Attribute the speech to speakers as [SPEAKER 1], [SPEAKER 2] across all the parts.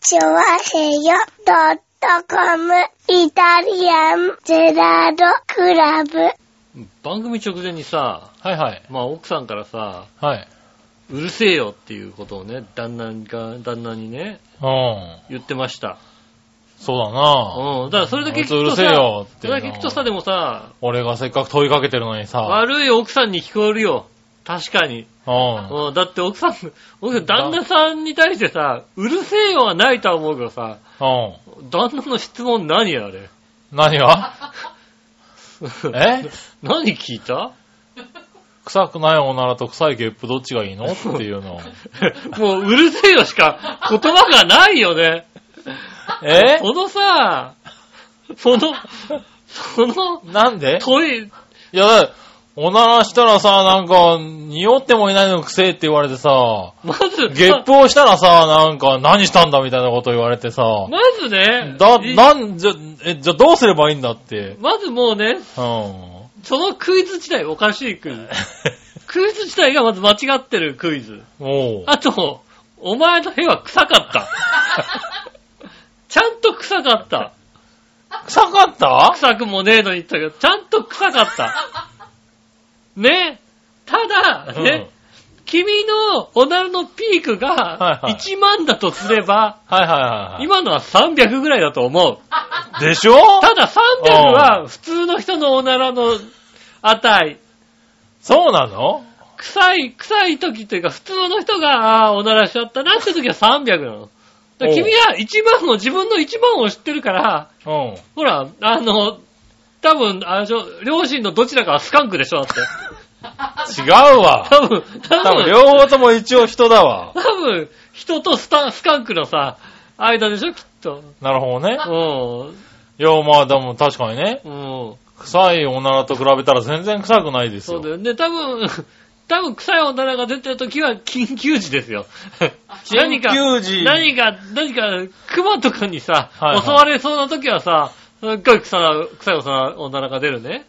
[SPEAKER 1] チョワヘヨドットコムイタリアンゼラードクラブ。
[SPEAKER 2] 番組直前にさ、
[SPEAKER 3] はいはい。
[SPEAKER 2] まあ奥さんからさ、
[SPEAKER 3] はい。
[SPEAKER 2] うるせえよっていうことをね、旦那が、旦那にね、
[SPEAKER 3] うん。
[SPEAKER 2] 言ってました。
[SPEAKER 3] そうだな
[SPEAKER 2] うん。だからそれだけ聞く
[SPEAKER 3] ほんとう
[SPEAKER 2] と
[SPEAKER 3] るせ
[SPEAKER 2] さ、
[SPEAKER 3] えよっ
[SPEAKER 2] そ
[SPEAKER 3] ていうの
[SPEAKER 2] れだけ聞くとさ、でもさ、
[SPEAKER 3] 俺がせっかく問いかけてるのにさ。
[SPEAKER 2] 悪い奥さんに聞こえるよ。確かに。
[SPEAKER 3] うん。
[SPEAKER 2] うん。だって奥さん、奥さん、旦那さんに対してさ、うるせえよはないとは思うけどさ、
[SPEAKER 3] う
[SPEAKER 2] 旦那の質問何やあれ。
[SPEAKER 3] ん。何 がえ
[SPEAKER 2] 何聞いた
[SPEAKER 3] 臭くないおならと臭いゲップどっちがいいのっていう の。
[SPEAKER 2] もううるせえよしか言葉がないよね。
[SPEAKER 3] え
[SPEAKER 2] このさ、その、その、
[SPEAKER 3] なんで
[SPEAKER 2] 問い、
[SPEAKER 3] いや、だっておならしたらさ、なんか、匂ってもいないのに臭いって言われてさ、
[SPEAKER 2] まず、
[SPEAKER 3] ゲップをしたらさ、なんか、何したんだみたいなこと言われてさ、
[SPEAKER 2] まずね、
[SPEAKER 3] だ、
[SPEAKER 2] い
[SPEAKER 3] なん、じゃ、え、じゃあどうすればいいんだって。
[SPEAKER 2] まずもうね、
[SPEAKER 3] うん。
[SPEAKER 2] そのクイズ自体、おかしいクイ ズ。クイズ自体がまず間違ってるクイズ。
[SPEAKER 3] もう。
[SPEAKER 2] あと、お前の部屋は臭かった。ちゃんと臭かった。
[SPEAKER 3] 臭かった
[SPEAKER 2] 臭くもねえのに言ったけど、ちゃんと臭かった。ね。ただ、ね、君のおならのピークが
[SPEAKER 3] はいはい
[SPEAKER 2] 1万だとすれば、
[SPEAKER 3] はいはいはいは
[SPEAKER 2] 今のは300ぐらいだと思う。
[SPEAKER 3] い。でしょ
[SPEAKER 2] ただ300は普通の人のおならの値。
[SPEAKER 3] そうなの
[SPEAKER 2] 臭い、臭い時というか普通の人が、ああー、おならしちゃったなって時は300なの。だから
[SPEAKER 3] おう
[SPEAKER 2] 君は一番の、自分の一番を知ってるから、
[SPEAKER 3] うん。
[SPEAKER 2] ほら、あの、多分、あれでしょ、両親のどちらかはスカンクでしょ、だ って。
[SPEAKER 3] 違うわ。
[SPEAKER 2] 多分、多
[SPEAKER 3] 多分
[SPEAKER 2] 分、
[SPEAKER 3] 両方とも一応人だわ。
[SPEAKER 2] 多分、人とスタスカンクのさ、間でしょ、きっと。
[SPEAKER 3] なるほどね。
[SPEAKER 2] うん。
[SPEAKER 3] いや、まあでも確かにね、
[SPEAKER 2] うん。
[SPEAKER 3] 臭いおならと比べたら全然臭くないです
[SPEAKER 2] そう
[SPEAKER 3] よ。
[SPEAKER 2] だよね。多分、 多分臭い女が出てる時は緊急時ですよ。何か、
[SPEAKER 3] 緊急時
[SPEAKER 2] 何か、何か、熊とかにさ、
[SPEAKER 3] はいはい
[SPEAKER 2] 襲われそうな時はさ、すっごい臭な臭い女が出るね。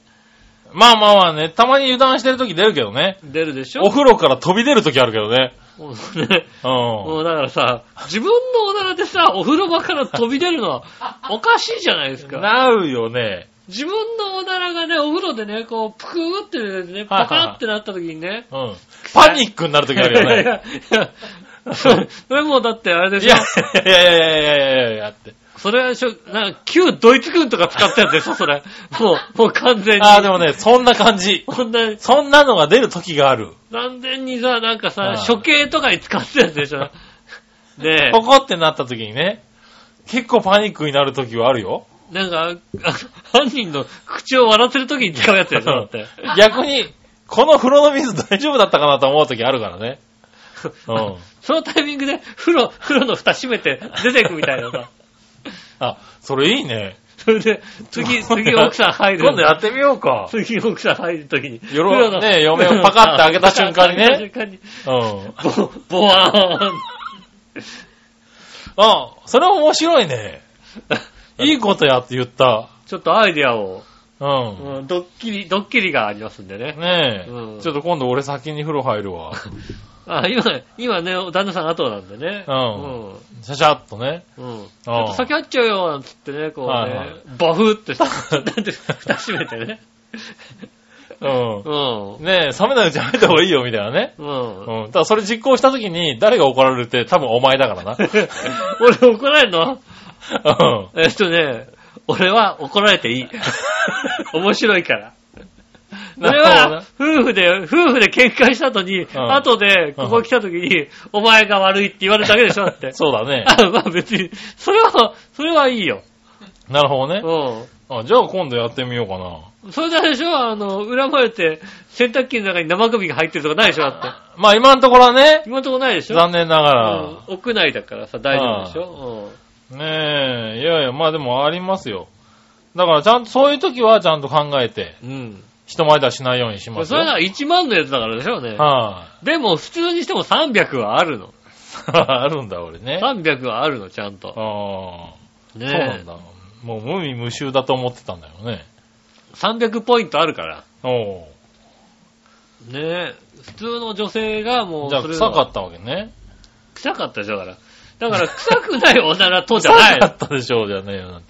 [SPEAKER 3] まあまあまあね、たまに油断してる時出るけどね。
[SPEAKER 2] 出るでしょ
[SPEAKER 3] お風呂から飛び出る時あるけどね。
[SPEAKER 2] もうね
[SPEAKER 3] う
[SPEAKER 2] もうだからさ、自分のおならでさ、お風呂場から飛び出るの はおかしいじゃないです
[SPEAKER 3] ん。
[SPEAKER 2] か。
[SPEAKER 3] なるよね。
[SPEAKER 2] 自分のおならがね、お風呂でね、こう、ぷくーって出てね、パカってなった時にね。
[SPEAKER 3] うん。パニックになる時あるよ
[SPEAKER 2] いやいや
[SPEAKER 3] ね。
[SPEAKER 2] いや、それそれもうだってあれで
[SPEAKER 3] い
[SPEAKER 2] しょ
[SPEAKER 3] や、いやいやいやいやいやいやって。
[SPEAKER 2] それはでしょ、なんか、旧ドイツ軍とか使ったやつで しょ、それ。もう、もう完全に。
[SPEAKER 3] ああ、でもね、そんな感じ。
[SPEAKER 2] こんな、
[SPEAKER 3] そんなのが出る時がある。
[SPEAKER 2] 完全にさ、なんか
[SPEAKER 3] は
[SPEAKER 2] さ、
[SPEAKER 3] い
[SPEAKER 2] 処刑とかに使ったやつで しょ。で、
[SPEAKER 3] ポコってなった時にね、結構パニックになる時はあるよ。
[SPEAKER 2] なんか、あ犯人の口を笑ってる時に使うやつでしょ、だって。
[SPEAKER 3] 逆に、この風呂の水大丈夫だったかなと思う時あるから ね。うん。
[SPEAKER 2] そのタイミングで、風呂、風呂の蓋閉めて出てくみたいな さ。
[SPEAKER 3] あ、それいいね。
[SPEAKER 2] それで、次、次奥さん入る。
[SPEAKER 3] 今度やってみようか。
[SPEAKER 2] 次奥さん入る時に。
[SPEAKER 3] よろ
[SPEAKER 2] 風呂の
[SPEAKER 3] ね嫁をパカッて開けた瞬間にね
[SPEAKER 2] パカッて開けた瞬間に
[SPEAKER 3] うん。
[SPEAKER 2] ぼ、ぼわーん。
[SPEAKER 3] あ、それ面白い ね。いいことやって言った。
[SPEAKER 2] ちょっとアイデアを。
[SPEAKER 3] うん。
[SPEAKER 2] うんドッキリ、ドッキリがありますんでね。
[SPEAKER 3] ねえ、
[SPEAKER 2] うん
[SPEAKER 3] ちょっと今度俺先に風呂入るわ。
[SPEAKER 2] あ、今、今ね、旦那さん後なんでね。
[SPEAKER 3] うんシャシャっとね。
[SPEAKER 2] うん。うん。ち
[SPEAKER 3] あ
[SPEAKER 2] ょっと先入っちゃうよ、なんつってね、こうね、
[SPEAKER 3] はいはい
[SPEAKER 2] バフってさ、 なんて、蓋閉めてね。
[SPEAKER 3] う
[SPEAKER 2] うん
[SPEAKER 3] ん。。ねえ、冷めないうちに入った方がいいよ、みたいなね。
[SPEAKER 2] うん。
[SPEAKER 3] うん。ただそれ実行した時に誰が怒られるって多分お前だ からな。
[SPEAKER 2] 俺怒られるの
[SPEAKER 3] うん。
[SPEAKER 2] えっとね、俺は怒られてい い。面白いから。
[SPEAKER 3] な
[SPEAKER 2] 俺
[SPEAKER 3] るほどな
[SPEAKER 2] は、夫婦で、夫婦で喧嘩した後に、
[SPEAKER 3] ん
[SPEAKER 2] 後で、ここ来た時に、お前が悪いって言われるだけでしょだって。
[SPEAKER 3] そうだ ね。
[SPEAKER 2] あ、まあ別に、それは、それはいいよ。
[SPEAKER 3] なるほどね。
[SPEAKER 2] う
[SPEAKER 3] あ、じゃあ今度やってみようかな。
[SPEAKER 2] ん。それであれでしょあの、恨まれて、洗濯機の中に生首が入ってるとかないでしょだっ
[SPEAKER 3] まあ今のところはね
[SPEAKER 2] て。、今のとこないでしょ
[SPEAKER 3] 残念なが
[SPEAKER 2] うん
[SPEAKER 3] ら、
[SPEAKER 2] 屋内だからさ、大丈夫でしょ
[SPEAKER 3] ねえ、いやいや、まあでもありますよ。だからちゃんと、そういう時はちゃんと考えて、
[SPEAKER 2] うん。
[SPEAKER 3] 人前ではしないようにし
[SPEAKER 2] う
[SPEAKER 3] ま
[SPEAKER 2] ん。
[SPEAKER 3] す
[SPEAKER 2] そ
[SPEAKER 3] よ。
[SPEAKER 2] れなら1万のやつだからでしょうね。
[SPEAKER 3] はい、
[SPEAKER 2] でも、普通にしても300はあるの。
[SPEAKER 3] あ。るんだ、俺ね。あ
[SPEAKER 2] 300はあるの、ちゃんと。
[SPEAKER 3] あー、そうな
[SPEAKER 2] ね
[SPEAKER 3] んだ。もう無味無臭だと思ってたんだよね。
[SPEAKER 2] 300ポイントあるから。
[SPEAKER 3] お
[SPEAKER 2] ねえ。普通の女性がもう
[SPEAKER 3] う。じゃあ
[SPEAKER 2] それ
[SPEAKER 3] 臭
[SPEAKER 2] は
[SPEAKER 3] かったわけね。
[SPEAKER 2] 臭かったでしょ、だから。だから臭くないおならとじゃな
[SPEAKER 3] 臭
[SPEAKER 2] い
[SPEAKER 3] か
[SPEAKER 2] の。
[SPEAKER 3] ったでしょうじゃねえよ。うん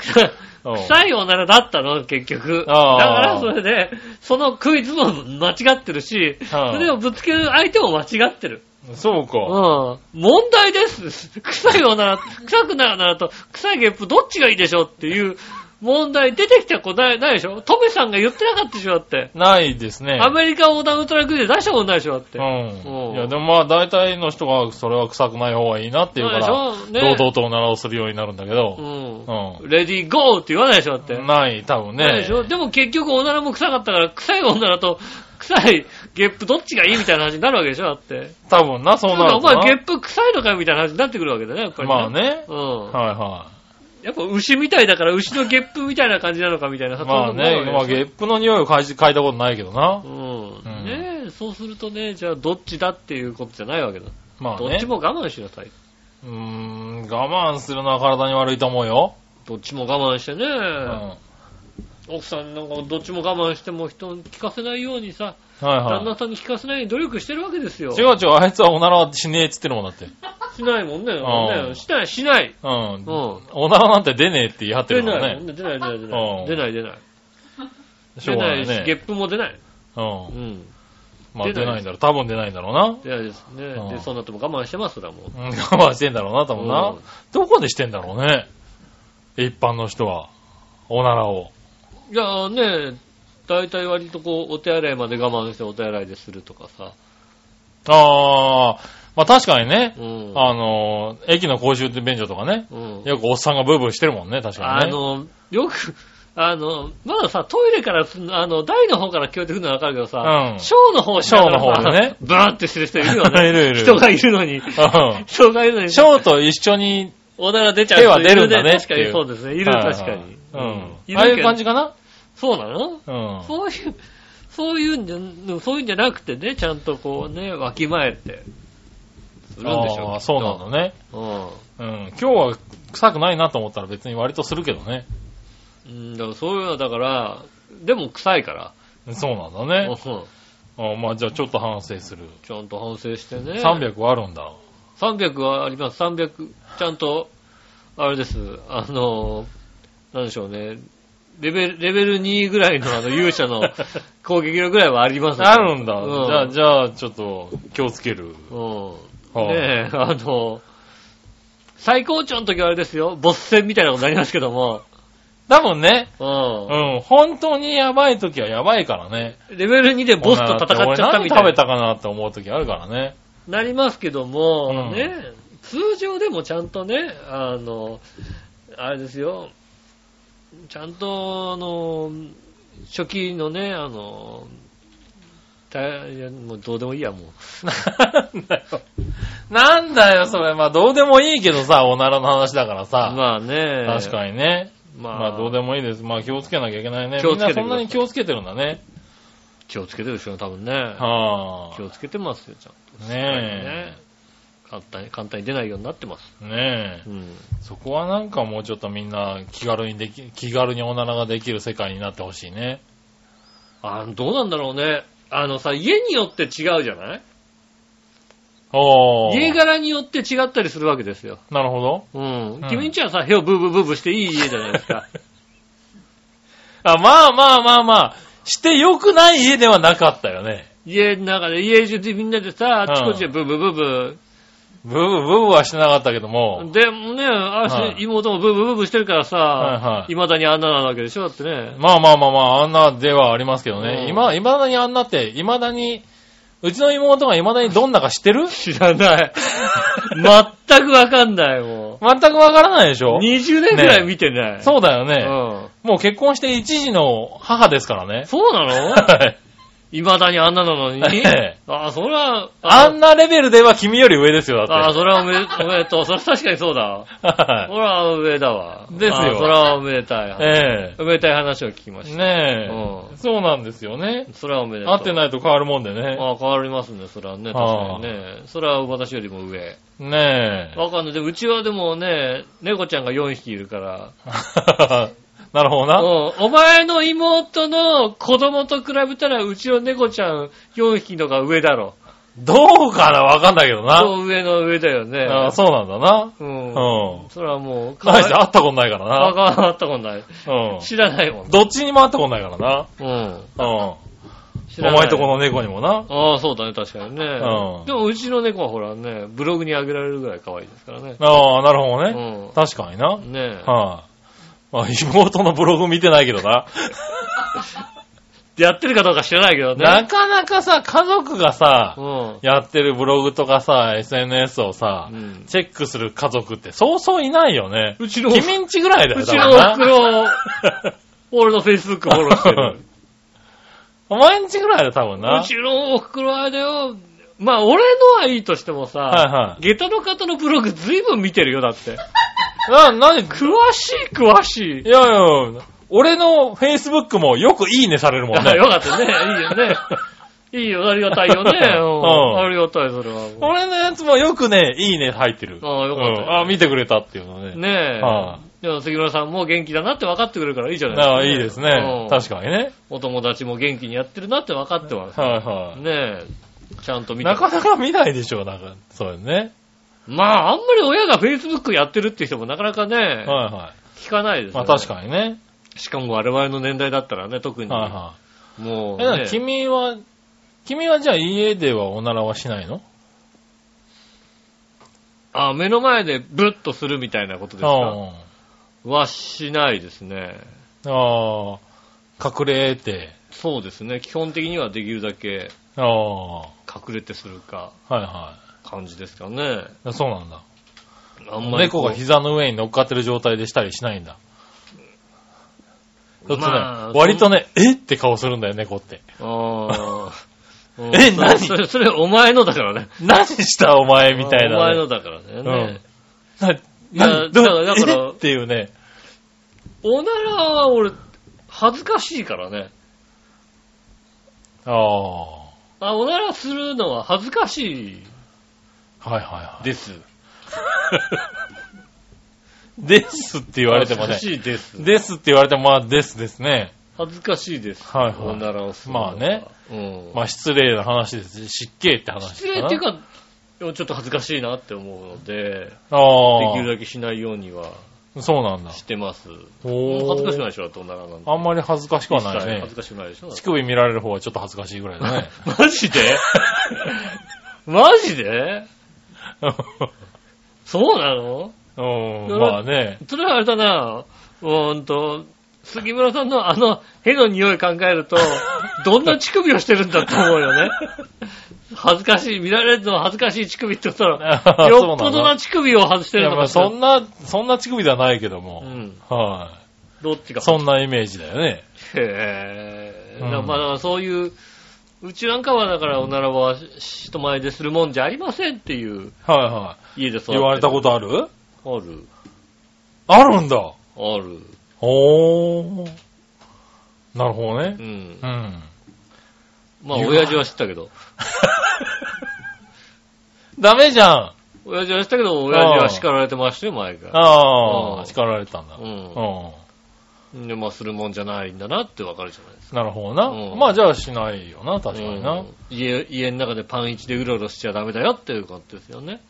[SPEAKER 2] 臭いおならだったの、結局。だか
[SPEAKER 3] ああ
[SPEAKER 2] らそれで、そのクイズも間違ってるし、
[SPEAKER 3] ああ
[SPEAKER 2] それをぶつける相手も間違ってる。
[SPEAKER 3] そう
[SPEAKER 2] うん
[SPEAKER 3] か。。
[SPEAKER 2] 問題です。 臭いおなら、臭くないおならと臭いゲップどっちがいいでしょうっていう問題出てきたことないないでしょトメさんが言ってなかったでしょだって。
[SPEAKER 3] ないですね。
[SPEAKER 2] アメリカ横断ウルトラクイズで出したことないでしょだって。
[SPEAKER 3] う。
[SPEAKER 2] うんん
[SPEAKER 3] いや、でもまあ、大体の人が、それは臭くない方がいいなっていうから、
[SPEAKER 2] そうでしょね
[SPEAKER 3] 堂々とおならをするようになるんだけど、
[SPEAKER 2] う。
[SPEAKER 3] うん
[SPEAKER 2] レディーゴーって言わないでしょだって。
[SPEAKER 3] ない、多分
[SPEAKER 2] ない
[SPEAKER 3] ね
[SPEAKER 2] でし。ょでも結局おならも臭かったから、臭いおならと臭いゲップどっちがいいみたいな話になるわけでしょだって。
[SPEAKER 3] 多分な、そうなる
[SPEAKER 2] お
[SPEAKER 3] とな
[SPEAKER 2] 前ゲップ臭いのかよみたいな話になってくるわけだね、やっぱり、
[SPEAKER 3] まあ。ね。
[SPEAKER 2] う
[SPEAKER 3] はいは
[SPEAKER 2] ん。やっぱ牛みたいだから牛のゲップみたいな感じなのかみたいな。
[SPEAKER 3] い。まあね、まあ、ゲ
[SPEAKER 2] ッ
[SPEAKER 3] ップの匂いを嗅い嗅いだことないけどな
[SPEAKER 2] プ。。うん。ねえ、そうするとね、じゃあどっちだっていうことじゃないわけだ。
[SPEAKER 3] まあ
[SPEAKER 2] どっ
[SPEAKER 3] ね
[SPEAKER 2] ち。も我慢しなさい。
[SPEAKER 3] うーん、我慢するのは体に悪いと思うよ。
[SPEAKER 2] どっちも我慢してね、
[SPEAKER 3] うん。は
[SPEAKER 2] 奥さんなんかどっちも我慢しても人に聞かせないようにさ、
[SPEAKER 3] いは
[SPEAKER 2] 旦
[SPEAKER 3] い
[SPEAKER 2] 那。さんに聞かせないように努力してるわけですよ。
[SPEAKER 3] 違う違う、あいつはおならはしねえって言ってるもんだって。
[SPEAKER 2] しないもんね。
[SPEAKER 3] ん
[SPEAKER 2] ねしない、しない。
[SPEAKER 3] うん
[SPEAKER 2] う。ん。
[SPEAKER 3] おならなんて出ねえって言い張って
[SPEAKER 2] 出
[SPEAKER 3] るもん
[SPEAKER 2] ないもんね。
[SPEAKER 3] ね。
[SPEAKER 2] 出ない、出ない、出
[SPEAKER 3] う
[SPEAKER 2] なんい。出ない、出ない。
[SPEAKER 3] しょ
[SPEAKER 2] 出
[SPEAKER 3] うが
[SPEAKER 2] な
[SPEAKER 3] ないい
[SPEAKER 2] し、ゲ
[SPEAKER 3] ね。
[SPEAKER 2] ップも出ない。
[SPEAKER 3] う。
[SPEAKER 2] うんん。
[SPEAKER 3] まあ
[SPEAKER 2] 出ない
[SPEAKER 3] 出ないんだろう。多分出ないんだろうな。
[SPEAKER 2] 出ないですね。
[SPEAKER 3] うん
[SPEAKER 2] で、そうなっても我慢してます、だもん。
[SPEAKER 3] うん我慢してんだろうな、多分な
[SPEAKER 2] うん。
[SPEAKER 3] どこでしてんだろうね。一般の人は。おならを。
[SPEAKER 2] いやーね、大体割とこう、お手洗いまで我慢してお手洗いでするとかさ。
[SPEAKER 3] あー、まあ確かにね。
[SPEAKER 2] うん。
[SPEAKER 3] あのー、駅の公衆便所とかね。
[SPEAKER 2] うん。
[SPEAKER 3] よくおっさんがブーブーしてるもんね、確か
[SPEAKER 2] あ
[SPEAKER 3] にね。
[SPEAKER 2] の、よく、 あの、まださ、トイレからす、あの、台の方から聞こえてくるのはわかるけどさ
[SPEAKER 3] う、ん
[SPEAKER 2] ショーの方しながらさ
[SPEAKER 3] ショーの方でね
[SPEAKER 2] ブーってする人いるよね。
[SPEAKER 3] いるいる
[SPEAKER 2] 人がいるのに。
[SPEAKER 3] う
[SPEAKER 2] 人がいるのに。
[SPEAKER 3] んショーと一緒に、
[SPEAKER 2] おなら出ちゃう
[SPEAKER 3] 手は出るんだね
[SPEAKER 2] 確かにそうですね。いる、
[SPEAKER 3] はいはい
[SPEAKER 2] 確かに。い
[SPEAKER 3] うん。
[SPEAKER 2] るけど
[SPEAKER 3] ああいう感じかな
[SPEAKER 2] そうなの
[SPEAKER 3] うん。
[SPEAKER 2] そういう、そういうんじゃ、そういうんじゃなくてね、ちゃんとこうね、わきまえて、するんでしょ
[SPEAKER 3] あーそうなのね。
[SPEAKER 2] の
[SPEAKER 3] うん。今日は臭くないなと思ったら別に割とするけどね。
[SPEAKER 2] うん。うん、だからそういうのはだから、でも臭いから。
[SPEAKER 3] そうなんだ
[SPEAKER 2] う
[SPEAKER 3] ね
[SPEAKER 2] ん。
[SPEAKER 3] あまあじゃあちょっと反省する。
[SPEAKER 2] ちゃんと反省してね。
[SPEAKER 3] 300はあるんだ。
[SPEAKER 2] 300はあります。300、ちゃんと、あれです。あの、なんでしょうね。レベル、レベル2ぐらいのあの勇者 の攻撃力ぐらいはあります
[SPEAKER 3] あるんだ。
[SPEAKER 2] うん
[SPEAKER 3] じゃあ、じゃあ、ちょっと気をつける。
[SPEAKER 2] う
[SPEAKER 3] は
[SPEAKER 2] ん。
[SPEAKER 3] あ
[SPEAKER 2] ねえ、あの、最高潮の時はあれですよ、ボス戦みたいなことになりますけども、
[SPEAKER 3] 多分ね、
[SPEAKER 2] う
[SPEAKER 3] うん、本当にやばい時はやばいからね。
[SPEAKER 2] ん。レベル2でボスと戦っちゃったみた
[SPEAKER 3] 俺何
[SPEAKER 2] い
[SPEAKER 3] 食べ
[SPEAKER 2] な、
[SPEAKER 3] たかなって思う時あるからね。
[SPEAKER 2] なりますけども、
[SPEAKER 3] うん
[SPEAKER 2] ねえ、通常でもちゃんとね、あの、あれですよ、ちゃんと、あの、初期のね、あの、たいやもうどうでもいいや、 もう。
[SPEAKER 3] なんだよ。なんだよ、それ。まあ、どうでもいいけどさ、おならの話だからさ。
[SPEAKER 2] まあね。
[SPEAKER 3] 確かにね。
[SPEAKER 2] に。まあ、
[SPEAKER 3] まあ、どうでもいいです。まあ、気をつけなきゃいけないね。
[SPEAKER 2] 気
[SPEAKER 3] み
[SPEAKER 2] を
[SPEAKER 3] ん
[SPEAKER 2] つけ
[SPEAKER 3] な
[SPEAKER 2] てください
[SPEAKER 3] そんなに気をつけてるんだね。
[SPEAKER 2] 気をつけてるでしょ、多分ね。
[SPEAKER 3] は
[SPEAKER 2] 気をつけてますよ、ちゃんと。
[SPEAKER 3] あ。ね
[SPEAKER 2] 簡単に、簡単に出ないようになってます。
[SPEAKER 3] え。ねえ
[SPEAKER 2] う。ん。
[SPEAKER 3] そこはなんかもうちょっとみんな気軽にでき、気軽におならができる世界になってほしいね。
[SPEAKER 2] あどうなんだろうね。あのさ、家によって違うじゃない
[SPEAKER 3] おー。
[SPEAKER 2] 家柄によって違ったりするわけですよ。
[SPEAKER 3] なるほど。
[SPEAKER 2] うん。
[SPEAKER 3] うん
[SPEAKER 2] 君んちはさ、部をブーブーブーブーしていい家じゃないです か。
[SPEAKER 3] あ、まあまあまあまあ、して良くない家ではなかったよね。
[SPEAKER 2] 家の中で、家中でみんなでさ、あっちこっちでブーブーブーブ
[SPEAKER 3] ブーブーブーブーはしてなかったけど
[SPEAKER 2] ー。
[SPEAKER 3] も、
[SPEAKER 2] でもね、あ
[SPEAKER 3] はい
[SPEAKER 2] 妹もブーブーブーブーしてるからさ、
[SPEAKER 3] はいはい
[SPEAKER 2] 未だにあんななわけでしょだってね。
[SPEAKER 3] まあまあまあまあ、あんなではありますけど
[SPEAKER 2] う
[SPEAKER 3] ね。
[SPEAKER 2] ん
[SPEAKER 3] 今、未だにあんなって、未だに、うちの妹が未だにどんなか知ってる
[SPEAKER 2] 知らない。 全くわかんない、も
[SPEAKER 3] 全くわからないでし
[SPEAKER 2] う。
[SPEAKER 3] ょ
[SPEAKER 2] 20年くらい見てない。
[SPEAKER 3] そうだよ
[SPEAKER 2] う
[SPEAKER 3] ね。
[SPEAKER 2] ん。
[SPEAKER 3] もう結婚して一時の母ですからね。
[SPEAKER 2] そうな の
[SPEAKER 3] はい
[SPEAKER 2] 未だにあんななのに
[SPEAKER 3] ええ
[SPEAKER 2] ああ、それは、
[SPEAKER 3] あ
[SPEAKER 2] あ
[SPEAKER 3] んなレベルでは君より上ですよ、
[SPEAKER 2] あ
[SPEAKER 3] だ
[SPEAKER 2] あ、
[SPEAKER 3] って。
[SPEAKER 2] それはおめでおめでとう。それは確かにそうだ。
[SPEAKER 3] はい
[SPEAKER 2] それは上だわ。
[SPEAKER 3] ですよ
[SPEAKER 2] ああそれはおめでたい。
[SPEAKER 3] え
[SPEAKER 2] おめでたい話を聞きま
[SPEAKER 3] え
[SPEAKER 2] し
[SPEAKER 3] ねえ、
[SPEAKER 2] うん
[SPEAKER 3] そうなんですよね
[SPEAKER 2] た。。それはおめでとう。
[SPEAKER 3] 合ってないと変わるもんでね。
[SPEAKER 2] ああ、変わりますね、それはね。確かにね。それは私よりも上。
[SPEAKER 3] ねえ。
[SPEAKER 2] わかんない。でも、うちはでもね、猫ちゃんが4匹いるから。
[SPEAKER 3] なるほど
[SPEAKER 2] うん
[SPEAKER 3] な。。
[SPEAKER 2] お前の妹の子供と比べたら、うちの猫ちゃん4匹のが上だろ。
[SPEAKER 3] どうかなわかんないけどな。
[SPEAKER 2] そう上の上だよね。
[SPEAKER 3] あーそうなんだな。
[SPEAKER 2] うん。
[SPEAKER 3] うん。
[SPEAKER 2] それはもう、
[SPEAKER 3] ないし、会ったことないから
[SPEAKER 2] わ
[SPEAKER 3] な。
[SPEAKER 2] かんなったことない。
[SPEAKER 3] う
[SPEAKER 2] 知らないもん
[SPEAKER 3] ん。。どっちにも会ったことないからな。
[SPEAKER 2] うん。
[SPEAKER 3] うん。
[SPEAKER 2] 知
[SPEAKER 3] お
[SPEAKER 2] らない。
[SPEAKER 3] 前とこの猫にもな。
[SPEAKER 2] ああ、そうだね、確かにね。
[SPEAKER 3] うん
[SPEAKER 2] でも、うちの猫はほらね、ブログにあげられるぐらい可愛いですからね。
[SPEAKER 3] ああ、なるほどね。
[SPEAKER 2] う
[SPEAKER 3] 確かにな。はい、
[SPEAKER 2] ん。ねえ。
[SPEAKER 3] まあ、妹のブログ見てないけどな。
[SPEAKER 2] やってるかどうか知らないけど
[SPEAKER 3] な
[SPEAKER 2] ね。
[SPEAKER 3] かなかさ、家族がさ
[SPEAKER 2] う、ん。
[SPEAKER 3] やってるブログとかさ、SNS をさ、
[SPEAKER 2] うん
[SPEAKER 3] チェックする家族ってそうそういないよね。
[SPEAKER 2] うちの、うち
[SPEAKER 3] 君んちぐらいだよ、
[SPEAKER 2] の
[SPEAKER 3] だ
[SPEAKER 2] お
[SPEAKER 3] から
[SPEAKER 2] ふ
[SPEAKER 3] な
[SPEAKER 2] くろ、俺のフェイスブックフォローしてる。
[SPEAKER 3] お前んちぐらいだよ、多分 な。
[SPEAKER 2] うちのおふくろあれだよ。まあ、俺のはいいとしてもさ、
[SPEAKER 3] はいはい。
[SPEAKER 2] 下駄の方のブログずいぶん見てるよ、だって。
[SPEAKER 3] な、なに、
[SPEAKER 2] 詳しい、詳しい
[SPEAKER 3] い。やいや、俺の Facebook もよくいいねされるもんね
[SPEAKER 2] あ。よかったね。いいよ ね。いいよ、ありがたいよね。
[SPEAKER 3] うん
[SPEAKER 2] うんありがたい、それはも
[SPEAKER 3] 俺のやつもよくね、いいね入ってる。
[SPEAKER 2] ああよかったよ
[SPEAKER 3] うんああ、見てくれたっていうのね。
[SPEAKER 2] う。ねえ。
[SPEAKER 3] は
[SPEAKER 2] でも杉村さんも元気だなって分かってくれるからいいじゃない
[SPEAKER 3] ああ、いいですね。確
[SPEAKER 2] か
[SPEAKER 3] かにね。
[SPEAKER 2] お友達も元気にやってるなって分かってます。
[SPEAKER 3] はいは
[SPEAKER 2] ねえ。ちゃんと
[SPEAKER 3] い。
[SPEAKER 2] 見て。
[SPEAKER 3] なかなか見ないでしょ、なんか。そうよね。
[SPEAKER 2] まあ、あんまり親が Facebook やってるって人もなかなかね、
[SPEAKER 3] はいは
[SPEAKER 2] 聞かないで
[SPEAKER 3] い。
[SPEAKER 2] す
[SPEAKER 3] ま
[SPEAKER 2] よ
[SPEAKER 3] あ
[SPEAKER 2] ね。
[SPEAKER 3] 確かにね。
[SPEAKER 2] しかも我々の年代だったらね、特に。
[SPEAKER 3] はいは
[SPEAKER 2] もう
[SPEAKER 3] い。え、
[SPEAKER 2] ね、
[SPEAKER 3] なんか君は、君はじゃあ家ではおならはしないの
[SPEAKER 2] あ、目の前でブッとするみたいなことですか
[SPEAKER 3] あ
[SPEAKER 2] はしないですね。
[SPEAKER 3] あ。ああ。隠れて。
[SPEAKER 2] そうですね。基本的にはできるだけ
[SPEAKER 3] ああ。は
[SPEAKER 2] 隠れてするか、
[SPEAKER 3] いは
[SPEAKER 2] 感じですかね。
[SPEAKER 3] い。そうなんだ。
[SPEAKER 2] あんまりこ
[SPEAKER 3] 猫
[SPEAKER 2] う。
[SPEAKER 3] が膝の上に乗っかってる状態でしたりしないんだ。ちょっとね、
[SPEAKER 2] まあ
[SPEAKER 3] 割とね、えって顔するんだよ、猫って。
[SPEAKER 2] あーうん
[SPEAKER 3] え
[SPEAKER 2] そ
[SPEAKER 3] 何
[SPEAKER 2] それ、それ お前のだからね。
[SPEAKER 3] 何したお前みたいなね、
[SPEAKER 2] お前のだからね。ね
[SPEAKER 3] な、
[SPEAKER 2] いや
[SPEAKER 3] な、どう
[SPEAKER 2] だからだから
[SPEAKER 3] えっていうね。
[SPEAKER 2] おならは俺、恥ずかしいからね。
[SPEAKER 3] ああ。は
[SPEAKER 2] あ、おならするのは恥ずかしい
[SPEAKER 3] いはいはい。
[SPEAKER 2] です。
[SPEAKER 3] ですって言われてもね
[SPEAKER 2] 恥。ずかしいです。
[SPEAKER 3] ですって言われても、まあ、ですですね。
[SPEAKER 2] 恥ずかしいです。
[SPEAKER 3] はいはい
[SPEAKER 2] おならをするのは。
[SPEAKER 3] まあね。
[SPEAKER 2] うん。
[SPEAKER 3] まあ、失礼な話ですし、失敬って話
[SPEAKER 2] 失礼っていう
[SPEAKER 3] か
[SPEAKER 2] か、ちょっと恥ずかしいなって思うので、
[SPEAKER 3] な、あ
[SPEAKER 2] できるだけしないようには
[SPEAKER 3] あ。そうなんだ。
[SPEAKER 2] してます。
[SPEAKER 3] お
[SPEAKER 2] 恥ずかしくない
[SPEAKER 3] い。
[SPEAKER 2] でしょ、だっておならなんて。
[SPEAKER 3] あんまり恥ずかしくはない
[SPEAKER 2] 一切
[SPEAKER 3] ね
[SPEAKER 2] 恥ず。かしくないでしょ。だっ
[SPEAKER 3] 乳
[SPEAKER 2] て
[SPEAKER 3] 首見られる方はちょっと恥ずかしいぐらいだね。
[SPEAKER 2] マジ でマジでそうなの
[SPEAKER 3] うん、まあね。
[SPEAKER 2] それはあれだな、うーんと、杉村さんのあの、ヘの匂い考え ると、どんな乳首をしてるんだと思うよね。恥ずかしい、見られるのは恥ずかしい乳首って言ったら、
[SPEAKER 3] あ
[SPEAKER 2] よっぽどな乳首を外して
[SPEAKER 3] そう
[SPEAKER 2] る
[SPEAKER 3] なのい
[SPEAKER 2] の
[SPEAKER 3] やま
[SPEAKER 2] か
[SPEAKER 3] あ
[SPEAKER 2] しら
[SPEAKER 3] そんな、そんな乳首ではないけども。
[SPEAKER 2] うん。
[SPEAKER 3] は
[SPEAKER 2] どっち
[SPEAKER 3] い。
[SPEAKER 2] が
[SPEAKER 3] そんなイメージだよね。
[SPEAKER 2] へえ。
[SPEAKER 3] うん
[SPEAKER 2] だまあ、だからそういう、うちなんかはだからおならは人前でするもんじゃありませんっていう
[SPEAKER 3] はいはい。
[SPEAKER 2] 家で育ってる
[SPEAKER 3] 言われたことある
[SPEAKER 2] ある。
[SPEAKER 3] あるんだ。
[SPEAKER 2] ある。
[SPEAKER 3] おー。なるほどね
[SPEAKER 2] う。ん
[SPEAKER 3] う。ん。
[SPEAKER 2] まあ、
[SPEAKER 3] 言わ
[SPEAKER 2] 親父は知ったけど。
[SPEAKER 3] ダメじゃん。
[SPEAKER 2] 親父は知ったけど、親父は叱られてましたよ、前が。
[SPEAKER 3] あ
[SPEAKER 2] う
[SPEAKER 3] あ、
[SPEAKER 2] ん
[SPEAKER 3] 叱られたんだ。
[SPEAKER 2] う。
[SPEAKER 3] うんん。
[SPEAKER 2] で、まあ、するもんじゃないんだなってわかるじゃないですか。
[SPEAKER 3] なるほどな
[SPEAKER 2] う。ん
[SPEAKER 3] まあじゃあしないよな、確かに
[SPEAKER 2] う。
[SPEAKER 3] なん
[SPEAKER 2] 家、家の中でパンイチでうろうろしちゃダメだよっていうことですよね。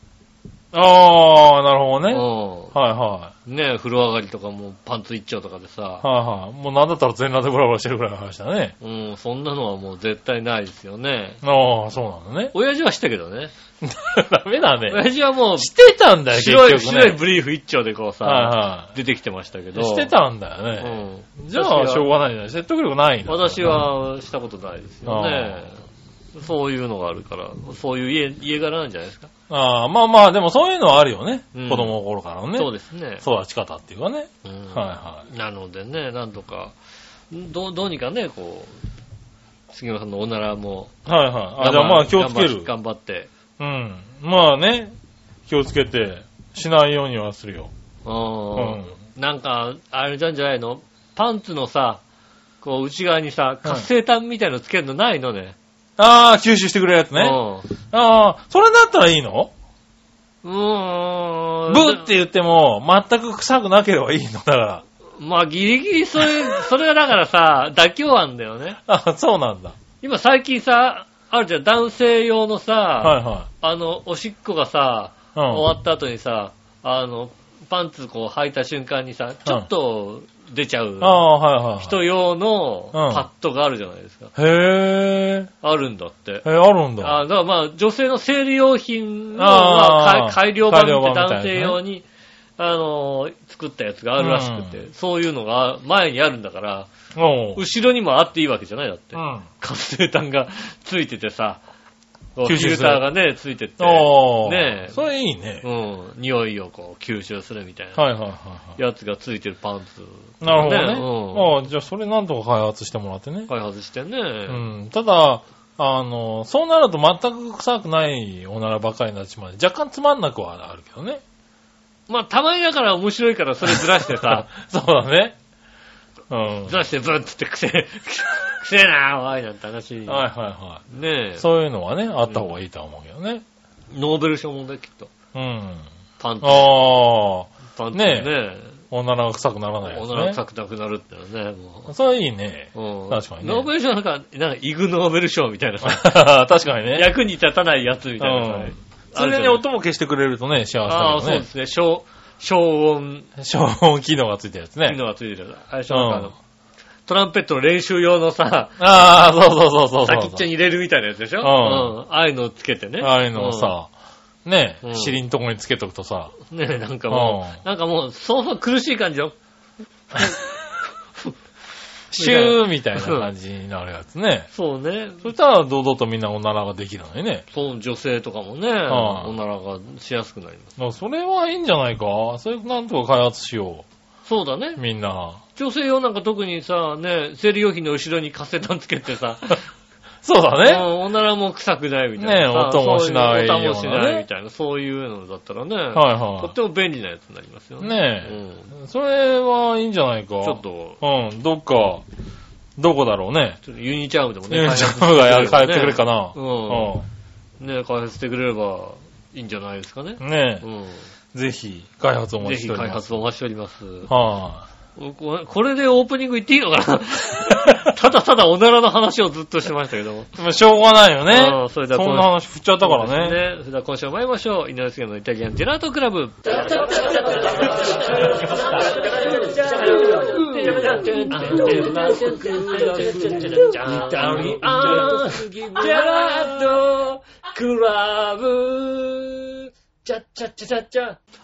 [SPEAKER 3] ああ、なるほどね。は
[SPEAKER 2] う
[SPEAKER 3] いは
[SPEAKER 2] ん。ねえ風呂上がりとかもパンツ一丁とかでさ
[SPEAKER 3] い。、はいはい。もうなんだったら全裸でブラブラしてるぐらいの話だね。
[SPEAKER 2] うん、そんなのはもう絶対ないですよね。
[SPEAKER 3] ああ、そうなんだね。
[SPEAKER 2] 親父はしたけどね。
[SPEAKER 3] ダメだね。
[SPEAKER 2] 親父はもう、
[SPEAKER 3] してたんだよ、結
[SPEAKER 2] 白
[SPEAKER 3] 局、ね。
[SPEAKER 2] い、白いブリーフ一丁でこうさ、
[SPEAKER 3] は
[SPEAKER 2] 出てきてましたけ
[SPEAKER 3] いは
[SPEAKER 2] ど。
[SPEAKER 3] い。してたんだ
[SPEAKER 2] う
[SPEAKER 3] よね。
[SPEAKER 2] ん。
[SPEAKER 3] じゃあ、しょう
[SPEAKER 2] う
[SPEAKER 3] がないじゃない。説得力ないんだから
[SPEAKER 2] 私。はしたことないですよね。そういうのがあるから、そういう家、家柄なんじゃないですか。
[SPEAKER 3] ああ、まあまあ、でもそういうのはあるよね。
[SPEAKER 2] うん
[SPEAKER 3] 子供の頃からのね。
[SPEAKER 2] そうですね。
[SPEAKER 3] 育ち方っていうかね。
[SPEAKER 2] うん
[SPEAKER 3] はいは
[SPEAKER 2] なのでね、なんとか、どう、どうにかね、こう、杉村さんのおならも、
[SPEAKER 3] い。はいはい。あ、じゃあまあ気をつける。
[SPEAKER 2] 頑張って。
[SPEAKER 3] うん。まあね、気をつけて、しないようにはするよ。
[SPEAKER 2] うん
[SPEAKER 3] う
[SPEAKER 2] なんか、あれじゃんじゃないのパンツのさ、こう内側にさ、活性炭みたいのつけるのないのね。
[SPEAKER 3] ああ、吸収してくれるやつね。
[SPEAKER 2] ね。
[SPEAKER 3] ああ、それだったらいいの
[SPEAKER 2] うーん。
[SPEAKER 3] ブーって言っても、全く臭くなければいいのだから。
[SPEAKER 2] まあギリギリそ れ、それがだからさ、妥協案だよね。
[SPEAKER 3] あそうなんだ。
[SPEAKER 2] 今最近さ、あるじゃん、男性用のさ、
[SPEAKER 3] はいは
[SPEAKER 2] あの、おしっこがさ、
[SPEAKER 3] い。うん。
[SPEAKER 2] 終わった後にさ、あの、パンツこう履いた瞬間にさ、ちょっと出ちゃう
[SPEAKER 3] ああ、はいはいはい。
[SPEAKER 2] 人用の
[SPEAKER 3] うん
[SPEAKER 2] パッドがあるじゃないですか。
[SPEAKER 3] へー
[SPEAKER 2] あるんだって。
[SPEAKER 3] え、あるんだ。
[SPEAKER 2] あだからまあ、女性の生理用品の
[SPEAKER 3] あー
[SPEAKER 2] まあ改改良版って
[SPEAKER 3] 改良版みたいなね
[SPEAKER 2] 男性用に、あの、作ったやつがあるらしくて、
[SPEAKER 3] う
[SPEAKER 2] そういうのが前にあるんだから、
[SPEAKER 3] おう
[SPEAKER 2] 後ろにもあっていいわけじゃないだって
[SPEAKER 3] う。ん。
[SPEAKER 2] 活性炭がついててさ、こうフ
[SPEAKER 3] 吸収
[SPEAKER 2] ィ
[SPEAKER 3] する
[SPEAKER 2] ルターがね、ついてって、
[SPEAKER 3] おー
[SPEAKER 2] ねえ
[SPEAKER 3] それいいね
[SPEAKER 2] う。ん、匂いをこう吸収するみたいな
[SPEAKER 3] はいはいはいはい。
[SPEAKER 2] やつがついてるパンツ、
[SPEAKER 3] なるほ
[SPEAKER 2] ね
[SPEAKER 3] どね。
[SPEAKER 2] うん
[SPEAKER 3] ああ、じゃあそれなんとか開発してもらってね。
[SPEAKER 2] 開発してね。
[SPEAKER 3] うん。ただ、あの、そうなると全く臭くないおならばっかりになってしまう。若干つまんなくはあるけどね。
[SPEAKER 2] まあ、たまにだから面白いからそれずらしてさ、
[SPEAKER 3] そうだね。うん。
[SPEAKER 2] ずらしてブンっつって くせえ、くせえなおいなんて話。
[SPEAKER 3] はいはいは
[SPEAKER 2] ねえ
[SPEAKER 3] い。。そういうのはね、あった方がいいとは思うけどね。
[SPEAKER 2] ノーベル賞もね、きっと。
[SPEAKER 3] うん。
[SPEAKER 2] パンツ、
[SPEAKER 3] ああ、
[SPEAKER 2] パンツ
[SPEAKER 3] ねえ
[SPEAKER 2] ね、
[SPEAKER 3] おならが臭くならないや
[SPEAKER 2] お
[SPEAKER 3] つ
[SPEAKER 2] なら
[SPEAKER 3] ね。
[SPEAKER 2] 臭くなくなるってのはね、も
[SPEAKER 3] それいいね。
[SPEAKER 2] う。うん
[SPEAKER 3] 確かにね
[SPEAKER 2] ノーベル賞なんか、なんか、イグノーベル賞み たいなさ、
[SPEAKER 3] 確かにね。
[SPEAKER 2] 役に立たないやつみたいなさ
[SPEAKER 3] うん。
[SPEAKER 2] あ
[SPEAKER 3] そ
[SPEAKER 2] るじゃ
[SPEAKER 3] れ
[SPEAKER 2] ない
[SPEAKER 3] に音も消してくれるとね、幸せ
[SPEAKER 2] ああ、そう
[SPEAKER 3] だ
[SPEAKER 2] ですね。消、消音
[SPEAKER 3] けどね。消音機能がついてるやつ
[SPEAKER 2] っていう
[SPEAKER 3] ね。
[SPEAKER 2] のがついてる。あれでしょ、なんかあのトランペットの練習用のさ、
[SPEAKER 3] ああ、そうそうそうそうそう。
[SPEAKER 2] 先っちょに入れるみたいなやつでしょ
[SPEAKER 3] うん
[SPEAKER 2] うんああいうのをつけてね。
[SPEAKER 3] ああいうのをさ、ね
[SPEAKER 2] う、ん
[SPEAKER 3] 尻んとこにつけとくとさ、
[SPEAKER 2] うん。ねなんかも
[SPEAKER 3] う
[SPEAKER 2] う、なんかもう、そうそう苦しい感じよ。
[SPEAKER 3] シューみたいな感じになるやつね。
[SPEAKER 2] そうね。
[SPEAKER 3] そしたら堂々とみんなおならができるのにね。
[SPEAKER 2] そう、女性とかもね、
[SPEAKER 3] ん
[SPEAKER 2] おならがしやすくなります。
[SPEAKER 3] だからそれはいいんじゃないかそれなんとか開発しよ
[SPEAKER 2] そうだ
[SPEAKER 3] う。
[SPEAKER 2] ね。
[SPEAKER 3] みんな。
[SPEAKER 2] 女性用なんか特にさ、ね、生理用品の後ろにカセタンつけてさ、
[SPEAKER 3] そうだ
[SPEAKER 2] う
[SPEAKER 3] ね。
[SPEAKER 2] んおならも臭くないみたいなさ。
[SPEAKER 3] ね音もしない
[SPEAKER 2] そうう音もし
[SPEAKER 3] ような
[SPEAKER 2] ない
[SPEAKER 3] ね
[SPEAKER 2] みたいな、そういうのだったらね、
[SPEAKER 3] はい
[SPEAKER 2] と
[SPEAKER 3] は
[SPEAKER 2] っても便利なやつになりますよ
[SPEAKER 3] い。
[SPEAKER 2] ね。
[SPEAKER 3] ね
[SPEAKER 2] う
[SPEAKER 3] え。それはいいんじゃないかち
[SPEAKER 2] ん。ちょっ。と、
[SPEAKER 3] うん、どっか、どこだろうね。
[SPEAKER 2] ちょっとユニチャームでもね、
[SPEAKER 3] ね、ジャムがや帰ってくれるかな。
[SPEAKER 2] うん。ね、開発してくれればいいんじゃないですかね。
[SPEAKER 3] うん。ね
[SPEAKER 2] うん。
[SPEAKER 3] え、ぜひ、開発をお
[SPEAKER 2] ぜ
[SPEAKER 3] 待ちし
[SPEAKER 2] ひ
[SPEAKER 3] ており
[SPEAKER 2] 開
[SPEAKER 3] ます。
[SPEAKER 2] 発をお待ちしております。
[SPEAKER 3] は
[SPEAKER 2] これこれでオープニングいっていいのかな ただただおならの話をずっとしてましたけども。
[SPEAKER 3] い。まあしょうがないよ
[SPEAKER 2] うん
[SPEAKER 3] ね。
[SPEAKER 2] そ
[SPEAKER 3] そ
[SPEAKER 2] れ
[SPEAKER 3] ん
[SPEAKER 2] で
[SPEAKER 3] な
[SPEAKER 2] は今
[SPEAKER 3] 話振っちゃったからね。
[SPEAKER 2] ね。それでは今週も参りましょう。井上杉のイタリアンジェラートクラブ。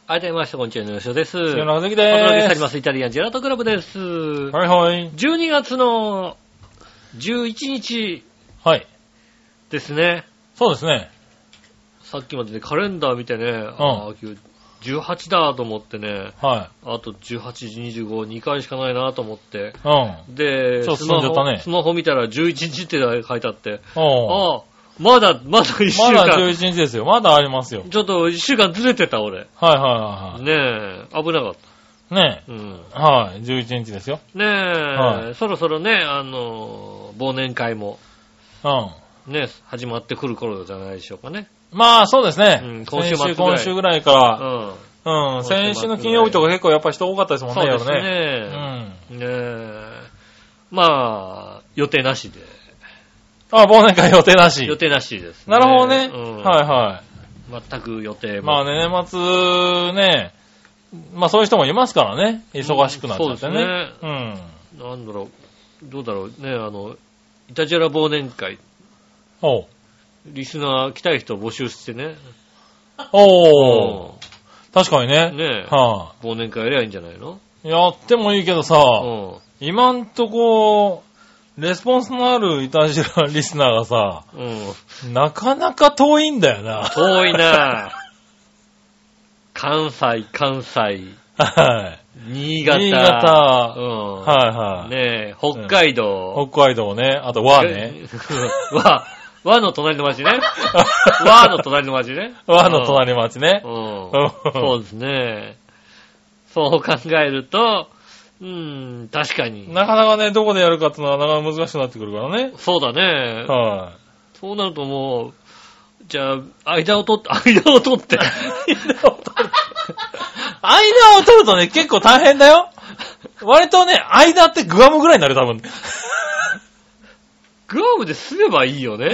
[SPEAKER 2] あ、いました。こんにちは、井上杉です。
[SPEAKER 3] 杉
[SPEAKER 2] お
[SPEAKER 3] 村和樹
[SPEAKER 2] 届けしてお
[SPEAKER 3] で
[SPEAKER 2] り
[SPEAKER 3] す。
[SPEAKER 2] ます。イタリアンジェラートクラブです。12
[SPEAKER 3] はいはい。
[SPEAKER 2] 月の11日
[SPEAKER 3] はい。
[SPEAKER 2] ですね。
[SPEAKER 3] そうですね。
[SPEAKER 2] さっきまでね、カレンダー見てね、あー今日18だと思ってね、
[SPEAKER 3] は
[SPEAKER 2] あと18、25、2回しかないなと思って、
[SPEAKER 3] い。うん。
[SPEAKER 2] で、
[SPEAKER 3] そう
[SPEAKER 2] スマ
[SPEAKER 3] 進んじゃっ
[SPEAKER 2] ホ、
[SPEAKER 3] たね
[SPEAKER 2] スマホ見たら11日って書いてあって、
[SPEAKER 3] おう
[SPEAKER 2] ああ、まだ、まだ1週
[SPEAKER 3] まだ
[SPEAKER 2] 間、
[SPEAKER 3] 11日ですよ。まだありますよ。
[SPEAKER 2] ちょっと1週間ずれてた俺。
[SPEAKER 3] はいはいはいは
[SPEAKER 2] ねえ、危なかっ
[SPEAKER 3] い。ね
[SPEAKER 2] た。うん。
[SPEAKER 3] え。はい。11日ですよ。
[SPEAKER 2] ねえ、
[SPEAKER 3] は
[SPEAKER 2] そろそろね、あのー、忘年会も、
[SPEAKER 3] うん。
[SPEAKER 2] ね、始まってくる頃じゃないでしょうかね。
[SPEAKER 3] まあそうですね。
[SPEAKER 2] うん今
[SPEAKER 3] 今
[SPEAKER 2] 週末
[SPEAKER 3] 週
[SPEAKER 2] ぐらい
[SPEAKER 3] 今週ぐらいうか
[SPEAKER 2] ん。
[SPEAKER 3] ら。う
[SPEAKER 2] 今
[SPEAKER 3] ん。
[SPEAKER 2] 週末ぐらい
[SPEAKER 3] 先週の金曜日とか結構やっぱ人多かったですもん
[SPEAKER 2] そう
[SPEAKER 3] ね、
[SPEAKER 2] です
[SPEAKER 3] 夜ね。う
[SPEAKER 2] ね。
[SPEAKER 3] ん。
[SPEAKER 2] ねえ。まあ、予定なしで。
[SPEAKER 3] あ、忘年会予定なし。
[SPEAKER 2] 予定なしです、
[SPEAKER 3] なるほどね。
[SPEAKER 2] うん
[SPEAKER 3] はいは
[SPEAKER 2] 全く予定
[SPEAKER 3] い。
[SPEAKER 2] も。
[SPEAKER 3] まあね、年末ね、まあそういう人もいますからね。忙しくなっちゃって
[SPEAKER 2] うんそう
[SPEAKER 3] ね。
[SPEAKER 2] です
[SPEAKER 3] うん。
[SPEAKER 2] なんだろう、どうだろうね、あの、イタジェラ忘年会、
[SPEAKER 3] おう
[SPEAKER 2] リスナー来たい人を募集してね。
[SPEAKER 3] おう確かに
[SPEAKER 2] うん
[SPEAKER 3] ね。
[SPEAKER 2] ねえ、
[SPEAKER 3] は
[SPEAKER 2] 忘年会やりゃいいんじゃないの
[SPEAKER 3] い。やってもいいけどさ、
[SPEAKER 2] う
[SPEAKER 3] 今んとこ、レスポンスのあるイタジラリスナーがさ、
[SPEAKER 2] ん。うん。
[SPEAKER 3] なかなか遠いんだよな。
[SPEAKER 2] 遠いな 関西、関西、
[SPEAKER 3] はい。
[SPEAKER 2] 新潟。
[SPEAKER 3] 新潟、
[SPEAKER 2] うん。
[SPEAKER 3] はいはい。
[SPEAKER 2] ねえ、北海道。
[SPEAKER 3] 北海道ね、あと 和ね。。
[SPEAKER 2] 和。和の隣の町 ね。和の隣の町ね。
[SPEAKER 3] 和の隣町ね。
[SPEAKER 2] うん。そうですね。そう考えると、うん、確かに。
[SPEAKER 3] なかなかね、どこでやるかっていうのはなかなか難しくなってくるからね。
[SPEAKER 2] そうだね。
[SPEAKER 3] は
[SPEAKER 2] そうなるともう、じゃあ、間を取って、 間を取って。間を取って。
[SPEAKER 3] い。間を取るとね、結構大変 だよ。割とね、間ってグアムぐらいになるよ、多分。
[SPEAKER 2] グアムで住めばいいよ ね。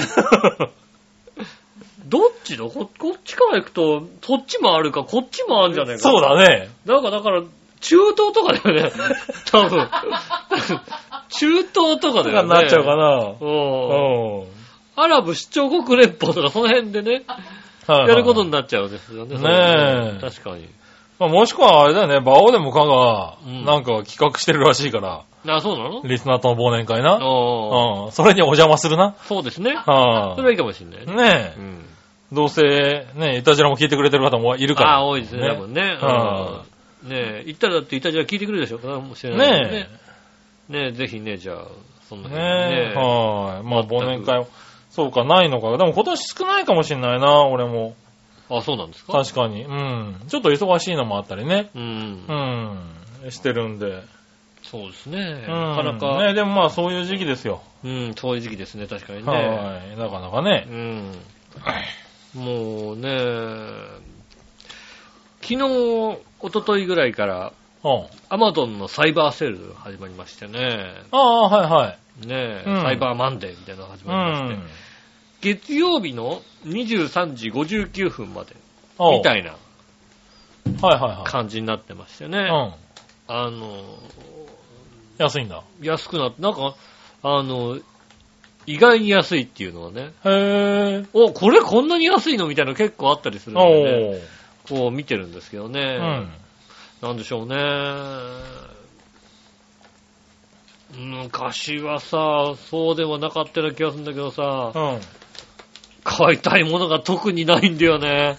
[SPEAKER 2] どっちだここっちから行くと、そっちもあるか、こっちもあるんじゃないか。
[SPEAKER 3] そうだね。
[SPEAKER 2] なんかだから、中東とかだ よね。多分。中東とかだ
[SPEAKER 3] とか
[SPEAKER 2] よ
[SPEAKER 3] に
[SPEAKER 2] ね。
[SPEAKER 3] なっちゃうかな。
[SPEAKER 2] うん。
[SPEAKER 3] うん。
[SPEAKER 2] アラブ首長国連邦とかその辺でね、
[SPEAKER 3] はいは い
[SPEAKER 2] やることになっちゃうんですよね。
[SPEAKER 3] ねえ
[SPEAKER 2] それね確かに。
[SPEAKER 3] まあ、もしくはあれだよね、バオでもかが
[SPEAKER 2] う、ん
[SPEAKER 3] なんか企画してるらしいから、
[SPEAKER 2] あ、そうなの
[SPEAKER 3] リスナーとの忘年会な。
[SPEAKER 2] ああ。
[SPEAKER 3] うん。それにお邪魔するな。
[SPEAKER 2] そうですね。
[SPEAKER 3] は
[SPEAKER 2] それはいいかもしれない
[SPEAKER 3] い。
[SPEAKER 2] ね。
[SPEAKER 3] ね
[SPEAKER 2] う
[SPEAKER 3] え。
[SPEAKER 2] ん。
[SPEAKER 3] どうせ、ねえ、イタジラも聞いてくれてる方もいるから。
[SPEAKER 2] ああ、多いですね、多分ね。
[SPEAKER 3] は
[SPEAKER 2] うんねえ、行ったらだってイタジラ聞いてくれるでしょかもしれないもん
[SPEAKER 3] ね
[SPEAKER 2] ね。ねえ、ぜひね、じゃあ、その
[SPEAKER 3] え。
[SPEAKER 2] 辺
[SPEAKER 3] ね
[SPEAKER 2] ね
[SPEAKER 3] え。はい。まあ、忘年会も、そうか、ないのか。でも今年少ないかもしれないな、俺も。
[SPEAKER 2] あ、そうなんですか
[SPEAKER 3] 確かに。うん。ちょっと忙しいのもあったりね。
[SPEAKER 2] うん
[SPEAKER 3] う。ん。してるんで。
[SPEAKER 2] そうですね。
[SPEAKER 3] うん
[SPEAKER 2] なかなか。
[SPEAKER 3] ねえ、でもまあ、そういう時期ですよ。
[SPEAKER 2] うん、そういう時期ですね、確かにね。
[SPEAKER 3] はい。なかなか ね
[SPEAKER 2] う。ん。もうね、昨日、一昨日ぐらいから、
[SPEAKER 3] うん。
[SPEAKER 2] アマゾンのサイバーセールが始まりましてね。
[SPEAKER 3] ああ、はいはい。
[SPEAKER 2] ねえ、
[SPEAKER 3] うん
[SPEAKER 2] サイバーマンデーみたいなのが始
[SPEAKER 3] う
[SPEAKER 2] まりまして。
[SPEAKER 3] ん。
[SPEAKER 2] 月曜日の23時59分まで、
[SPEAKER 3] おう
[SPEAKER 2] みたいな
[SPEAKER 3] はいはいはい。
[SPEAKER 2] 感じになってましてね。
[SPEAKER 3] うん。
[SPEAKER 2] あの、
[SPEAKER 3] 安いんだ。
[SPEAKER 2] 安くなって、なんか、あの、意外に安いっていうのはね、
[SPEAKER 3] へぇ
[SPEAKER 2] お、これこんなに安いのみたいなの結構あったりする
[SPEAKER 3] ー。
[SPEAKER 2] ので、ね、
[SPEAKER 3] おー。
[SPEAKER 2] こう見てるんですけど
[SPEAKER 3] う
[SPEAKER 2] ね
[SPEAKER 3] ん。、
[SPEAKER 2] なんでしょうね。昔はさ、そうではなかったような気がするんだけどさ、
[SPEAKER 3] うん。
[SPEAKER 2] 買いたいものが特にないんだよね。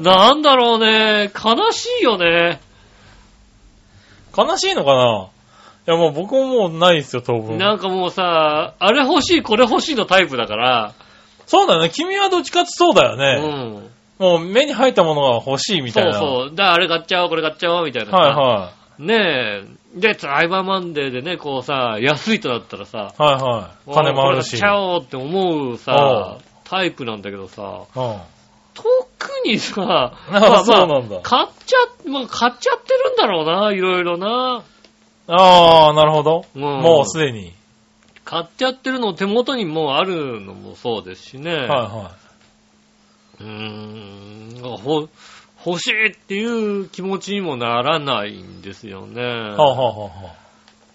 [SPEAKER 2] なんだろうね。悲しいよね。
[SPEAKER 3] 悲しいのかないやもう僕ももうないですよ、当分。
[SPEAKER 2] なんかもうさ、あれ欲しい、これ欲しいのタイプだから。
[SPEAKER 3] そうだよね。君はどっちかってそうだよ
[SPEAKER 2] う
[SPEAKER 3] ね。
[SPEAKER 2] ん。
[SPEAKER 3] もう目に入ったものが欲しいみ
[SPEAKER 2] そ
[SPEAKER 3] たいうな。
[SPEAKER 2] そう。だからあれ買っちゃおう、これ買っちゃおう、みたいなさ。
[SPEAKER 3] はいは
[SPEAKER 2] ねえ。で、サイバーマンデーでね、こうさ、安いとだったらさ、
[SPEAKER 3] い。はいはい。金もあるし。
[SPEAKER 2] これ買っちゃおうって思うさ、タイプなんだけどさ、
[SPEAKER 3] うん。
[SPEAKER 2] 特にさ、
[SPEAKER 3] ああ、そうなんだ。
[SPEAKER 2] 買っちゃ、まあ、買っちゃってるんだろうな、いろいろな。
[SPEAKER 3] ああ、なるほど。
[SPEAKER 2] うん
[SPEAKER 3] もうすでに。
[SPEAKER 2] 買っちゃってるのを手元にもうあるのもそうですしね。
[SPEAKER 3] はいは
[SPEAKER 2] うーん、なんかほ欲しいっていう気持ちにもならないんですよね。
[SPEAKER 3] い。はあ、はあはあは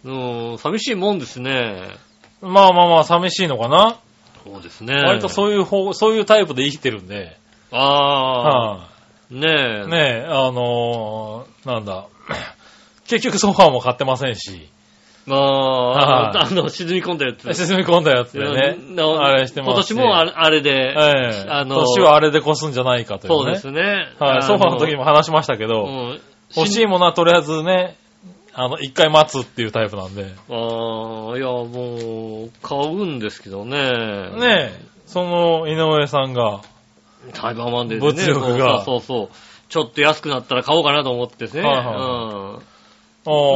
[SPEAKER 2] うん、寂しいもんですね。
[SPEAKER 3] あ、まあまあまあ、寂しいのかな、
[SPEAKER 2] そうですね。
[SPEAKER 3] 割とそういう方、そういうタイプで生きてるんで。
[SPEAKER 2] ああ、
[SPEAKER 3] はい、
[SPEAKER 2] ねえ。
[SPEAKER 3] ねえ、あのー、なんだ。 結局ソファーも買ってませんし、
[SPEAKER 2] まあ、
[SPEAKER 3] はい
[SPEAKER 2] あの、沈み込んだやつ。
[SPEAKER 3] 沈み込んだやつでね
[SPEAKER 2] うん、な
[SPEAKER 3] あれしてますし
[SPEAKER 2] 今年もあれあれで、
[SPEAKER 3] ええ
[SPEAKER 2] あの
[SPEAKER 3] 年はあれで越すんじゃないかとい
[SPEAKER 2] そう
[SPEAKER 3] うね。
[SPEAKER 2] ですね。
[SPEAKER 3] はい、ソファーの時
[SPEAKER 2] も。
[SPEAKER 3] も話しましたけど、
[SPEAKER 2] うん
[SPEAKER 3] 欲しいものはとりあえずね、あの、一回待つっていうタイプなんで、ね
[SPEAKER 2] ああ、いや、もう、買うんですけどね。
[SPEAKER 3] え、その井上さんが、
[SPEAKER 2] タイバーマンデーでね。
[SPEAKER 3] 物欲が
[SPEAKER 2] そうそうそう。ちょっと安くなったら買おうかなと思ってね。
[SPEAKER 3] はい
[SPEAKER 2] う
[SPEAKER 3] お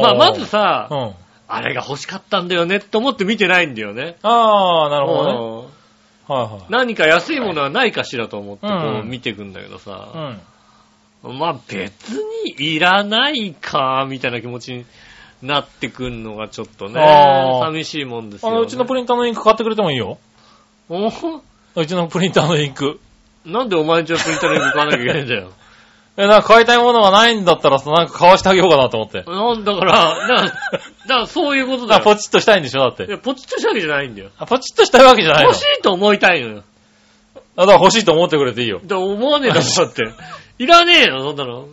[SPEAKER 2] ん。
[SPEAKER 3] ー
[SPEAKER 2] まあ、まず、さ、
[SPEAKER 3] うん。
[SPEAKER 2] あれが欲しかったんだよねって思って見てないんだよね。
[SPEAKER 3] ああ、なるほどね。
[SPEAKER 2] うん
[SPEAKER 3] は
[SPEAKER 2] 何か安いものはないかしらと思ってこ
[SPEAKER 3] う
[SPEAKER 2] うん見ていくんだけど
[SPEAKER 3] いは
[SPEAKER 2] さ、
[SPEAKER 3] い。うん。
[SPEAKER 2] まあ別にいらないか、みたいな気持ちになってくんのがちょっとね
[SPEAKER 3] あ、ー
[SPEAKER 2] 寂しいもんです
[SPEAKER 3] あ
[SPEAKER 2] よ、ね。
[SPEAKER 3] の、うちのプリンターのインク買ってくれてもいいよ。
[SPEAKER 2] おほ
[SPEAKER 3] うちのプリンターのインク。
[SPEAKER 2] なんでお前んちのプリンターに行かなきゃいけないんだ よ。
[SPEAKER 3] え、なんか買いたいものがないんだったらさ、なんか買わしてあげようかなと思って。
[SPEAKER 2] なんだから、だから、だからそういうことだ
[SPEAKER 3] あ、
[SPEAKER 2] よ。
[SPEAKER 3] ポチッとしたいんでしょだっ
[SPEAKER 2] い
[SPEAKER 3] て。
[SPEAKER 2] やポチッとしたわけじゃないんだよ。
[SPEAKER 3] あ、ポチッとしたいわけじゃないの。
[SPEAKER 2] 欲しいと思いたいのよ。
[SPEAKER 3] あ、だから欲しいと思ってくれていいよ。
[SPEAKER 2] で思わねえだろ、だって。いらねえよ、そんなの。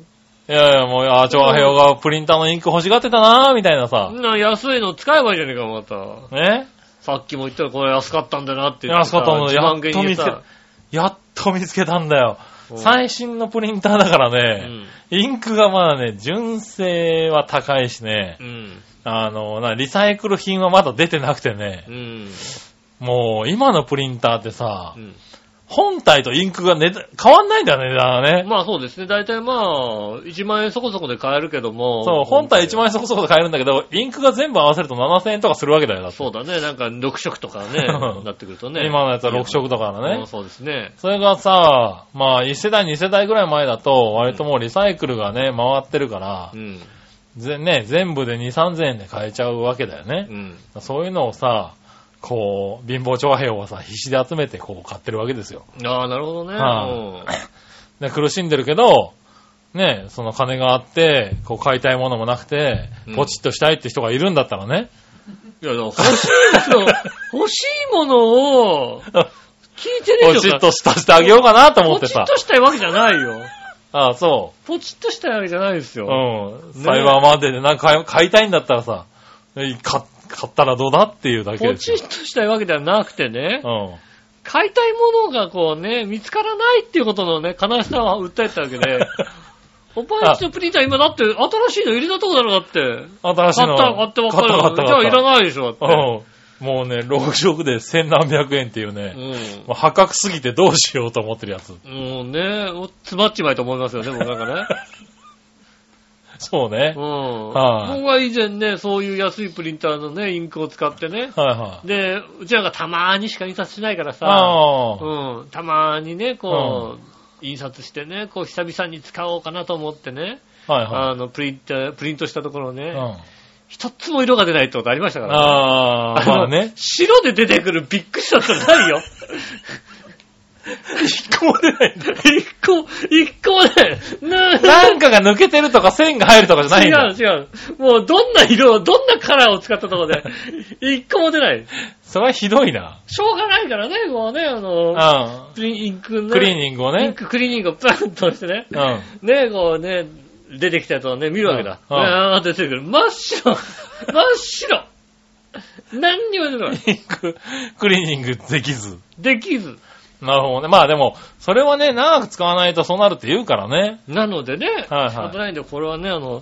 [SPEAKER 3] いやいや、もう、あ、ちょ、あへよがプリンターのインク欲しがってたなーみたいな
[SPEAKER 2] そ
[SPEAKER 3] さ。
[SPEAKER 2] んな安いの使えばいいじゃねえか、また。
[SPEAKER 3] ね
[SPEAKER 2] さっきも言ったらこれ安かったんだなって言ってさ。
[SPEAKER 3] 安かったの
[SPEAKER 2] 1万円
[SPEAKER 3] やっと見
[SPEAKER 2] に
[SPEAKER 3] つけた
[SPEAKER 2] さ。
[SPEAKER 3] やっと見つけたんだよ。
[SPEAKER 2] うん
[SPEAKER 3] 最新のプリンターだから
[SPEAKER 2] う
[SPEAKER 3] ね、
[SPEAKER 2] ん。
[SPEAKER 3] インクがまだね、純正は高いしね
[SPEAKER 2] う、ん。
[SPEAKER 3] あの、な、リサイクル品はまだ出てなくてね
[SPEAKER 2] う、ん。
[SPEAKER 3] もう、今のプリンターってさ
[SPEAKER 2] う、ん
[SPEAKER 3] 本体とインクが値段変わんないんだよね、値段がね。
[SPEAKER 2] まあそうですね。大体まあ、1万円そこそこで買えるけども。
[SPEAKER 3] そう、本体1万円そこそこで買えるんだけど、インクが全部合わせると7000円とかするわけだよ、だって
[SPEAKER 2] そうだね。なんか6色とかね、
[SPEAKER 3] うん
[SPEAKER 2] なってくるとね。
[SPEAKER 3] 今のやつは6色だからね
[SPEAKER 2] うんそうですね。
[SPEAKER 3] それがさ、まあ、1世代、2世代ぐらい前だと、割ともうリサイクルがね、回ってるから
[SPEAKER 2] う、ん。
[SPEAKER 3] ぜね、全部で2、3000円で買えちゃうわけだよ
[SPEAKER 2] う
[SPEAKER 3] ね。
[SPEAKER 2] ん。
[SPEAKER 3] そういうのをさ、こう、貧乏長兵をさ、必死で集めてこう買ってるわけですよ。
[SPEAKER 2] ああ、なるほどね。
[SPEAKER 3] はで、苦しんでるけど、ね、その金があって、こう買いたいものもなくて
[SPEAKER 2] うん、
[SPEAKER 3] ポチッとしたいって人がいるんだったらね、
[SPEAKER 2] うんいや、でも欲 しいもの、欲しいものを、聞いてねえ
[SPEAKER 3] ポ
[SPEAKER 2] よ
[SPEAKER 3] チッとしたしてあげようかなと思
[SPEAKER 2] ポ
[SPEAKER 3] って
[SPEAKER 2] チッ
[SPEAKER 3] さ。
[SPEAKER 2] としたいわけじゃないよ。
[SPEAKER 3] ああ、そ
[SPEAKER 2] ポチッとしたいわけじゃないです
[SPEAKER 3] う。
[SPEAKER 2] よ。
[SPEAKER 3] うん。サイバーマーデーでなんか買い買いたいんだったらさ、え買買ったらどうだっていうだけ
[SPEAKER 2] ポ
[SPEAKER 3] です
[SPEAKER 2] チ
[SPEAKER 3] よ
[SPEAKER 2] ッとしたいわけではなくてね、
[SPEAKER 3] うん。
[SPEAKER 2] 買いたいものがこうね、見つからないっていうことのね、悲しさを訴えてたわけで、 おパンチのプリンター今だって新しいの入れたとこだろだって。
[SPEAKER 3] 新しい
[SPEAKER 2] 買
[SPEAKER 3] の。
[SPEAKER 2] った、買ってばっかりだ
[SPEAKER 3] 買
[SPEAKER 2] か
[SPEAKER 3] っ
[SPEAKER 2] ら
[SPEAKER 3] た
[SPEAKER 2] じゃあ
[SPEAKER 3] 買
[SPEAKER 2] い
[SPEAKER 3] った
[SPEAKER 2] らないでしょ、だって。
[SPEAKER 3] うん。もうね、6色で千何百円っていうね、
[SPEAKER 2] う
[SPEAKER 3] もう破格すぎてどうしようと思ってるやつ。
[SPEAKER 2] ん。もうね、お詰まっちまいと思いますよね、僕なんかね。
[SPEAKER 3] そうね
[SPEAKER 2] う。ん。
[SPEAKER 3] はい
[SPEAKER 2] 僕は以前ね、そういう安いプリンターのね、インクを使ってね。
[SPEAKER 3] はいはい。
[SPEAKER 2] で、うちらがたまーにしか印刷しないからさ、
[SPEAKER 3] ああ。
[SPEAKER 2] うん、たまーにね、こう、印刷してね、こう久々に使おうかなと思ってね、
[SPEAKER 3] はいは
[SPEAKER 2] あの、プリンター、プリントしたところ
[SPEAKER 3] い。う
[SPEAKER 2] ね、
[SPEAKER 3] ん。
[SPEAKER 2] 一つも色が出ないってことありましたからね。
[SPEAKER 3] ああ、まあ
[SPEAKER 2] の
[SPEAKER 3] ね。
[SPEAKER 2] 白で出てくるびっくりしたってない よ。
[SPEAKER 3] 一個も出ないんだ。
[SPEAKER 2] 一個、一個もね、な
[SPEAKER 3] なんかが抜けてるとか線が入るとかじゃない
[SPEAKER 2] 違
[SPEAKER 3] ん
[SPEAKER 2] う
[SPEAKER 3] だ。
[SPEAKER 2] 違う。もうどんな色を、どんなカラーを使ったところで、一個も出ない。
[SPEAKER 3] それはひどいな。
[SPEAKER 2] しょうがないからね、もうね、あの、
[SPEAKER 3] う
[SPEAKER 2] プリンインク
[SPEAKER 3] ん。
[SPEAKER 2] の、
[SPEAKER 3] クリーニングを
[SPEAKER 2] イン
[SPEAKER 3] ね。
[SPEAKER 2] ククリーニングをプランとしてね、
[SPEAKER 3] うん。
[SPEAKER 2] ね、こうね、出てきたやつをね、見るわけだ。
[SPEAKER 3] う
[SPEAKER 2] うん
[SPEAKER 3] うん
[SPEAKER 2] あーって出てくる。真っ白真っ白何にも出てこない。
[SPEAKER 3] インク、クリーニングできず。
[SPEAKER 2] できず。
[SPEAKER 3] なるほどね。まあでも、それはね、長く使わないとそうなるって言うからね。
[SPEAKER 2] なのでね、
[SPEAKER 3] はいはい
[SPEAKER 2] 危ないんで、これはね、あの、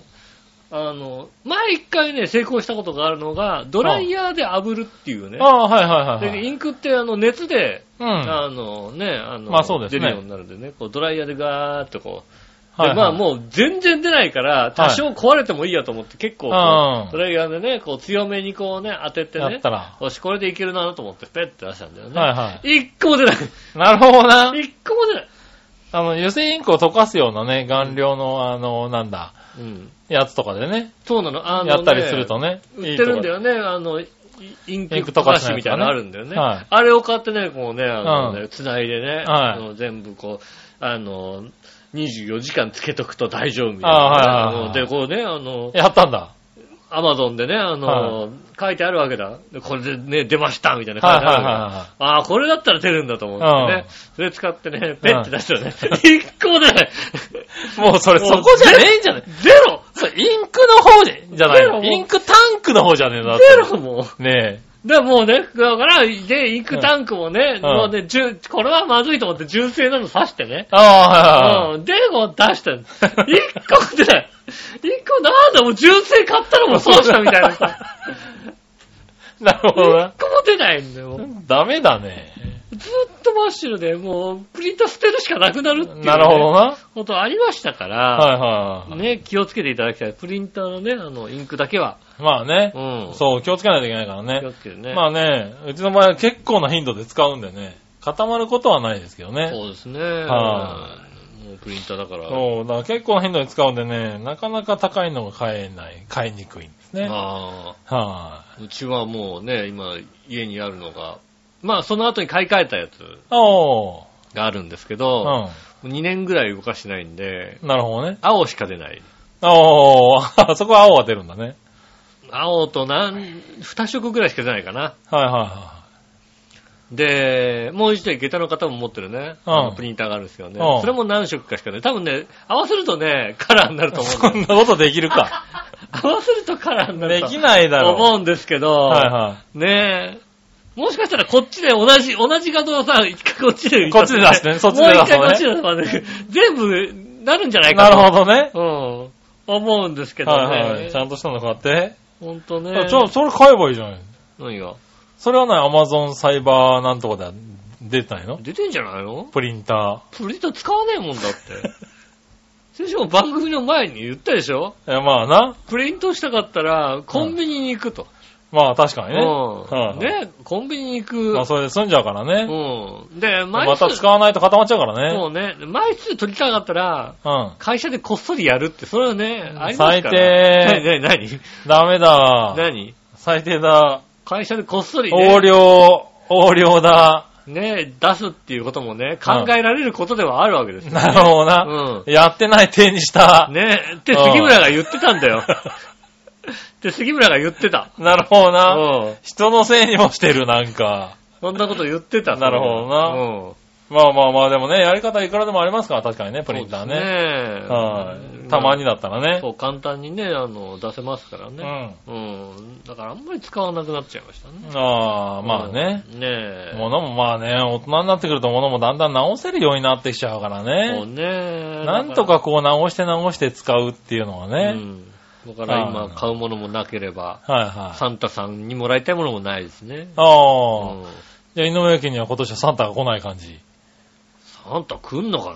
[SPEAKER 2] あの、毎回ね、成功したことがあるのが、ドライヤーで炙るっていうね。
[SPEAKER 3] ああ、はいはいはい、は
[SPEAKER 2] でイ
[SPEAKER 3] い。
[SPEAKER 2] ンクってあの熱で、
[SPEAKER 3] うん。
[SPEAKER 2] あのね、あの、
[SPEAKER 3] まあそうですね
[SPEAKER 2] 出るようになるんでね、こうドライヤーでガーッとこう。
[SPEAKER 3] はいは
[SPEAKER 2] で、
[SPEAKER 3] い
[SPEAKER 2] まあもう全然出ないから、多少壊れてもいいやと思って結構こ
[SPEAKER 3] う
[SPEAKER 2] う、
[SPEAKER 3] ん
[SPEAKER 2] ドライヤーでね、こう強めにこうね、当てて
[SPEAKER 3] や
[SPEAKER 2] ね
[SPEAKER 3] ったら、
[SPEAKER 2] よし、これでいけるなと思ってペッて出したんだよね。。
[SPEAKER 3] はいはい
[SPEAKER 2] 一個も出ない。
[SPEAKER 3] なるほどな。
[SPEAKER 2] 一個も出ない。
[SPEAKER 3] あの、油性インクを溶かすようなね、顔料の、あの、なんだ、
[SPEAKER 2] うん。
[SPEAKER 3] やつとかでね、
[SPEAKER 2] そうなの、あの、ね、
[SPEAKER 3] やったりするとね。
[SPEAKER 2] 売ってるんだ
[SPEAKER 3] よ。
[SPEAKER 2] よね、あの、いイン
[SPEAKER 3] イン
[SPEAKER 2] ク
[SPEAKER 3] ク
[SPEAKER 2] と
[SPEAKER 3] と
[SPEAKER 2] か
[SPEAKER 3] か
[SPEAKER 2] し
[SPEAKER 3] し
[SPEAKER 2] み
[SPEAKER 3] み
[SPEAKER 2] たい
[SPEAKER 3] たい
[SPEAKER 2] なの
[SPEAKER 3] なの
[SPEAKER 2] あ
[SPEAKER 3] あ
[SPEAKER 2] る
[SPEAKER 3] る
[SPEAKER 2] んだよね。
[SPEAKER 3] はい
[SPEAKER 2] あれを買ってね、こうね、あのね
[SPEAKER 3] う
[SPEAKER 2] 繋いでね、
[SPEAKER 3] はい
[SPEAKER 2] あの全部こう、あの、24時間つけとくと大丈夫みたいな、
[SPEAKER 3] あはいはいはい
[SPEAKER 2] あので、こうね、あの、
[SPEAKER 3] やったんだ。
[SPEAKER 2] アマゾンでね、あの、
[SPEAKER 3] は
[SPEAKER 2] 書いてあるわけだ。でこれでね、出ましたみたいな
[SPEAKER 3] は
[SPEAKER 2] 感
[SPEAKER 3] い
[SPEAKER 2] じあ
[SPEAKER 3] はい
[SPEAKER 2] る
[SPEAKER 3] は
[SPEAKER 2] わけだああ、これだったら出るんだと思ってね。それ使ってね、ペッて出したらね、一個も出 ない。
[SPEAKER 3] いはい。もうそれそこじゃねえんじゃない
[SPEAKER 2] ゼロ
[SPEAKER 3] それインクの方じゃじゃない
[SPEAKER 2] ゼロ
[SPEAKER 3] の。インクタンクの方じゃねえのだっ
[SPEAKER 2] ゼ
[SPEAKER 3] て。
[SPEAKER 2] ロもう。
[SPEAKER 3] ね
[SPEAKER 2] で、もうね、だから、で、インクタンクもね、もうね、じゅこれはまずいと思って純正なの刺してね
[SPEAKER 3] え。。ああ、はいはいはい。
[SPEAKER 2] うん。で、もう出したの。一個出ない。一個なんだ、もう純正買ったらもう損したみたいな さ。
[SPEAKER 3] なる
[SPEAKER 2] 一
[SPEAKER 3] ほどな。
[SPEAKER 2] 個も出ないんだよ。もう
[SPEAKER 3] ダメだね。
[SPEAKER 2] ずっと真っ白で、もう、プリント捨てるしかなくなるっていう、ね。
[SPEAKER 3] なるほどな。は
[SPEAKER 2] ことありましたか
[SPEAKER 3] い
[SPEAKER 2] ら、
[SPEAKER 3] はいはい。
[SPEAKER 2] ね、気をつけていただきたい。プリンターのね、あの、インクだけは。
[SPEAKER 3] まあね
[SPEAKER 2] う。ん。
[SPEAKER 3] そう、気をつけないといけないから
[SPEAKER 2] 気を
[SPEAKER 3] ね。
[SPEAKER 2] つけてね。
[SPEAKER 3] まあね、うちの場合は結構な頻度で使うんでね、固まることはないですけどね。
[SPEAKER 2] そうですね。
[SPEAKER 3] は
[SPEAKER 2] もうプリンターだから。
[SPEAKER 3] そう、だから結構な頻度で使うんでね、なかなか高いのが買えない、買いにくいんですね。はい、
[SPEAKER 2] ああ、うちはもうね、今、家にあるのが、まあ、その後に買い替えたやつ
[SPEAKER 3] おー。
[SPEAKER 2] があるんですけ
[SPEAKER 3] う
[SPEAKER 2] ど、2年ぐらい動かしてないんで、
[SPEAKER 3] ん。なるほどね。
[SPEAKER 2] 青しか出ない。
[SPEAKER 3] おー、 そこは青は出るんだね。
[SPEAKER 2] 青と何、2色ぐらいしか出ないかな。
[SPEAKER 3] はいはいは
[SPEAKER 2] で、もう一台下駄の方も持ってるね、
[SPEAKER 3] うん
[SPEAKER 2] あのプリンターがあるんですよね
[SPEAKER 3] う。ん
[SPEAKER 2] それも何色かしかね、多分ね、合わせるとね、カラーになると
[SPEAKER 3] い。
[SPEAKER 2] 思うん
[SPEAKER 3] そ
[SPEAKER 2] だよ
[SPEAKER 3] んなことできる か。
[SPEAKER 2] 合わせるとカラーになる
[SPEAKER 3] で
[SPEAKER 2] と
[SPEAKER 3] きないだろう。
[SPEAKER 2] 思うんですけど、
[SPEAKER 3] はいは
[SPEAKER 2] ねえ。もしかしたらこっちで同じ、同じ画像をさ、一回こっちで、
[SPEAKER 3] こっちで出してねそっちで出す
[SPEAKER 2] も
[SPEAKER 3] の
[SPEAKER 2] う一回こっ
[SPEAKER 3] ね
[SPEAKER 2] ちで出すの ね。全部、なるんじゃない
[SPEAKER 3] い。
[SPEAKER 2] かと
[SPEAKER 3] なるほどね。
[SPEAKER 2] うん。思うんですけどね。
[SPEAKER 3] はいはい。ちゃんとしたの買って。
[SPEAKER 2] ほんとね
[SPEAKER 3] あ。ちょ、それ買えばいいじゃない。
[SPEAKER 2] 何が
[SPEAKER 3] それはね、アマゾンサイバーなんとかでは出てないの
[SPEAKER 2] 出てんじゃないの
[SPEAKER 3] プリンタ
[SPEAKER 2] プリント使わねえもんだって。 先週も番組の前に言ったでしょ
[SPEAKER 3] ー。え、まあな。
[SPEAKER 2] プリントしたかったら、コンビニに行くと。
[SPEAKER 3] まあ確かにね。は
[SPEAKER 2] うん。
[SPEAKER 3] いはい
[SPEAKER 2] ね、コンビニに行
[SPEAKER 3] ま
[SPEAKER 2] く
[SPEAKER 3] あ。それで済んじゃうからね。
[SPEAKER 2] うん。で、毎
[SPEAKER 3] ま
[SPEAKER 2] 月
[SPEAKER 3] た使わないと固まっちゃうからね。
[SPEAKER 2] そうね、枚数取りたかったら、
[SPEAKER 3] うん。
[SPEAKER 2] 会社でこっそりやるって、それはね、ありますから。
[SPEAKER 3] 最低
[SPEAKER 2] なになに
[SPEAKER 3] ダメだ。
[SPEAKER 2] 何
[SPEAKER 3] 最低だ。
[SPEAKER 2] 会社でこっそり
[SPEAKER 3] 横
[SPEAKER 2] ね、
[SPEAKER 3] 領、横領だ。
[SPEAKER 2] ね、出すっていうこともね、考えられることではあるわけですよ。
[SPEAKER 3] なるほどな。
[SPEAKER 2] うん。
[SPEAKER 3] やってない手にした。
[SPEAKER 2] ねって杉村が言ってたん だよ。って杉村が言ってた。
[SPEAKER 3] なるほど
[SPEAKER 2] う
[SPEAKER 3] な。
[SPEAKER 2] ん。
[SPEAKER 3] 人のせいにもしてる、なんか。
[SPEAKER 2] そんなこと言ってた。
[SPEAKER 3] なるほどな
[SPEAKER 2] うん。
[SPEAKER 3] まあまあまあ、でもね、やり方いくらでもありますから、確かにね、プリンター
[SPEAKER 2] そう
[SPEAKER 3] ね。
[SPEAKER 2] ですね
[SPEAKER 3] はい。たまにだったらね。
[SPEAKER 2] そう、簡単にね、あの、出せますから
[SPEAKER 3] う
[SPEAKER 2] ね。
[SPEAKER 3] ん。
[SPEAKER 2] うん。だからあんまり使わなくなっちゃいましたね。
[SPEAKER 3] ああ、まあね。
[SPEAKER 2] うん。ねえ。
[SPEAKER 3] 物もまあね、大人になってくると物もだんだん直せるようになってきちゃうから
[SPEAKER 2] そう
[SPEAKER 3] ね。
[SPEAKER 2] ね。
[SPEAKER 3] なんとかこう直して直して使うっていうのは
[SPEAKER 2] う
[SPEAKER 3] ね。
[SPEAKER 2] ん。だから
[SPEAKER 3] あ
[SPEAKER 2] 今
[SPEAKER 3] ー
[SPEAKER 2] 買うものもなければ、
[SPEAKER 3] はいはい。
[SPEAKER 2] サンタさんにもらいたいものもないですね。う
[SPEAKER 3] ああ。
[SPEAKER 2] ん。
[SPEAKER 3] じゃあ、井上家には今年はサンタが来ない感じ。
[SPEAKER 2] サンタ来んのか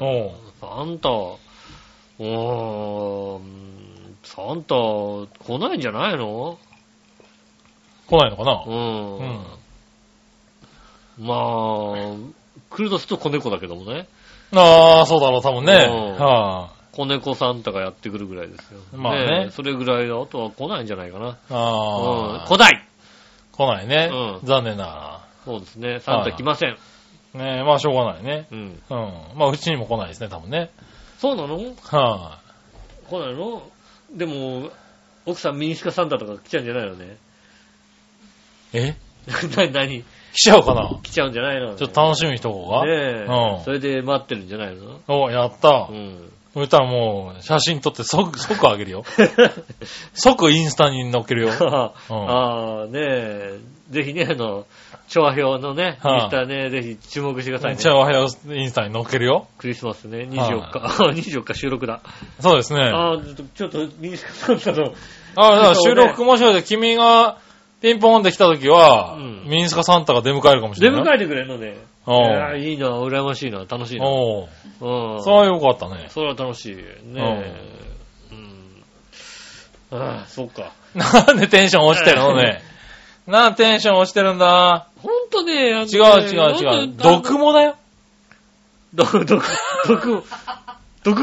[SPEAKER 3] う
[SPEAKER 2] ね
[SPEAKER 3] ん。
[SPEAKER 2] サンタ、うーん、サンタ来ないんじゃないの
[SPEAKER 3] 来ないのかな
[SPEAKER 2] うん。
[SPEAKER 3] うん
[SPEAKER 2] まあ、来るとすると子猫だけどもね。
[SPEAKER 3] ああ、そうだろう、多分ね。
[SPEAKER 2] うん
[SPEAKER 3] は
[SPEAKER 2] 子猫サンタがやってくるぐらいですよ。
[SPEAKER 3] まあね
[SPEAKER 2] えそれぐらいだ。あとは来ないんじゃないかな。
[SPEAKER 3] あ。あ
[SPEAKER 2] うん。
[SPEAKER 3] あ。
[SPEAKER 2] 来ない
[SPEAKER 3] 来ないね。
[SPEAKER 2] うん
[SPEAKER 3] 残念なが
[SPEAKER 2] そうですね。サンタ来ません。
[SPEAKER 3] ら。ねえ、まあしょうがないね。
[SPEAKER 2] うん。
[SPEAKER 3] うん。まあうちにも来ないですね、多分ね。
[SPEAKER 2] そうなの
[SPEAKER 3] は
[SPEAKER 2] 来ないのでも、奥さんミニスカサンタとか来ちゃうんじゃないのね。
[SPEAKER 3] い。え
[SPEAKER 2] 何、何
[SPEAKER 3] 来ちゃうかな
[SPEAKER 2] 来ちゃうんじゃないの、ね、
[SPEAKER 3] ちょっと楽しみにしとこうか。
[SPEAKER 2] ねえ、
[SPEAKER 3] うん
[SPEAKER 2] それで待ってるんじゃないの
[SPEAKER 3] お、やった
[SPEAKER 2] う。ん。
[SPEAKER 3] そしたらもう、写真撮って即、即あげるよ。即インスタに載っける よ。
[SPEAKER 2] ああ、ねえ、ぜひね、あの、調和表のね、
[SPEAKER 3] はい
[SPEAKER 2] インスタね、ぜひ注目してください
[SPEAKER 3] じゃ
[SPEAKER 2] ね。
[SPEAKER 3] あ、おはよう、インスタに載っけるよ。
[SPEAKER 2] クリスマスね、24日。あ、24日収 録だ。
[SPEAKER 3] そうですね。あ
[SPEAKER 2] ああ、ちょっと、ちょっと、ミニスカサンタの、
[SPEAKER 3] だから
[SPEAKER 2] そ
[SPEAKER 3] 収
[SPEAKER 2] うね
[SPEAKER 3] 録もしかして君が、ピンポンって来た時は、
[SPEAKER 2] うん
[SPEAKER 3] ミニスカサンタが出迎えるかもし
[SPEAKER 2] 出
[SPEAKER 3] れ
[SPEAKER 2] 迎
[SPEAKER 3] ない。
[SPEAKER 2] えてくれるのね。い
[SPEAKER 3] おう
[SPEAKER 2] やいいな、羨ましいな、楽しいな。うん。
[SPEAKER 3] おうそれ
[SPEAKER 2] そ
[SPEAKER 3] はよかったね。
[SPEAKER 2] れは楽しい。ねえ。うん。ああ、そっか。
[SPEAKER 3] なんでテンション落ちて るのね。なんでテンション落ちてるんだ。
[SPEAKER 2] ほんとね、あのね
[SPEAKER 3] 違う違う違う。毒。もだよ。
[SPEAKER 2] 毒、毒、毒、毒蜘蛛毒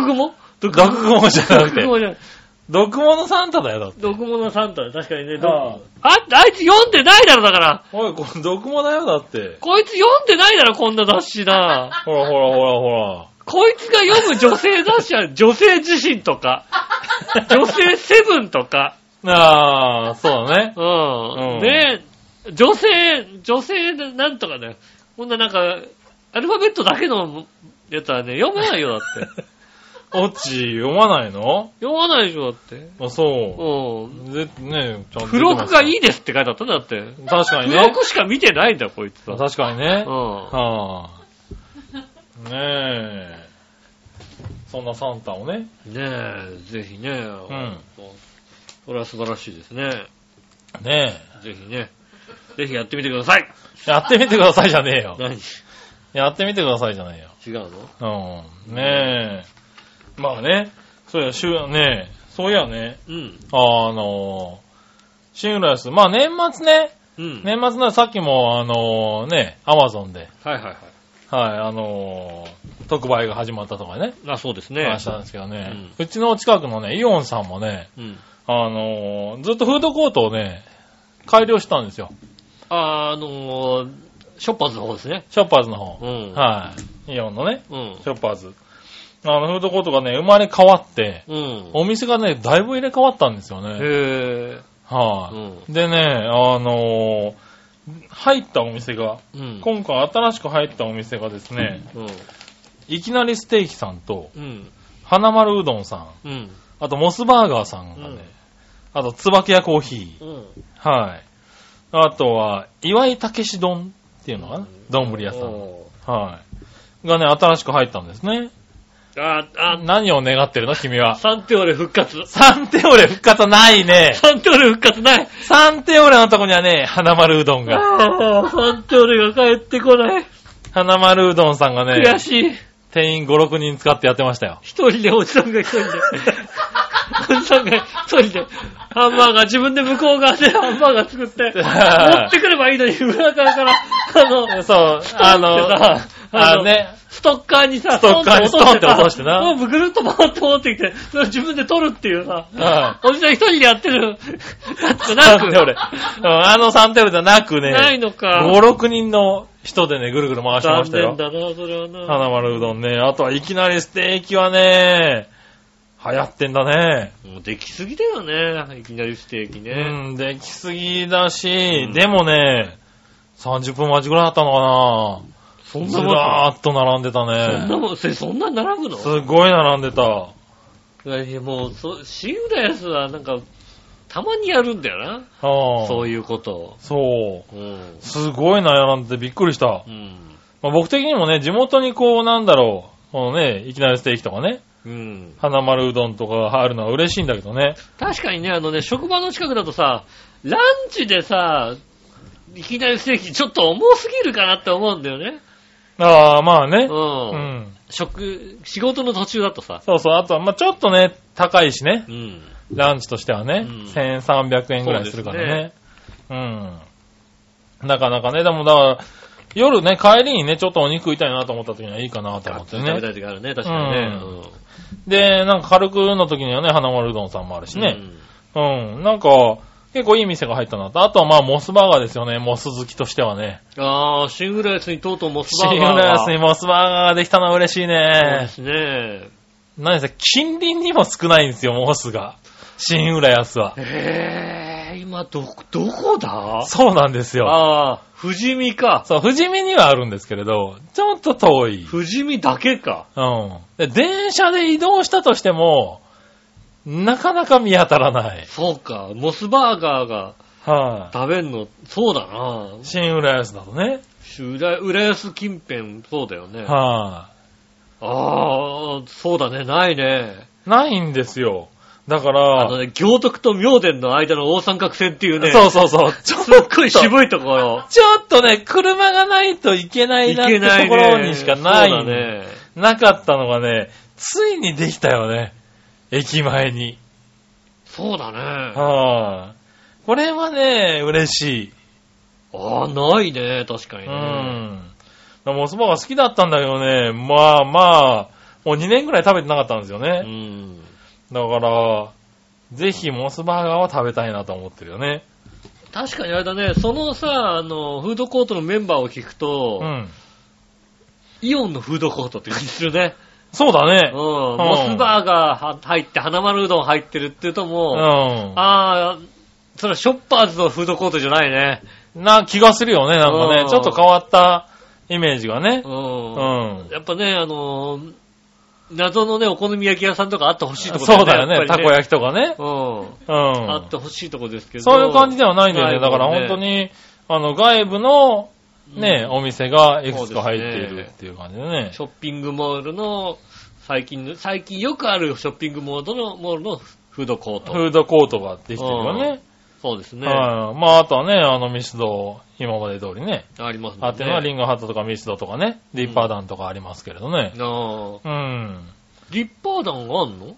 [SPEAKER 2] 蜘蛛
[SPEAKER 3] 毒もじゃな
[SPEAKER 2] 毒
[SPEAKER 3] くて。
[SPEAKER 2] 蜘蛛じゃない
[SPEAKER 3] 毒ものサンタだよ、だって。
[SPEAKER 2] 毒蜘蛛のサンタね、確かにね、毒
[SPEAKER 3] あ
[SPEAKER 2] あ、あいつ読んでないだろ、だから。
[SPEAKER 3] おい、これ毒もだよ、だって。
[SPEAKER 2] こいつ読んでないだろ、こんな雑誌だ。
[SPEAKER 3] ほらほらほらほら。
[SPEAKER 2] こいつが読む女性雑誌は、女性自身とか、女性セブンとか。
[SPEAKER 3] ああ、そうだね。
[SPEAKER 2] うん。
[SPEAKER 3] うん
[SPEAKER 2] ねえ、女性、女性でなんとかね、こんななんか、アルファベットだけのやつはね、読めないよ、だっ て。
[SPEAKER 3] オチ読まないの
[SPEAKER 2] 読まないでしょ、だって。
[SPEAKER 3] あ、そうう。
[SPEAKER 2] ん。
[SPEAKER 3] ぜねちゃんと出てます
[SPEAKER 2] 付録がいいですって書いてあったんだって。
[SPEAKER 3] 確かに
[SPEAKER 2] 付
[SPEAKER 3] ね。
[SPEAKER 2] 録しか見てないんだよ、こいつは。
[SPEAKER 3] 確かにね
[SPEAKER 2] う。ん。
[SPEAKER 3] はあ。ねえ。そんなサンタをね。
[SPEAKER 2] ねえ、ぜひね。うん。これは素晴らしいですね。
[SPEAKER 3] ね
[SPEAKER 2] ぜひね。ぜひやってみてください。
[SPEAKER 3] え。やってみてくださいじゃねえよ。
[SPEAKER 2] 何違
[SPEAKER 3] やってみてくださいじゃないよ。
[SPEAKER 2] うの
[SPEAKER 3] うん。ねえ。まあね。そうや、しゅねえ。そういやね。
[SPEAKER 2] うん。
[SPEAKER 3] あの、シングルラス。まあ年末ね。
[SPEAKER 2] うん。。
[SPEAKER 3] 年末ならさっきも、あのね、アマゾンで。
[SPEAKER 2] はいはいはい。
[SPEAKER 3] はい、あのー特売が始まったとかね、
[SPEAKER 2] あ、そうですね
[SPEAKER 3] 話し。たんですけどね、うちの近くのね、イオンさんもね、
[SPEAKER 2] うん。
[SPEAKER 3] あのーずっとフードコートをね、改良したんですよ。
[SPEAKER 2] あのー、ショッパーズの方ですね。
[SPEAKER 3] ショッパーズの方。
[SPEAKER 2] うん。
[SPEAKER 3] はい、イオンのね、
[SPEAKER 2] うん。
[SPEAKER 3] ショッパーズ。あの、フードコートがね、生まれ変わって、
[SPEAKER 2] うん。
[SPEAKER 3] お店がね、だいぶ入れ替わったんですよね。
[SPEAKER 2] へぇー。
[SPEAKER 3] は
[SPEAKER 2] う
[SPEAKER 3] い、
[SPEAKER 2] ん。
[SPEAKER 3] でね、あのー入ったお店が、
[SPEAKER 2] うん。
[SPEAKER 3] 今回新しく入ったお店がですね、
[SPEAKER 2] うん。
[SPEAKER 3] いきなりステーキさんと、
[SPEAKER 2] うん。
[SPEAKER 3] 花丸うどんさん、
[SPEAKER 2] うん。
[SPEAKER 3] あと、モスバーガーさん
[SPEAKER 2] う
[SPEAKER 3] がね、
[SPEAKER 2] ん
[SPEAKER 3] あと、椿屋コーヒ
[SPEAKER 2] うん。
[SPEAKER 3] ー、はい。あとは、岩井武士丼っていうのか
[SPEAKER 2] う
[SPEAKER 3] なん丼、ぶり屋さん。
[SPEAKER 2] お
[SPEAKER 3] はい。がね、新しく入ったんですね。
[SPEAKER 2] ーあ、あ、
[SPEAKER 3] 何を願ってるの君は。
[SPEAKER 2] サンテオレ復活。
[SPEAKER 3] サンテオレ復活ないね。
[SPEAKER 2] サンテオレ復活ない。
[SPEAKER 3] サンテオレのとこにはね、花丸うどんが。
[SPEAKER 2] あーサンテオレが帰ってこない。
[SPEAKER 3] 花丸うどんさんがね、
[SPEAKER 2] 悔しい。
[SPEAKER 3] 店員5、6人使ってやってましたよ。
[SPEAKER 2] 一人で、おじさんが一人で。おじさんが一人で、ハンバーガー、自分で向こう側でハンバーガー 作って、持ってくればいいのに、裏側から、あの、
[SPEAKER 3] そう、あの、あのね、
[SPEAKER 2] ストッカーにさ、
[SPEAKER 3] ストッカーに
[SPEAKER 2] さもうぐるっと回って持ってきて、それを自分で取るっていうさ、
[SPEAKER 3] うん。
[SPEAKER 2] おじさん一人でやってる、やつな
[SPEAKER 3] な
[SPEAKER 2] く
[SPEAKER 3] んで俺、うん、あのサンテールじゃなくね、
[SPEAKER 2] ないのか。
[SPEAKER 3] 5、6人の人でね、ぐるぐる回してま
[SPEAKER 2] 残
[SPEAKER 3] したよ
[SPEAKER 2] 念。だな、それはな。
[SPEAKER 3] 花丸うどんね。あとはいきなりステーキはね、流行ってんだね。
[SPEAKER 2] もうできすぎだよね、いきなりステーキね。
[SPEAKER 3] うん、できすぎだし、
[SPEAKER 2] ん
[SPEAKER 3] でもね、30分待ちぐらいだったのか
[SPEAKER 2] そ
[SPEAKER 3] なんず
[SPEAKER 2] なも
[SPEAKER 3] らーっと並んでた
[SPEAKER 2] ん、そんな
[SPEAKER 3] ね。
[SPEAKER 2] もん、それそんな並ぶの
[SPEAKER 3] すごい並んでた。
[SPEAKER 2] いやもう、そう、新浦安はなんか、たまにやるんだよな。
[SPEAKER 3] そ。
[SPEAKER 2] そうういうことを。
[SPEAKER 3] そう。
[SPEAKER 2] うん。
[SPEAKER 3] すごい並んでてびっくりした
[SPEAKER 2] う。ん。
[SPEAKER 3] まあ、僕的にもね、地元にこう、なんだろう、このね、いきなりステーキとかね、
[SPEAKER 2] うん。
[SPEAKER 3] 花丸うどんとかがあるのは嬉しいんだけどね。
[SPEAKER 2] 確かにね、あのね、職場の近くだとさ、ランチでさ、いきなりステーキちょっと重すぎるかなって思うんだよ ね。
[SPEAKER 3] ああ、まあ
[SPEAKER 2] う
[SPEAKER 3] ね。
[SPEAKER 2] ん。
[SPEAKER 3] うん。
[SPEAKER 2] 食、仕事の途中だとさ。
[SPEAKER 3] そうそう。あとは、まあちょっとね、高いしね
[SPEAKER 2] う。ん。
[SPEAKER 3] ランチとしては
[SPEAKER 2] う
[SPEAKER 3] ね、
[SPEAKER 2] ん
[SPEAKER 3] 1300円ぐらいするからね。うん。なかなかね、でもだから、夜ね、帰りにね、ちょっとお肉食いたいなと思った時にはいいかなと思って
[SPEAKER 2] 食べた
[SPEAKER 3] ね。
[SPEAKER 2] い時あるね、確かにね。
[SPEAKER 3] うんで、なんか軽くの時にはね、花丸うどんさんもあるし
[SPEAKER 2] うん。
[SPEAKER 3] ね。うん。なんか、結構いい店が入ったなと。あとはまあ、モスバーガーですよね。モス好きとしてはね。
[SPEAKER 2] うん。ああ、シングルアイスにとうとうモス
[SPEAKER 3] シ
[SPEAKER 2] バ
[SPEAKER 3] ン
[SPEAKER 2] ー
[SPEAKER 3] グ
[SPEAKER 2] ガーが。
[SPEAKER 3] ラスにモスバーガーができたのは嬉しい
[SPEAKER 2] そうで
[SPEAKER 3] ね。
[SPEAKER 2] すね。
[SPEAKER 3] 何せ、近隣にも少ないんですよ、モスが。新浦安は。
[SPEAKER 2] ええ、今ど、どこだ
[SPEAKER 3] そうなんですよ。
[SPEAKER 2] ああ、富士見か。
[SPEAKER 3] そう、富士見にはあるんですけれど、ちょっと遠い。
[SPEAKER 2] 富士見だけか。
[SPEAKER 3] うん。で電車で移動したとしても、なかなか見当たらない。
[SPEAKER 2] そうか、モスバーガーが
[SPEAKER 3] は、
[SPEAKER 2] 食べんの、そうだない
[SPEAKER 3] 新浦安だとね。
[SPEAKER 2] 浦浦安近辺、そうだよね。
[SPEAKER 3] は
[SPEAKER 2] ああ、そうだね、ないね。
[SPEAKER 3] い、ないんですよ。だか
[SPEAKER 2] あ
[SPEAKER 3] ら、
[SPEAKER 2] のね、行徳と明殿の間の大三角線っていうね、
[SPEAKER 3] そうそうそう。ちょ
[SPEAKER 2] すっごい渋いところ。
[SPEAKER 3] ちょっとね、車がないといけない
[SPEAKER 2] 行
[SPEAKER 3] なって
[SPEAKER 2] け
[SPEAKER 3] と
[SPEAKER 2] ないね。
[SPEAKER 3] ころにしかない。
[SPEAKER 2] そうだね。
[SPEAKER 3] なかったのがね、ついにできたよね。駅前に。
[SPEAKER 2] そうだね。あ
[SPEAKER 3] はい、これはね、嬉しい。
[SPEAKER 2] あー、ないね、確かに
[SPEAKER 3] う
[SPEAKER 2] ね。
[SPEAKER 3] ん。モスバーガー好きだったんだけどね、まあまあ、もう2年ぐらい食べてなかったんですよ
[SPEAKER 2] う
[SPEAKER 3] ね。
[SPEAKER 2] ん。
[SPEAKER 3] だから、ぜひモスバーガーは食べたいなと思ってるよね。
[SPEAKER 2] 確かにあれだね、そのさ、あの、フードコートのメンバーを聞くと、
[SPEAKER 3] うん。
[SPEAKER 2] イオンのフードコートって感じするね。
[SPEAKER 3] そうだ
[SPEAKER 2] うん。
[SPEAKER 3] ね。
[SPEAKER 2] モスバーガー入って、花丸うどん入ってるっていうと
[SPEAKER 3] う
[SPEAKER 2] もう、
[SPEAKER 3] ん。
[SPEAKER 2] ああ、それはショッパーズのフードコートじゃないね。
[SPEAKER 3] な気がするよね、なんか
[SPEAKER 2] う
[SPEAKER 3] ね
[SPEAKER 2] ん。
[SPEAKER 3] ちょっと変わったイメージがね
[SPEAKER 2] う。。
[SPEAKER 3] うんん。
[SPEAKER 2] やっぱね、あのー謎のね、お好み焼き屋さんとかあってほしいとこ
[SPEAKER 3] そうだよね、たこ
[SPEAKER 2] 焼き。
[SPEAKER 3] 焼きとかね。
[SPEAKER 2] う。
[SPEAKER 3] うん
[SPEAKER 2] あっ
[SPEAKER 3] ん
[SPEAKER 2] て。ほしいとこですけど。
[SPEAKER 3] そういう感じではないんだよね。
[SPEAKER 2] な
[SPEAKER 3] だ
[SPEAKER 2] いも
[SPEAKER 3] から
[SPEAKER 2] んね
[SPEAKER 3] 本当に、あの、外部のね、
[SPEAKER 2] うん
[SPEAKER 3] お店がいくつか
[SPEAKER 2] そう
[SPEAKER 3] 入
[SPEAKER 2] で
[SPEAKER 3] っ
[SPEAKER 2] すね
[SPEAKER 3] ているっていう感じでね
[SPEAKER 2] シ。ョッピングモールの、最近の、最近よくあるショッピングモールの、モールのフードコー
[SPEAKER 3] フ
[SPEAKER 2] ト。
[SPEAKER 3] ードコートができてるよね。
[SPEAKER 2] そうですね。あ
[SPEAKER 3] はい。まあ、あとはね、あの、ミスド、今まで通りね。
[SPEAKER 2] りますもんね。
[SPEAKER 3] あってのはリンゴハットとかミスドとかね、リッパーダンとかありますけれどね。
[SPEAKER 2] なあ
[SPEAKER 3] うん。
[SPEAKER 2] リッパー団あんの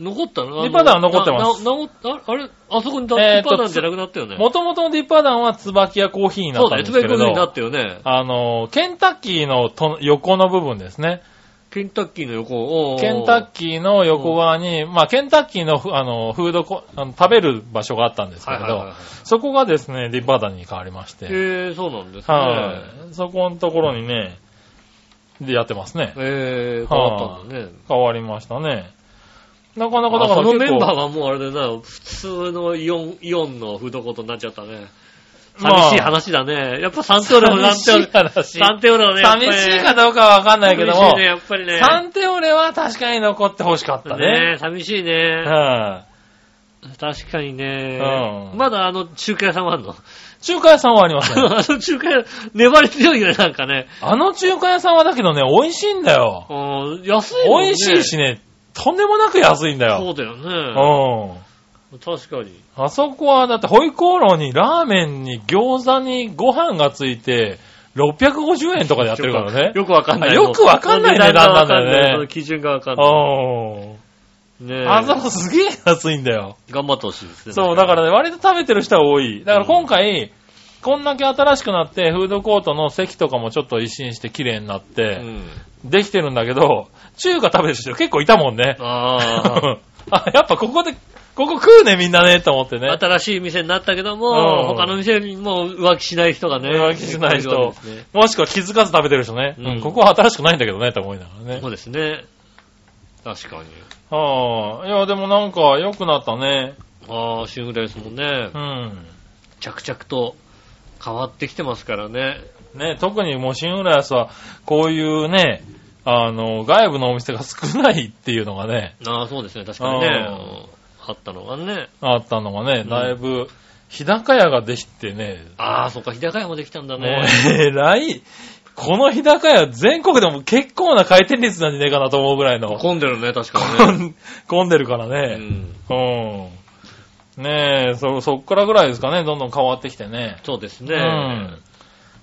[SPEAKER 2] 残ったのあの
[SPEAKER 3] リッパー団は残ってます
[SPEAKER 2] なななああれあそこにだリ
[SPEAKER 3] えー
[SPEAKER 2] ッ
[SPEAKER 3] と
[SPEAKER 2] パー団じゃなくなったよね。
[SPEAKER 3] もともとのリッパーダンは椿屋コーヒーにな
[SPEAKER 2] そ
[SPEAKER 3] っ
[SPEAKER 2] うだ
[SPEAKER 3] た
[SPEAKER 2] ね、
[SPEAKER 3] んで
[SPEAKER 2] つ
[SPEAKER 3] す
[SPEAKER 2] べ
[SPEAKER 3] け
[SPEAKER 2] こ
[SPEAKER 3] れ
[SPEAKER 2] になっ
[SPEAKER 3] ど、
[SPEAKER 2] たよね。
[SPEAKER 3] あの、ケンタッキーのと横の部分ですね。
[SPEAKER 2] ケンタッキーの横を。おー
[SPEAKER 3] ケンタッキーの横側に、まあ、ケンタッキーのふあのフードコあの食べる場所があったんですけれど、
[SPEAKER 2] はいはいはいはい
[SPEAKER 3] そこがですね、リバダに変わりまして、
[SPEAKER 2] へえ、そうなんですね。
[SPEAKER 3] はい、そこのところにね、でやってますね。
[SPEAKER 2] えー、変わったんだね。
[SPEAKER 3] 変わりましたね。なかなかだ
[SPEAKER 2] あ
[SPEAKER 3] か
[SPEAKER 2] そ
[SPEAKER 3] ら
[SPEAKER 2] のメ
[SPEAKER 3] 結
[SPEAKER 2] ンバー
[SPEAKER 3] 構、
[SPEAKER 2] はもうあれだな、普通のイオン、イオンのフードコートになっちゃったね。
[SPEAKER 3] まあ
[SPEAKER 2] 寂しい話だね。やっぱサンテオレもなん
[SPEAKER 3] 寂
[SPEAKER 2] て
[SPEAKER 3] しい話。
[SPEAKER 2] サンテオレはね、やっぱり
[SPEAKER 3] 寂しいかどうかはわかんないけど
[SPEAKER 2] 寂し
[SPEAKER 3] も、
[SPEAKER 2] いね、やっぱりね。
[SPEAKER 3] サンテオレは確かに残ってほしかったね。
[SPEAKER 2] ね寂しいね。
[SPEAKER 3] はい
[SPEAKER 2] 確かにね。
[SPEAKER 3] うん
[SPEAKER 2] まだあの中華屋さんはあんの
[SPEAKER 3] 中華屋さんはありませ ん。
[SPEAKER 2] あの中華屋、粘り強いよね、なんかね。
[SPEAKER 3] あの中華屋さんはだけどね、美味しいんだよ。
[SPEAKER 2] うん安いもんね。
[SPEAKER 3] 美味しいし
[SPEAKER 2] ね。
[SPEAKER 3] ね、とんでもなく安いんだ
[SPEAKER 2] そ
[SPEAKER 3] よ。
[SPEAKER 2] うだよね。
[SPEAKER 3] う
[SPEAKER 2] 確かに。
[SPEAKER 3] ん。あそこは、だって、ホイコーローにラーメンに餃子にご飯がついて、650円とかでやってるからね。
[SPEAKER 2] よくわかんない。
[SPEAKER 3] あよくわかんない値段なんだよね
[SPEAKER 2] わかないその基準がわかんない。
[SPEAKER 3] う
[SPEAKER 2] ね
[SPEAKER 3] ん。あそこすげえ安いんだよ。
[SPEAKER 2] 頑張ってほしいですね。
[SPEAKER 3] そう、だから
[SPEAKER 2] ね。
[SPEAKER 3] ね、割と食べてる人は多い。だから今回、こんだけ新しくなって、フードコートの席とかもちょっと一新して綺麗になっ
[SPEAKER 2] う
[SPEAKER 3] て、
[SPEAKER 2] ん。
[SPEAKER 3] できてるんだけど、中華食べる人結構いたもん ね。
[SPEAKER 2] あ
[SPEAKER 3] あ、やっぱここで、ここ食うねみんなね、と思ってね。
[SPEAKER 2] あ。新しい店になったけど
[SPEAKER 3] う
[SPEAKER 2] も、
[SPEAKER 3] ん
[SPEAKER 2] 他の店にも浮気しない人がね。
[SPEAKER 3] 浮気しない人
[SPEAKER 2] るわけですね
[SPEAKER 3] もしくは気づかず食べてる人ね。
[SPEAKER 2] うん
[SPEAKER 3] うんここは新しくないんだけどね、と思いながらね
[SPEAKER 2] そ。うですね。確かに。
[SPEAKER 3] はあ、いや、でもなんか良くなったね。
[SPEAKER 2] ああ、シングレですもんね
[SPEAKER 3] う。ん。
[SPEAKER 2] 着々と変わってきてますからね。
[SPEAKER 3] ね、特にもう新浦安は、こういうね、あの、外部のお店が少ないっていうのがね、
[SPEAKER 2] ああ、そうですね。確かにね。
[SPEAKER 3] う
[SPEAKER 2] うんんあったのがね。
[SPEAKER 3] あったのがね、
[SPEAKER 2] ん
[SPEAKER 3] だいぶ、日高屋ができてね、
[SPEAKER 2] ああ、そっか、日高屋もできたんだ
[SPEAKER 3] もう
[SPEAKER 2] ね。
[SPEAKER 3] えらい、この日高屋全国でも結構な回転率なんじゃねえかなと思うぐらいの、
[SPEAKER 2] 混んでるね、確かにね。
[SPEAKER 3] 混ん 混んでるから
[SPEAKER 2] う
[SPEAKER 3] ね。
[SPEAKER 2] ん、
[SPEAKER 3] うん。ねえ、そ、そっからぐらいですかね、どんどん変わってきてね。
[SPEAKER 2] そうです
[SPEAKER 3] う
[SPEAKER 2] ね。
[SPEAKER 3] ん。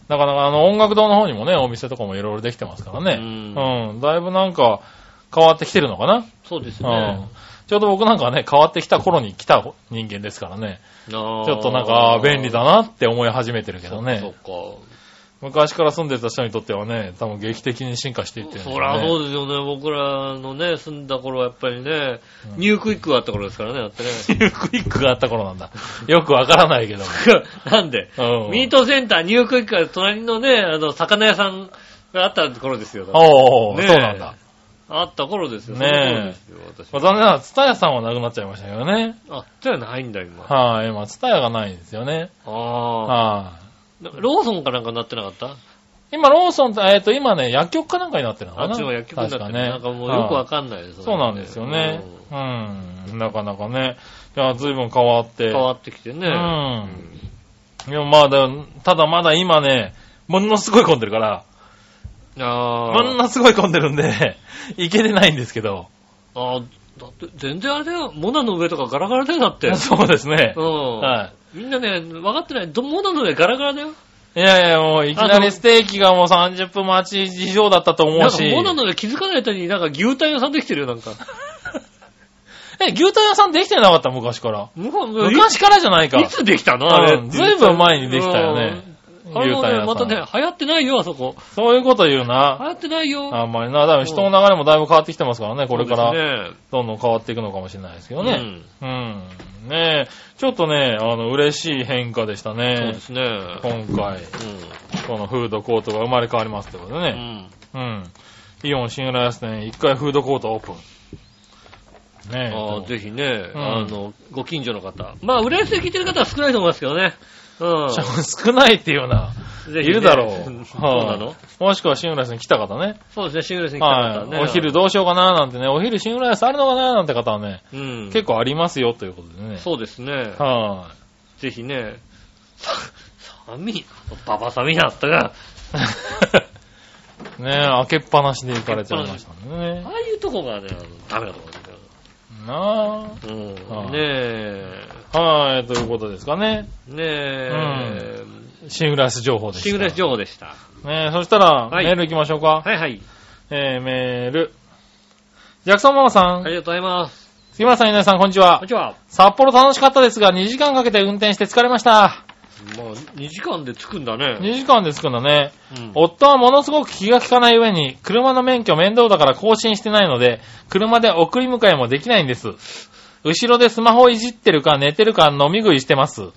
[SPEAKER 3] なかなかあの音楽堂の方にもね、お店とかもいろいろできてますからね。うん。だいぶなんか変わってきてるのかな。
[SPEAKER 2] そうです
[SPEAKER 3] うん
[SPEAKER 2] ね。。
[SPEAKER 3] ちょうど僕なんかはね、変わってきた頃に来た人間ですからね。
[SPEAKER 2] ちょ
[SPEAKER 3] ちょっとなんかあー便利だなって思い始めてるけど
[SPEAKER 2] そっ
[SPEAKER 3] ね。
[SPEAKER 2] か。
[SPEAKER 3] 昔から住んでた人にとってはね、多分劇的に進化していってるんでしょ
[SPEAKER 2] そうらそう
[SPEAKER 3] ね。
[SPEAKER 2] ですよね。僕らのね、住んだ頃はやっぱりね、
[SPEAKER 3] うん
[SPEAKER 2] ニュークイックがあった頃ですからね、だってね。
[SPEAKER 3] ニュークイックがあった頃なんだ。よくわからないけども。
[SPEAKER 2] なんで、
[SPEAKER 3] うん
[SPEAKER 2] ミートセンター、ニュークイックが隣のね、あの、魚屋さんがあった頃ですよ。
[SPEAKER 3] おー、
[SPEAKER 2] ねえ
[SPEAKER 3] そうなんだ。
[SPEAKER 2] あった頃ですよ。
[SPEAKER 3] ねえ
[SPEAKER 2] その頃ですよ、
[SPEAKER 3] ま
[SPEAKER 2] 私。
[SPEAKER 3] あ、残念ながら、ツタヤさんはなくなっちゃいましたけどね。
[SPEAKER 2] あ、じゃないんだ、今。あ
[SPEAKER 3] はい、今、ツタヤがないんですよね。
[SPEAKER 2] あ
[SPEAKER 3] は
[SPEAKER 2] ー。なんかローソンかなんかになってなかった
[SPEAKER 3] い。今、ローソンって、えっ、と、今ね、薬局かなんかになってるのか
[SPEAKER 2] あ
[SPEAKER 3] な
[SPEAKER 2] っちも薬局になって
[SPEAKER 3] 確
[SPEAKER 2] る
[SPEAKER 3] かね。
[SPEAKER 2] なんかもうよくわ
[SPEAKER 3] か
[SPEAKER 2] かんないです、
[SPEAKER 3] そうなんですよね。うん。なかなかね。いや、随分変わって。
[SPEAKER 2] うん変わってきてね。
[SPEAKER 3] うん。でもまあだ、ただまだ今ね、ものすごい混んでるから、
[SPEAKER 2] ああ。
[SPEAKER 3] ものすごい混んでるんで、 行けてないんですけど。
[SPEAKER 2] あーだって全然あれだよ。モナの上とかガラガラだよ、だって。
[SPEAKER 3] そうですね
[SPEAKER 2] う。ん。
[SPEAKER 3] は
[SPEAKER 2] みんなね、分かってない。どモナの上ガラガラだよ。
[SPEAKER 3] い。いやいや、もう、いきなりステーキがもう30分待ち以上だったと
[SPEAKER 2] な
[SPEAKER 3] 思
[SPEAKER 2] ん
[SPEAKER 3] う
[SPEAKER 2] か
[SPEAKER 3] し。
[SPEAKER 2] モナの上気づかない間になんか牛タン屋さんできてるよ、なんか。
[SPEAKER 3] え、牛タン屋さんできてなかった昔から。
[SPEAKER 2] む
[SPEAKER 3] 昔からじゃないか。
[SPEAKER 2] いつできたのあ
[SPEAKER 3] う
[SPEAKER 2] れ。
[SPEAKER 3] んずいぶん前にできたよね
[SPEAKER 2] うん。あれも
[SPEAKER 3] 牛タン屋さ
[SPEAKER 2] ね、
[SPEAKER 3] ん
[SPEAKER 2] またね、流行ってないよ、あそこ。
[SPEAKER 3] そういうこと言う
[SPEAKER 2] 流
[SPEAKER 3] な。
[SPEAKER 2] 行ってないよ。
[SPEAKER 3] あんまりな。だから人の流れもだいぶ変わってきてますからね、これか
[SPEAKER 2] そう
[SPEAKER 3] ら
[SPEAKER 2] で
[SPEAKER 3] どんどん変わっていくのかもしれないですけど
[SPEAKER 2] すね。
[SPEAKER 3] ね。うん。ねえ、ちょっとね、あの、嬉しい変化でした
[SPEAKER 2] うんそう
[SPEAKER 3] ね
[SPEAKER 2] で。すね。
[SPEAKER 3] 今回、このフードコートが生まれ変わりますってことで
[SPEAKER 2] うんう
[SPEAKER 3] ね。
[SPEAKER 2] ん。
[SPEAKER 3] うん。イオン新浦安店、一回フードコートオープン。ねえ。
[SPEAKER 2] あーぜひね、
[SPEAKER 3] うん
[SPEAKER 2] あの、ご近所の方。まあ、浦安で聞いてる方は少ないと思いますけどね。う
[SPEAKER 3] 少ないっていうような。
[SPEAKER 2] ん。ぜ
[SPEAKER 3] い
[SPEAKER 2] ひね。
[SPEAKER 3] るだろ う
[SPEAKER 2] そうなの
[SPEAKER 3] はいもしくは新浦安に来た方ね。
[SPEAKER 2] そうですね、シングルスに来た
[SPEAKER 3] は
[SPEAKER 2] 方
[SPEAKER 3] い。
[SPEAKER 2] ね。
[SPEAKER 3] お昼どうしようかななんてね、お昼新浦安あるのかななんて方はね、
[SPEAKER 2] うん。
[SPEAKER 3] 結構ありますよということでね。
[SPEAKER 2] そうですね。
[SPEAKER 3] は
[SPEAKER 2] ぜひね、さ寒い、ババ寒いなったが、
[SPEAKER 3] い。 ねえ、開けっぱなしで行かれちゃいましたんでね
[SPEAKER 2] あ。あいうとこがね、あのダメだと思うんだけど。
[SPEAKER 3] な
[SPEAKER 2] うん
[SPEAKER 3] は
[SPEAKER 2] ね
[SPEAKER 3] い
[SPEAKER 2] え、
[SPEAKER 3] あ。はい、ということですかね。
[SPEAKER 2] ねえ、
[SPEAKER 3] シングラス情報でした。
[SPEAKER 2] シングルス情報でした。
[SPEAKER 3] ねえ、そしたら、
[SPEAKER 2] はい
[SPEAKER 3] メール行きましょうか。
[SPEAKER 2] はいはい。
[SPEAKER 3] えー、メール。ジャクソンママさん、
[SPEAKER 2] ありがとうございます。
[SPEAKER 3] 杉村さん、皆さん、こんにち
[SPEAKER 2] こん
[SPEAKER 3] は
[SPEAKER 2] に。ちは。
[SPEAKER 3] 札幌楽しかったですが、2時間かけて運転して疲れました。
[SPEAKER 2] まあ、2時間で着くんだね。
[SPEAKER 3] 2時間で着くんだね。
[SPEAKER 2] うん
[SPEAKER 3] 夫はものすごく気が利かない上に、車の免許面倒だから更新してないので、車で送り迎えもできないんです。後ろでスマホいじってるか寝てるか飲み食いしてます。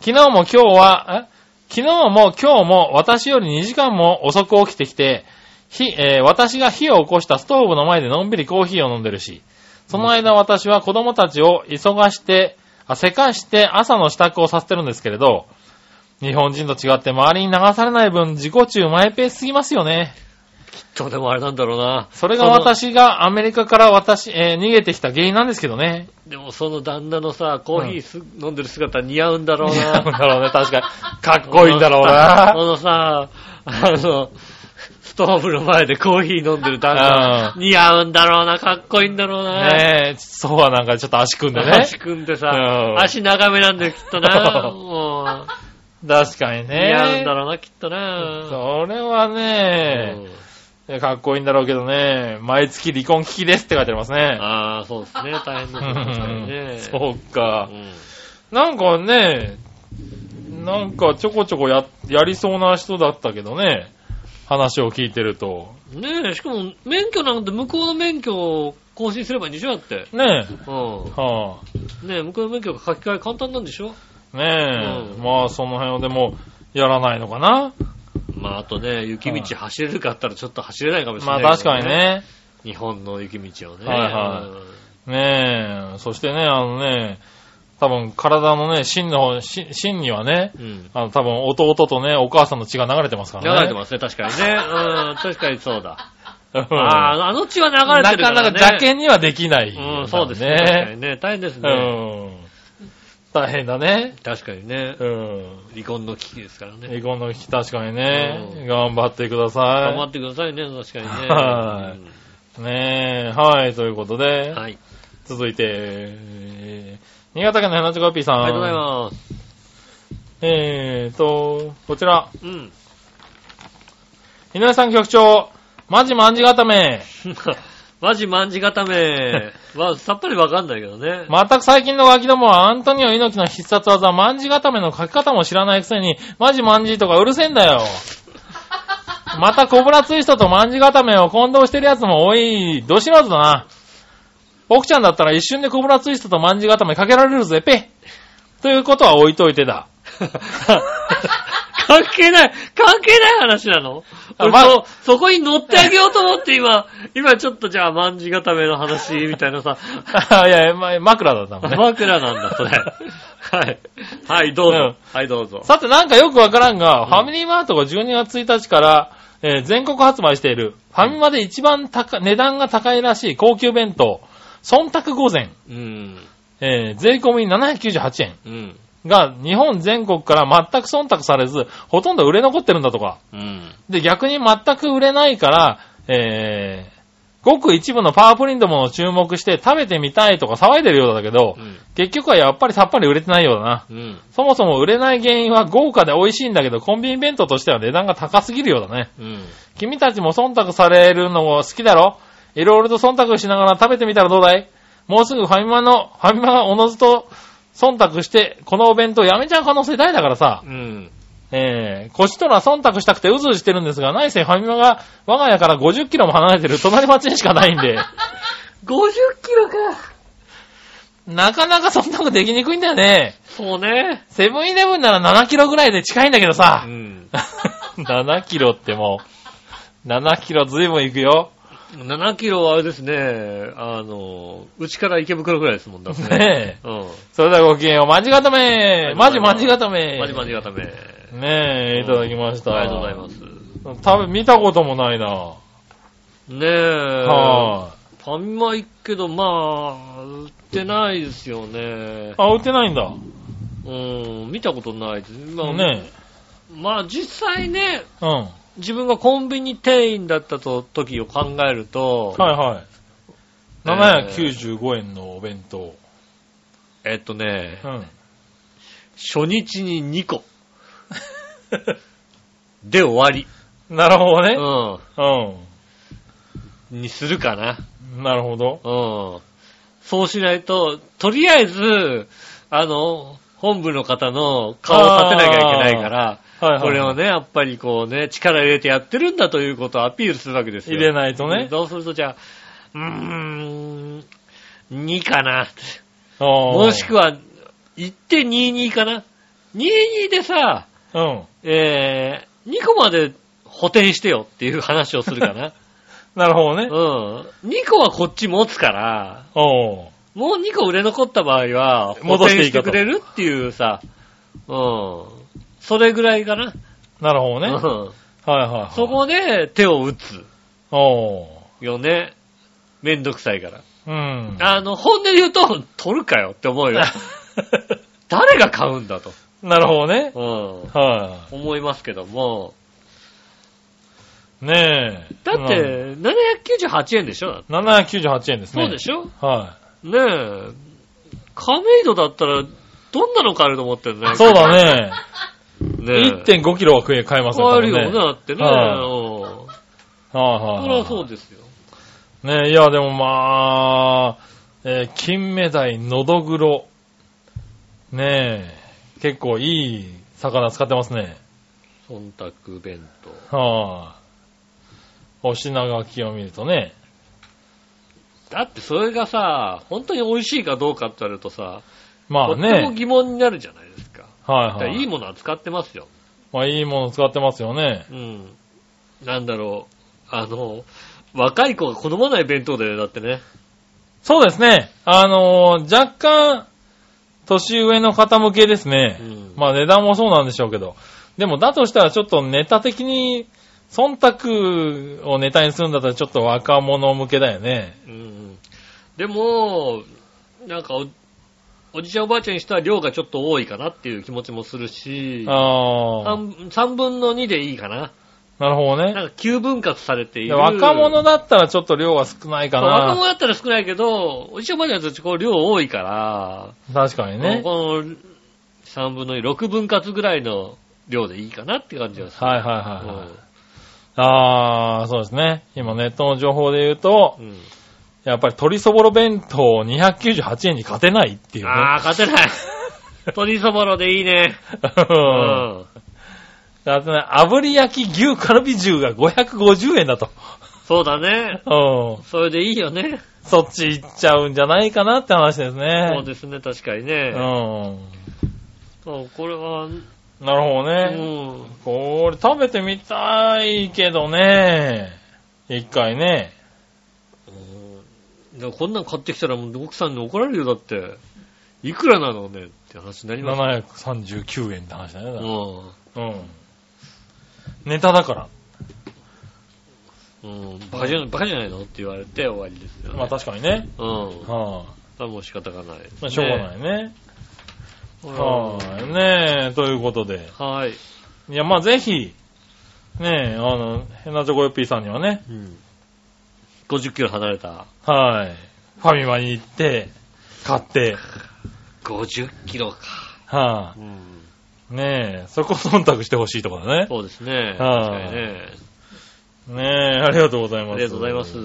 [SPEAKER 3] 昨日も今日は、え昨日も今日も私より2時間も遅く起きてきて、火えー私が火を起こしたストーブの前でのんびりコーヒーを飲んでるし、その間私は子供たちを急がして、あ、せかして朝の支度をさせてるんですけれど、日本人と違って周りに流されない分自己中マイペースすぎますよね。
[SPEAKER 2] とでもあれなんだろうな。
[SPEAKER 3] それが私がアメリカから私、えー逃げてきた原因なんですけどね。
[SPEAKER 2] その。でもその旦那のさ、コーヒーす飲んでる姿似合うんだろう
[SPEAKER 3] な
[SPEAKER 2] な。
[SPEAKER 3] んだろうね、確かに。かっこいいんだろう
[SPEAKER 2] こ
[SPEAKER 3] な。
[SPEAKER 2] のさ、あの、ストーブの前でコーヒー飲んでる旦那、
[SPEAKER 3] う
[SPEAKER 2] 似合うんだろうな、かっこいいんだろうな。
[SPEAKER 3] ねえ、そうはなんかちょっと足組んでね。
[SPEAKER 2] 足組んでさ、
[SPEAKER 3] うん
[SPEAKER 2] 足長めなんだよ、きっとな。
[SPEAKER 3] うん
[SPEAKER 2] も
[SPEAKER 3] 確かに
[SPEAKER 2] う、似
[SPEAKER 3] ね。
[SPEAKER 2] 合うんだろうな、きっとな。
[SPEAKER 3] それは
[SPEAKER 2] う
[SPEAKER 3] ね
[SPEAKER 2] ん、
[SPEAKER 3] いやかっこいいんだろうけどね、毎月離婚危機ですって書いてありますね。
[SPEAKER 2] ああ、そうですね、大変ですね。
[SPEAKER 3] そう
[SPEAKER 2] う
[SPEAKER 3] か。
[SPEAKER 2] ん。
[SPEAKER 3] なんかね、なんかちょこちょこや、やりそうな人だったけどね。話を聞いてると。
[SPEAKER 2] ねえ、しかも、免許なんて向こうの免許を更新すればいいんでしょだって。
[SPEAKER 3] ね
[SPEAKER 2] う
[SPEAKER 3] え。は
[SPEAKER 2] ん。ねえ、向こうの免許が書き換え簡単なんでしょ
[SPEAKER 3] あ、ねえ。
[SPEAKER 2] うん
[SPEAKER 3] まあその辺をでも、やらないのかな。
[SPEAKER 2] まあ、あとね、雪道走れるかあったらちょっと走れないかもしれ
[SPEAKER 3] ま
[SPEAKER 2] な
[SPEAKER 3] あ
[SPEAKER 2] い、
[SPEAKER 3] 確かに。ね。
[SPEAKER 2] 日本の雪道をね。
[SPEAKER 3] はいはねえ。そしてね、あのね、多分体のね、芯の方、芯芯にはね、
[SPEAKER 2] い。うん。
[SPEAKER 3] あの多分弟とね、お母さんの血が流れてますか
[SPEAKER 2] 流
[SPEAKER 3] らね。
[SPEAKER 2] れてますね、確かにね。うん、 確かにそうだ。
[SPEAKER 3] ます。
[SPEAKER 2] ああ、あの血は流
[SPEAKER 3] な
[SPEAKER 2] れてる
[SPEAKER 3] か
[SPEAKER 2] から、ね。
[SPEAKER 3] なか邪険にはできない。
[SPEAKER 2] うん、そうですね。確か
[SPEAKER 3] ね。
[SPEAKER 2] にね。大変です
[SPEAKER 3] う
[SPEAKER 2] ね。
[SPEAKER 3] ん。大変だね。
[SPEAKER 2] 確かにね
[SPEAKER 3] う。ん。
[SPEAKER 2] 離婚の危機ですからね。
[SPEAKER 3] 離婚の危機確かにね、
[SPEAKER 2] うん
[SPEAKER 3] 頑張ってくだ
[SPEAKER 2] 頑張
[SPEAKER 3] さ
[SPEAKER 2] ってくださいね、確かにね。
[SPEAKER 3] はいい。ねえ、はい、ということで、
[SPEAKER 2] うんはい。
[SPEAKER 3] 続いて、えー新潟県の花ちこぴーさん。
[SPEAKER 2] ありがとうございます。
[SPEAKER 3] えーと、こちら、
[SPEAKER 2] うん。
[SPEAKER 3] 井上さん局長、マジマンジ固め。
[SPEAKER 2] マジまんじ固めはさっぱりわかんないけどね。
[SPEAKER 3] 全く最近のガキどもはアントニオ猪木の必殺技、マンジ固めの書き方も知らないくせに、マジマンジとかうるせえんだよ。またコブラツイストとマンジ固めを混同してる奴も多い、ど素人だな。奥ちゃんだったら一瞬でコブラツイストとマンジ固めかけられるぜ、ペッということは置いといてだ。
[SPEAKER 2] 関係ない、関係ない話なの
[SPEAKER 3] あ
[SPEAKER 2] 俺
[SPEAKER 3] ま
[SPEAKER 2] そ、そこに乗ってあげようと思って今、今ちょっとじゃあまんじ固めの話みたいな さ、
[SPEAKER 3] いや、ま枕だったもんね。
[SPEAKER 2] 枕なんだ、それ。はい。はい、どうぞ。はい、どうぞ。
[SPEAKER 3] さてなんかよくわからんが、
[SPEAKER 2] ん
[SPEAKER 3] ファミリーマートが12月1日から、えー全国発売している、ファミマで一番高、値段が高いらしい高級弁当、忖度御膳、
[SPEAKER 2] うん。
[SPEAKER 3] えー税込み798円
[SPEAKER 2] うん。
[SPEAKER 3] が日本全国から全く忖度されず、ほとんど売れ残ってるんだとか。
[SPEAKER 2] うん。
[SPEAKER 3] で、逆に全く売れないから、えーごく一部のパワープリンどもを注目して食べてみたいとか騒いでるようだけど
[SPEAKER 2] う、ん。
[SPEAKER 3] 結局はやっぱりさっぱり売れてないようだな。
[SPEAKER 2] うん。
[SPEAKER 3] そもそも売れない原因は豪華で美味しいんだけど、コンビニ弁当としては値段が高すぎるようだね。
[SPEAKER 2] うん。
[SPEAKER 3] 君たちも忖度されるのも好きだろいろいろと忖度しながら食べてみたらどうだいもうすぐファミマの、ファミマがおのずと忖度して、このお弁当やめちゃう可能性大だからさ。
[SPEAKER 2] うん。
[SPEAKER 3] えー、こちとら忖度したくてうずうずしてるんですが、何せファミマが我が家から50キロも離れてる隣町にしかないんで、
[SPEAKER 2] 50キロか。
[SPEAKER 3] なかなか忖度できにくいんだよね。
[SPEAKER 2] そうね。
[SPEAKER 3] セブンイレブンなら7キロぐらいで近いんだけどさ。
[SPEAKER 2] うん。
[SPEAKER 3] 7キロってもう、7キロずいぶん行くよ。
[SPEAKER 2] 7キロはあれですね、あの、うちから池袋ぐらいですもんだって。
[SPEAKER 3] ねえ。
[SPEAKER 2] うん。
[SPEAKER 3] それではごきげんよう。マジ固めマジマジ固め
[SPEAKER 2] まじまじ固め。あ
[SPEAKER 3] ねえ、いただきました。
[SPEAKER 2] りがとうございます。
[SPEAKER 3] す。多分見たこともないな。
[SPEAKER 2] ねえ。
[SPEAKER 3] は
[SPEAKER 2] ファミマ行くけど、まあ、売ってないですよね
[SPEAKER 3] い。。あ、売ってないんだ。
[SPEAKER 2] うん、見たことないです。まあ、
[SPEAKER 3] ね
[SPEAKER 2] まあ実際ね、
[SPEAKER 3] え。うん。は
[SPEAKER 2] 自分がコンビニ店員だったと時を考えると、
[SPEAKER 3] いはい。
[SPEAKER 2] えー
[SPEAKER 3] 795円のお弁当。
[SPEAKER 2] えっとね、
[SPEAKER 3] うん。
[SPEAKER 2] 初日に2個。で終わり。
[SPEAKER 3] なるほどね。
[SPEAKER 2] う。
[SPEAKER 3] うん
[SPEAKER 2] にするかな。
[SPEAKER 3] ん。なるほど。
[SPEAKER 2] うん。そうしないと、とりあえず、あの、本部の方の顔を立てなきゃいけないから、
[SPEAKER 3] はい はい。
[SPEAKER 2] これをね、やっぱりこうね、力入れてやってるんだということをアピールするわけですよ。
[SPEAKER 3] 入れないとね。
[SPEAKER 2] どうするとじゃあ、うーん、2かな。も
[SPEAKER 3] も
[SPEAKER 2] しくは、1.22かな。22でさ、
[SPEAKER 3] うん。
[SPEAKER 2] えー、2個まで補填してよっていう話をするか な。
[SPEAKER 3] なるほどね。
[SPEAKER 2] うん。2個はこっち持つから、
[SPEAKER 3] おう
[SPEAKER 2] もう2個売れ残った場合は、補
[SPEAKER 3] 戻して
[SPEAKER 2] 填
[SPEAKER 3] い
[SPEAKER 2] し
[SPEAKER 3] いか
[SPEAKER 2] て
[SPEAKER 3] と
[SPEAKER 2] くれるっていうさ、うん。それぐらいかな。
[SPEAKER 3] なるほどね。
[SPEAKER 2] う
[SPEAKER 3] はい
[SPEAKER 2] ん。
[SPEAKER 3] はいはい。
[SPEAKER 2] そこで手を打つ
[SPEAKER 3] おう
[SPEAKER 2] よね。めんどくさいから。
[SPEAKER 3] うん。
[SPEAKER 2] あの、本音で言うと、取るかよって思 うよ。誰が買うんだと。
[SPEAKER 3] なるほどね。
[SPEAKER 2] うん。
[SPEAKER 3] は
[SPEAKER 2] 思いますけども。
[SPEAKER 3] い。ねえ。
[SPEAKER 2] だっ、て、798円でしょだって
[SPEAKER 3] 798円ですね。
[SPEAKER 2] そうでしょ
[SPEAKER 3] は
[SPEAKER 2] ねえ。亀戸だったら、どんなの買えると思ってんの
[SPEAKER 3] い。そうだね。
[SPEAKER 2] ねえ。
[SPEAKER 3] 1.5キロは食え、買えます
[SPEAKER 2] 買えるよね、だ
[SPEAKER 3] は
[SPEAKER 2] ってね。
[SPEAKER 3] はい
[SPEAKER 2] うん
[SPEAKER 3] いはい。
[SPEAKER 2] それはそうですよ。
[SPEAKER 3] す。ねえ、いや、でもまあ、えー金目鯛、のどぐろ。ねえ、結構いい魚使ってますね。
[SPEAKER 2] 忖度弁当。
[SPEAKER 3] はあ。お品書きを見るとね。
[SPEAKER 2] だってそれがさ、本当に美味しいかどうかって言われるとさ、
[SPEAKER 3] ま
[SPEAKER 2] と
[SPEAKER 3] あ
[SPEAKER 2] っても
[SPEAKER 3] ね。
[SPEAKER 2] 疑問になるじゃないですか。
[SPEAKER 3] はい
[SPEAKER 2] だか
[SPEAKER 3] は
[SPEAKER 2] ら
[SPEAKER 3] い。
[SPEAKER 2] いいものは使ってますよ。
[SPEAKER 3] まあいいもの使ってますよね。
[SPEAKER 2] うん。なんだろう。あの、若い子が好まない弁当だよ、だってね。
[SPEAKER 3] そうですね。あのー若干、年上の方向けですね。
[SPEAKER 2] うん
[SPEAKER 3] まあ値段もそうなんでしょうけど。でもだとしたらちょっとネタ的に、忖度をネタにするんだったらちょっと若者向けだよね。
[SPEAKER 2] うん。でも、なんかお、おじちゃんおばあちゃんにしたら量がちょっと多いかなっていう気持ちもするし、
[SPEAKER 3] ああ。
[SPEAKER 2] 3, 三分の2でいいかな。
[SPEAKER 3] なるほどね。
[SPEAKER 2] なんか9分割されてい
[SPEAKER 3] で
[SPEAKER 2] る。
[SPEAKER 3] 若者だったらちょっと量は少ないか
[SPEAKER 2] そう若者
[SPEAKER 3] な。
[SPEAKER 2] だったら少ないけど、おじちゃんおばあちゃんたちこう量多いから、
[SPEAKER 3] 確かにね。
[SPEAKER 2] この3分の2、6分割ぐらいの量でいいかなって感じがする。
[SPEAKER 3] はいはいはいはい。ああ、そうですね。今ネットの情報で言うと
[SPEAKER 2] う、ん
[SPEAKER 3] やっぱり鶏そぼろ弁当298円に勝てないっていうね。
[SPEAKER 2] ああ、勝て ない。鶏そぼろでいいね。う ん。
[SPEAKER 3] だってね、炙り焼き牛カルビ重が550円だと。
[SPEAKER 2] そうだね。
[SPEAKER 3] うん。
[SPEAKER 2] それでいいよね。
[SPEAKER 3] そっち行っちゃうんじゃないかなって話ですね。
[SPEAKER 2] そうですね、確かにね。そうこれは、
[SPEAKER 3] うん。なるほど
[SPEAKER 2] う
[SPEAKER 3] ね。
[SPEAKER 2] ん。
[SPEAKER 3] これ食べてみたいけどね。一回ね。
[SPEAKER 2] うんでもこんなん買ってきたらもう奥さんに怒られるよ、だって。いくらなのねって話になりますね。
[SPEAKER 3] 739円って話だね。だから
[SPEAKER 2] うん。
[SPEAKER 3] うん。ネタだから。
[SPEAKER 2] うん、バカじゃバカじゃないのって言われて終わりですよ、ね。
[SPEAKER 3] まあ確かにね。
[SPEAKER 2] うん。
[SPEAKER 3] はあ、
[SPEAKER 2] 多分仕方がない。
[SPEAKER 3] まあしょうが
[SPEAKER 2] ね。
[SPEAKER 3] ないね。は、
[SPEAKER 2] はい
[SPEAKER 3] ねえ、ということで。
[SPEAKER 2] い。はい。
[SPEAKER 3] いや、まあぜひ、ねえ、あの、ヘナチョコヨッピーさんにはね、
[SPEAKER 2] うん。50キロ離れた。
[SPEAKER 3] はい、ファミマに行って、買って、はい、
[SPEAKER 2] 50キロか。うん。
[SPEAKER 3] ねえ、そこ忖度してほしいところだね。
[SPEAKER 2] そうですね。確
[SPEAKER 3] はい
[SPEAKER 2] かにね。
[SPEAKER 3] ねえ、ありがとうございます。
[SPEAKER 2] ありがとうございます。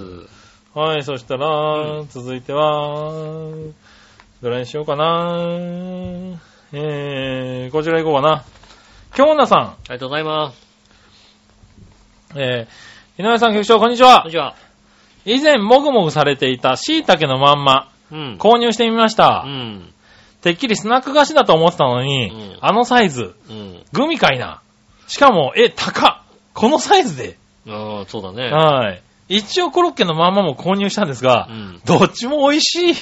[SPEAKER 3] はい、そしたら、続いては、どれにしようかな。えー、こちら行こうかな。京奈さ
[SPEAKER 2] ありがとうございます。
[SPEAKER 3] ん、えー、井上さん局長、こんにち
[SPEAKER 2] こん
[SPEAKER 3] は
[SPEAKER 2] に。ちは。
[SPEAKER 3] 以前、もぐもぐされていた椎茸のまんま、
[SPEAKER 2] うん。
[SPEAKER 3] 購入してみまし
[SPEAKER 2] う
[SPEAKER 3] た。
[SPEAKER 2] ん。
[SPEAKER 3] てっきりスナック菓子だと思ってたのに、
[SPEAKER 2] うん
[SPEAKER 3] あのサイズ、
[SPEAKER 2] うん。
[SPEAKER 3] グミかいな。しかも、え、高っこのサイズで、
[SPEAKER 2] ああ、そうだね。
[SPEAKER 3] はい。一応コロッケのまんまも購入したんですが
[SPEAKER 2] う、ん。
[SPEAKER 3] どっちも美味しい。
[SPEAKER 2] う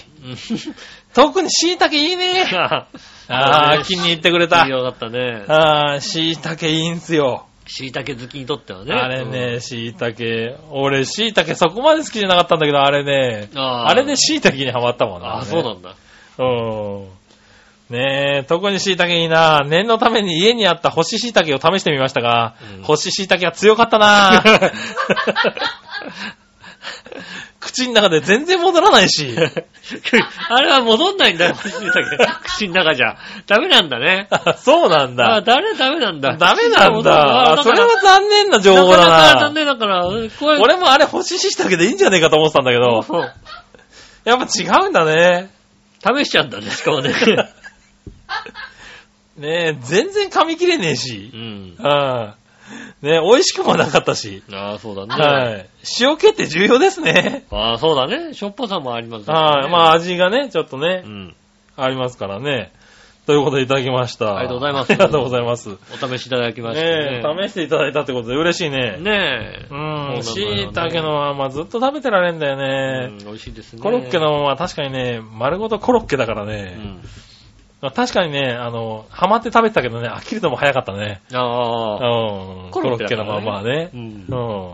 [SPEAKER 2] ん。
[SPEAKER 3] 特に椎茸いいね。 ああ、気に入ってくれた。
[SPEAKER 2] よかったね。
[SPEAKER 3] ああ、椎茸いいんすよ。
[SPEAKER 2] 椎茸好きにとってはね。
[SPEAKER 3] あれね、椎茸。俺、椎茸そこまで好きじゃなかったんだけど、あれね
[SPEAKER 2] う。ん。あ
[SPEAKER 3] あれで椎茸にハマったもん
[SPEAKER 2] あ
[SPEAKER 3] な。
[SPEAKER 2] あ、そうなんだ。
[SPEAKER 3] うん。ねえ、特に椎茸いいな。念のために家にあった干し椎茸を試してみましたが、
[SPEAKER 2] うん
[SPEAKER 3] 干し椎茸は強かっ たな。口の中で全然戻らな いし。
[SPEAKER 2] あれは戻んないんだよ、椎茸。口の中じゃ。ダメなんだね。
[SPEAKER 3] あそうなん
[SPEAKER 2] あ
[SPEAKER 3] だ
[SPEAKER 2] あ、。ダメ、ダメなんだ。
[SPEAKER 3] ダメなんだ。
[SPEAKER 2] あ
[SPEAKER 3] それは残念な情
[SPEAKER 2] 情報だ
[SPEAKER 3] 報
[SPEAKER 2] な。
[SPEAKER 3] だ
[SPEAKER 2] かなか
[SPEAKER 3] な
[SPEAKER 2] 残。念だから、これ、
[SPEAKER 3] 俺もあれ干し椎茸でいいんじゃねえかと思ってたんだけど、
[SPEAKER 2] そう
[SPEAKER 3] やっぱ違うんだね。
[SPEAKER 2] 試しちゃうんだね、しかも ね。
[SPEAKER 3] ねえ、全然噛み切れねえ
[SPEAKER 2] う
[SPEAKER 3] し。
[SPEAKER 2] ん
[SPEAKER 3] う。ん。ねえ、美味しくもなかったし。
[SPEAKER 2] ああ、そうだね。
[SPEAKER 3] はい。塩気って重要ですね。
[SPEAKER 2] ああ、そうだね。しょっぱさもありますね
[SPEAKER 3] はい。まあ味がね、ちょっとね
[SPEAKER 2] う、ん。
[SPEAKER 3] ありますからね。ということでいただきました。
[SPEAKER 2] ありがとうございます
[SPEAKER 3] ありがとうございます。
[SPEAKER 2] お試しいただきまして
[SPEAKER 3] ね
[SPEAKER 2] ね。
[SPEAKER 3] え、試していただいたってことで嬉しいね。
[SPEAKER 2] ねえ。
[SPEAKER 3] うん。
[SPEAKER 2] そうなのよ
[SPEAKER 3] 椎
[SPEAKER 2] ね
[SPEAKER 3] 茸のままずっと食べてられんだよ
[SPEAKER 2] う
[SPEAKER 3] ね
[SPEAKER 2] ん。美味しいですね。
[SPEAKER 3] コロッケのまま確かにね、丸ごとコロッケだから
[SPEAKER 2] う
[SPEAKER 3] ね。
[SPEAKER 2] ん。
[SPEAKER 3] まあ確かにね、あの、ハマって食べてたけどね、飽きるのも早かったね。う
[SPEAKER 2] ああ。
[SPEAKER 3] ん。
[SPEAKER 2] コ
[SPEAKER 3] コロ
[SPEAKER 2] ロ
[SPEAKER 3] ッ
[SPEAKER 2] ッケ
[SPEAKER 3] ケの
[SPEAKER 2] だからね
[SPEAKER 3] ままね
[SPEAKER 2] う。ん
[SPEAKER 3] う。ん。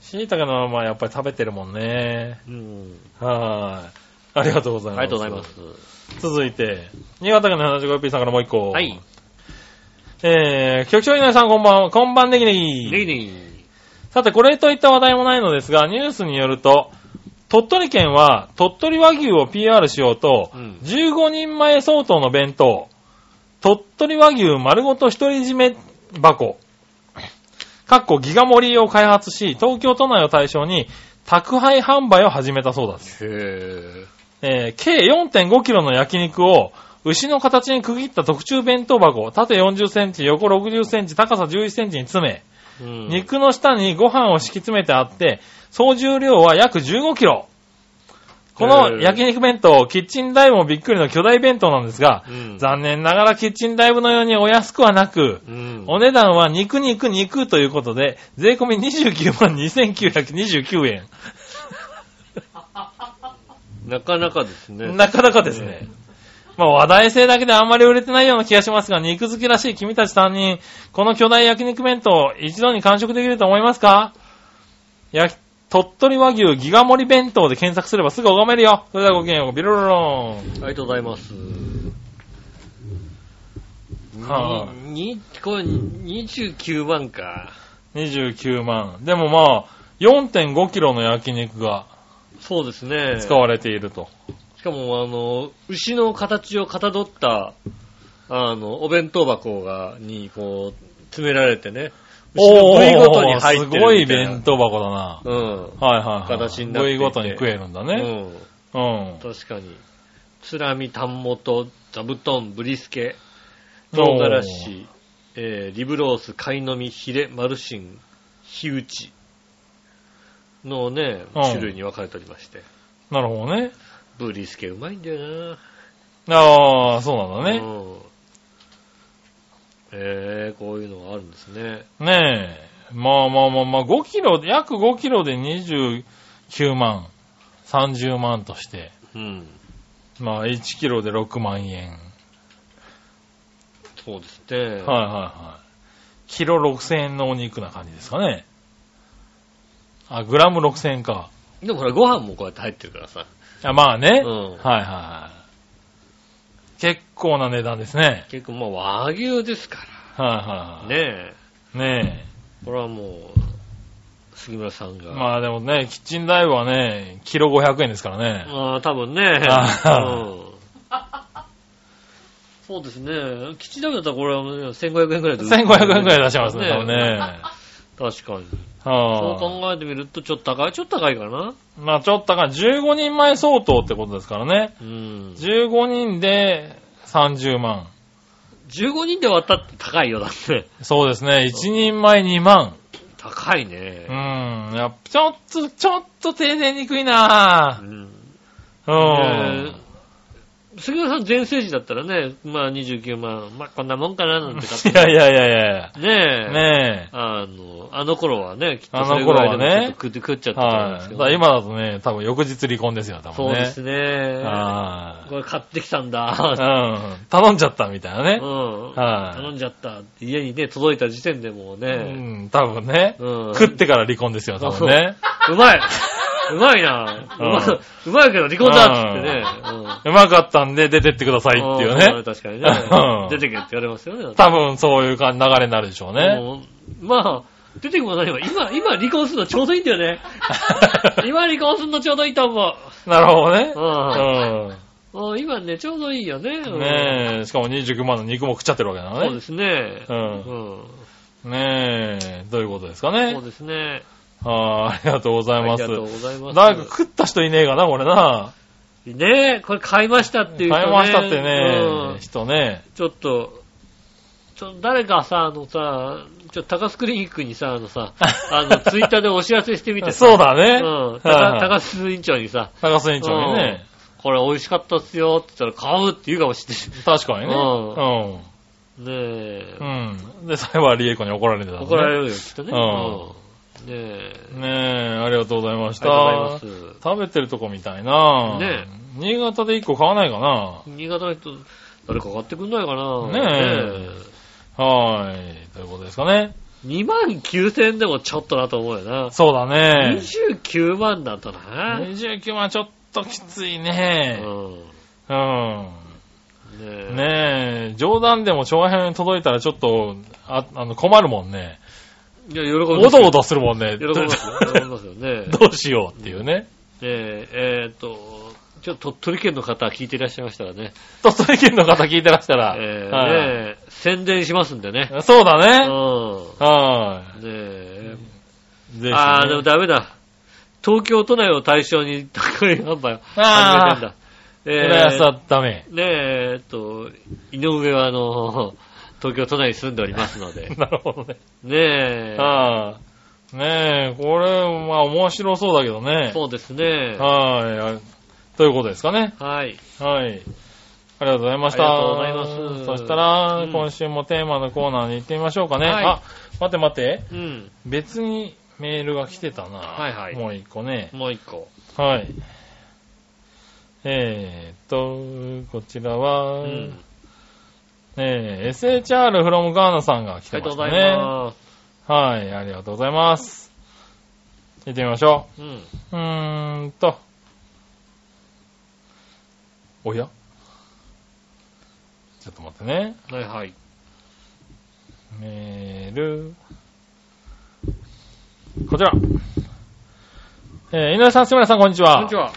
[SPEAKER 3] 椎茸のままやっぱり食べてるもんね。
[SPEAKER 2] うん。
[SPEAKER 3] はーい。ありがとうござい
[SPEAKER 2] あ
[SPEAKER 3] ま
[SPEAKER 2] りが
[SPEAKER 3] す。
[SPEAKER 2] とうございます。
[SPEAKER 3] す。続いて、新潟県の 75P さんからもう一個。
[SPEAKER 2] はい。。
[SPEAKER 3] えー、局長稲荷さんこんばんは、こんばんねぎねぎ。
[SPEAKER 2] ネギネギ。
[SPEAKER 3] さて、これといった話題もないのですが、ニュースによると、鳥取県は鳥取和牛を PR しようと、
[SPEAKER 2] うん
[SPEAKER 3] 15人前相当の弁当、鳥取和牛丸ごと独り占め箱、かっこギガ盛りを開発し、東京都内を対象に宅配販売を始めたそうだです。
[SPEAKER 2] へえ。
[SPEAKER 3] えー計4.5キロの焼肉を牛の形に区切った特注弁当箱、縦40センチ、横60センチ、高さ11センチに詰め、
[SPEAKER 2] うん
[SPEAKER 3] 肉の下にご飯を敷き詰めてあって、総重量は約15キロ。この焼肉弁当、キッチンダイブもびっくりの巨大弁当なんですが
[SPEAKER 2] う、ん
[SPEAKER 3] 残念ながらキッチンダイブのようにお安くはなく、
[SPEAKER 2] うん
[SPEAKER 3] お値段は肉肉肉ということで、税込み29万2929円。
[SPEAKER 2] なかなかですね。
[SPEAKER 3] なかなかですね。まあ話題性だけであんまり売れてないような気がしますが、肉好きらしい君たち3人、この巨大焼肉弁当、一度に完食できると思いますか焼き鳥取和牛ギガ盛り弁当で検索すればすぐ拝めるよ。それではごきげんよう、ビロロローン。
[SPEAKER 2] ありがとうございます。
[SPEAKER 3] は
[SPEAKER 2] に、にこれ29番か。
[SPEAKER 3] 29万。でもまあ、4.5キロの焼肉が
[SPEAKER 2] そうですね。
[SPEAKER 3] 使われていると。
[SPEAKER 2] しかも、あの、牛の形をかたどった、あの、お弁当箱が、に、こう、詰められてね。牛の部位ごとに入って
[SPEAKER 3] すご
[SPEAKER 2] る
[SPEAKER 3] い
[SPEAKER 2] みたいな。
[SPEAKER 3] 弁当箱だな。
[SPEAKER 2] うん。
[SPEAKER 3] はいはい、はい。
[SPEAKER 2] 形になっていて
[SPEAKER 3] 部位ごとに食えるんだね。うん。
[SPEAKER 2] うん。確かに。つらみ、タン元、座布団、ブリスケ、唐辛子、えーリブロース、貝の実、ヒレ、マルシン、ヒウチのね、
[SPEAKER 3] うん
[SPEAKER 2] 種類に分かれておりまして。
[SPEAKER 3] なるほどね。
[SPEAKER 2] ブリスケうまいんだよ
[SPEAKER 3] ああ、そうなん
[SPEAKER 2] な
[SPEAKER 3] だ
[SPEAKER 2] う
[SPEAKER 3] ね。
[SPEAKER 2] ん。えー、こういうのがあるんですね。
[SPEAKER 3] ねえ。まあまあまあまあ、5キロ、約5キロで29万、30万として、
[SPEAKER 2] うん。
[SPEAKER 3] まあ1キロで6万円。
[SPEAKER 2] そうですね。
[SPEAKER 3] はいはいはい。キロ6000円のお肉な感じですかね。あ、グラム6000円か。
[SPEAKER 2] でもほら、ご飯もこうやって入ってるからさ。
[SPEAKER 3] あまあね。
[SPEAKER 2] う
[SPEAKER 3] はい
[SPEAKER 2] ん。
[SPEAKER 3] はいはい。結構な値段ですね。
[SPEAKER 2] 結構、まあ、和牛ですか
[SPEAKER 3] は
[SPEAKER 2] ら。
[SPEAKER 3] いはいは
[SPEAKER 2] ねえ。
[SPEAKER 3] い。ね
[SPEAKER 2] これはもう、杉村さん
[SPEAKER 3] え。
[SPEAKER 2] が。
[SPEAKER 3] まあでもね、キッチンダイブはね、キロ500円ですからね。
[SPEAKER 2] まあ、多分ね。
[SPEAKER 3] あ
[SPEAKER 2] うんそうですね。吉田だったらこれはもうね1500円くらいで売ってる
[SPEAKER 3] 1500円くらい出しますね、多分ね。
[SPEAKER 2] 確かに。そう
[SPEAKER 3] は
[SPEAKER 2] 考えてみると、ちょっと高い、ちょっと高いかな。
[SPEAKER 3] あ、まあちょっとか、15人前相当ってことですからね。
[SPEAKER 2] うん。
[SPEAKER 3] 15人で30万。
[SPEAKER 2] 15人で割ったって高いよ、だって。
[SPEAKER 3] そうですね、1人前2万。
[SPEAKER 2] 高いうね。
[SPEAKER 3] ん、やっぱちょっと、ちょっと手出にくいなぁ。
[SPEAKER 2] うん。
[SPEAKER 3] うん。
[SPEAKER 2] 杉村さん全盛時だったらね、まあ29万、まあこんなもんかな、なんて買って
[SPEAKER 3] いやいやいやい
[SPEAKER 2] ね
[SPEAKER 3] や
[SPEAKER 2] え。
[SPEAKER 3] ねえ。
[SPEAKER 2] あの、あの頃はね、きっと
[SPEAKER 3] あ
[SPEAKER 2] それ
[SPEAKER 3] の
[SPEAKER 2] ぐ
[SPEAKER 3] 頃
[SPEAKER 2] らい
[SPEAKER 3] は
[SPEAKER 2] で
[SPEAKER 3] ね
[SPEAKER 2] もちょっと食って食っちゃったと思うんで
[SPEAKER 3] は
[SPEAKER 2] す
[SPEAKER 3] い。
[SPEAKER 2] け
[SPEAKER 3] だ
[SPEAKER 2] どね、
[SPEAKER 3] から今だとね、多分翌日離婚ですよ、多
[SPEAKER 2] そう
[SPEAKER 3] 分ね。
[SPEAKER 2] ですね。
[SPEAKER 3] は
[SPEAKER 2] これ買ってきたん
[SPEAKER 3] い。う
[SPEAKER 2] だ。
[SPEAKER 3] ん。頼んじゃったみたいな
[SPEAKER 2] う
[SPEAKER 3] ね。
[SPEAKER 2] ん。
[SPEAKER 3] はい
[SPEAKER 2] 頼んじゃったって家にね、届いた時点でもう
[SPEAKER 3] う
[SPEAKER 2] ね。
[SPEAKER 3] ん、多分ね。
[SPEAKER 2] うん
[SPEAKER 3] 食ってから離婚ですよ、多分ね。
[SPEAKER 2] うまいうまいなうまうまいけど離婚だっつってね。
[SPEAKER 3] うまかったんで出てってくださいっ
[SPEAKER 2] う
[SPEAKER 3] て
[SPEAKER 2] ん
[SPEAKER 3] いう
[SPEAKER 2] うん
[SPEAKER 3] ね。
[SPEAKER 2] 確かに
[SPEAKER 3] う
[SPEAKER 2] ね
[SPEAKER 3] ん。
[SPEAKER 2] 出てけって言われますよね。だって
[SPEAKER 3] 多分そういうか流れになるでしょうね。
[SPEAKER 2] もうまあ、出てくも何も、今、今離婚するのちょうどいいんだよ ね。今離婚するのちょうどいいと思
[SPEAKER 3] なるほどね
[SPEAKER 2] う。。うん
[SPEAKER 3] う
[SPEAKER 2] うん。今ね、ちょうどいいよね。うん
[SPEAKER 3] ん。ねえ、しかも29万の肉も食っちゃってるわけだか
[SPEAKER 2] そ
[SPEAKER 3] ら
[SPEAKER 2] うで
[SPEAKER 3] ね。
[SPEAKER 2] すね。
[SPEAKER 3] うん
[SPEAKER 2] うん
[SPEAKER 3] ねえ、どういうことですか
[SPEAKER 2] そう
[SPEAKER 3] ね。
[SPEAKER 2] ですね。
[SPEAKER 3] はあ、ありがとうござ
[SPEAKER 2] あ
[SPEAKER 3] いま
[SPEAKER 2] り
[SPEAKER 3] す
[SPEAKER 2] が。とうございます。
[SPEAKER 3] 誰か食った人いねえかな、これな。
[SPEAKER 2] ねえ、これ買いましたっていう人ね。
[SPEAKER 3] 買いましたって
[SPEAKER 2] う
[SPEAKER 3] ね
[SPEAKER 2] ん、
[SPEAKER 3] 人ね。
[SPEAKER 2] ちょっと、ちょ、誰かさ、あのさ、ちょ、高須クリニックにさ、あのさ、あの、ツイッターでお知らせしてみてさ。
[SPEAKER 3] そうだね。
[SPEAKER 2] うん。
[SPEAKER 3] はい
[SPEAKER 2] 高
[SPEAKER 3] はい
[SPEAKER 2] 高須院長にさ、
[SPEAKER 3] 高須院長にね。
[SPEAKER 2] これ美味しかったっすよって言ったら買うって言うかもしれ
[SPEAKER 3] 確かに
[SPEAKER 2] う
[SPEAKER 3] ね。
[SPEAKER 2] ん
[SPEAKER 3] う
[SPEAKER 2] ない。ねえ、
[SPEAKER 3] ん。うん。で、最後は理恵子に怒られてたのね。
[SPEAKER 2] 怒られるよ、きっとね。
[SPEAKER 3] う
[SPEAKER 2] うん。ねえ、
[SPEAKER 3] ねえ、ありがとうございまし
[SPEAKER 2] あ
[SPEAKER 3] た。
[SPEAKER 2] りがとうございます。
[SPEAKER 3] 食べてるとこみたいな
[SPEAKER 2] ね
[SPEAKER 3] 新潟で一個買わないかな
[SPEAKER 2] 新潟の人、誰か買ってくんないかな
[SPEAKER 3] ねえはーい。ということですかね。
[SPEAKER 2] 2万9000円でもちょっとだと思うよな。
[SPEAKER 3] そうだね。
[SPEAKER 2] 29万だとな。
[SPEAKER 3] 29万ちょっときついうね。
[SPEAKER 2] ん。
[SPEAKER 3] うん。
[SPEAKER 2] ねえ。
[SPEAKER 3] ねえ、冗談でも長編届いたらちょっと、ああの困るもんね。
[SPEAKER 2] いや、喜びます。
[SPEAKER 3] おどおどするもんね。
[SPEAKER 2] 喜びますよ。喜びますよね。
[SPEAKER 3] どうしようっていうね。
[SPEAKER 2] で、えーっと、ちょっと鳥取県の方聞いていらっしゃいましたらね。
[SPEAKER 3] 鳥取県の方聞いてらしたら。
[SPEAKER 2] えー
[SPEAKER 3] は
[SPEAKER 2] ねえ宣伝しますんでね。
[SPEAKER 3] いそうだ
[SPEAKER 2] う
[SPEAKER 3] ね。
[SPEAKER 2] ん。
[SPEAKER 3] は
[SPEAKER 2] ねえ。
[SPEAKER 3] い。ぜひね
[SPEAKER 2] あー、でもダメだ。東京都内を対象に宅配販売を始めてんだ。えー
[SPEAKER 3] 浦安は ダメ。。
[SPEAKER 2] ねえ、えっと、井上はあの、 東京都内に住んでおりますので
[SPEAKER 3] なるほどね。
[SPEAKER 2] ねえ。
[SPEAKER 3] はあ。ねえ、これ、まあ面白そうだけどね。
[SPEAKER 2] そうですね。
[SPEAKER 3] はいあ。ということですかね。
[SPEAKER 2] はい。
[SPEAKER 3] はい。ありがとうございました。
[SPEAKER 2] ありがとうございます
[SPEAKER 3] そしたら、
[SPEAKER 2] うん
[SPEAKER 3] 今週もテーマのコーナーに行ってみましょうかね。
[SPEAKER 2] はい
[SPEAKER 3] あ、待って待って。
[SPEAKER 2] うん。
[SPEAKER 3] 別にメールが来てたな。
[SPEAKER 2] はいはい
[SPEAKER 3] もう一個ね。
[SPEAKER 2] もう一個。
[SPEAKER 3] はい。えーっと、こちらは、
[SPEAKER 2] うん。
[SPEAKER 3] えー、SHR from ガーナさんが来
[SPEAKER 2] あ
[SPEAKER 3] て
[SPEAKER 2] りが
[SPEAKER 3] ま
[SPEAKER 2] とうご
[SPEAKER 3] した
[SPEAKER 2] ざい
[SPEAKER 3] ね。
[SPEAKER 2] ます。
[SPEAKER 3] はい、ありがとうございます。行ってみましょ
[SPEAKER 2] うん。
[SPEAKER 3] う。うーんと。おやちょっと待ってね。
[SPEAKER 2] はいはい。
[SPEAKER 3] メール。こちら。えー、井上さん、すみさん、こんにちは。
[SPEAKER 2] こんにちは。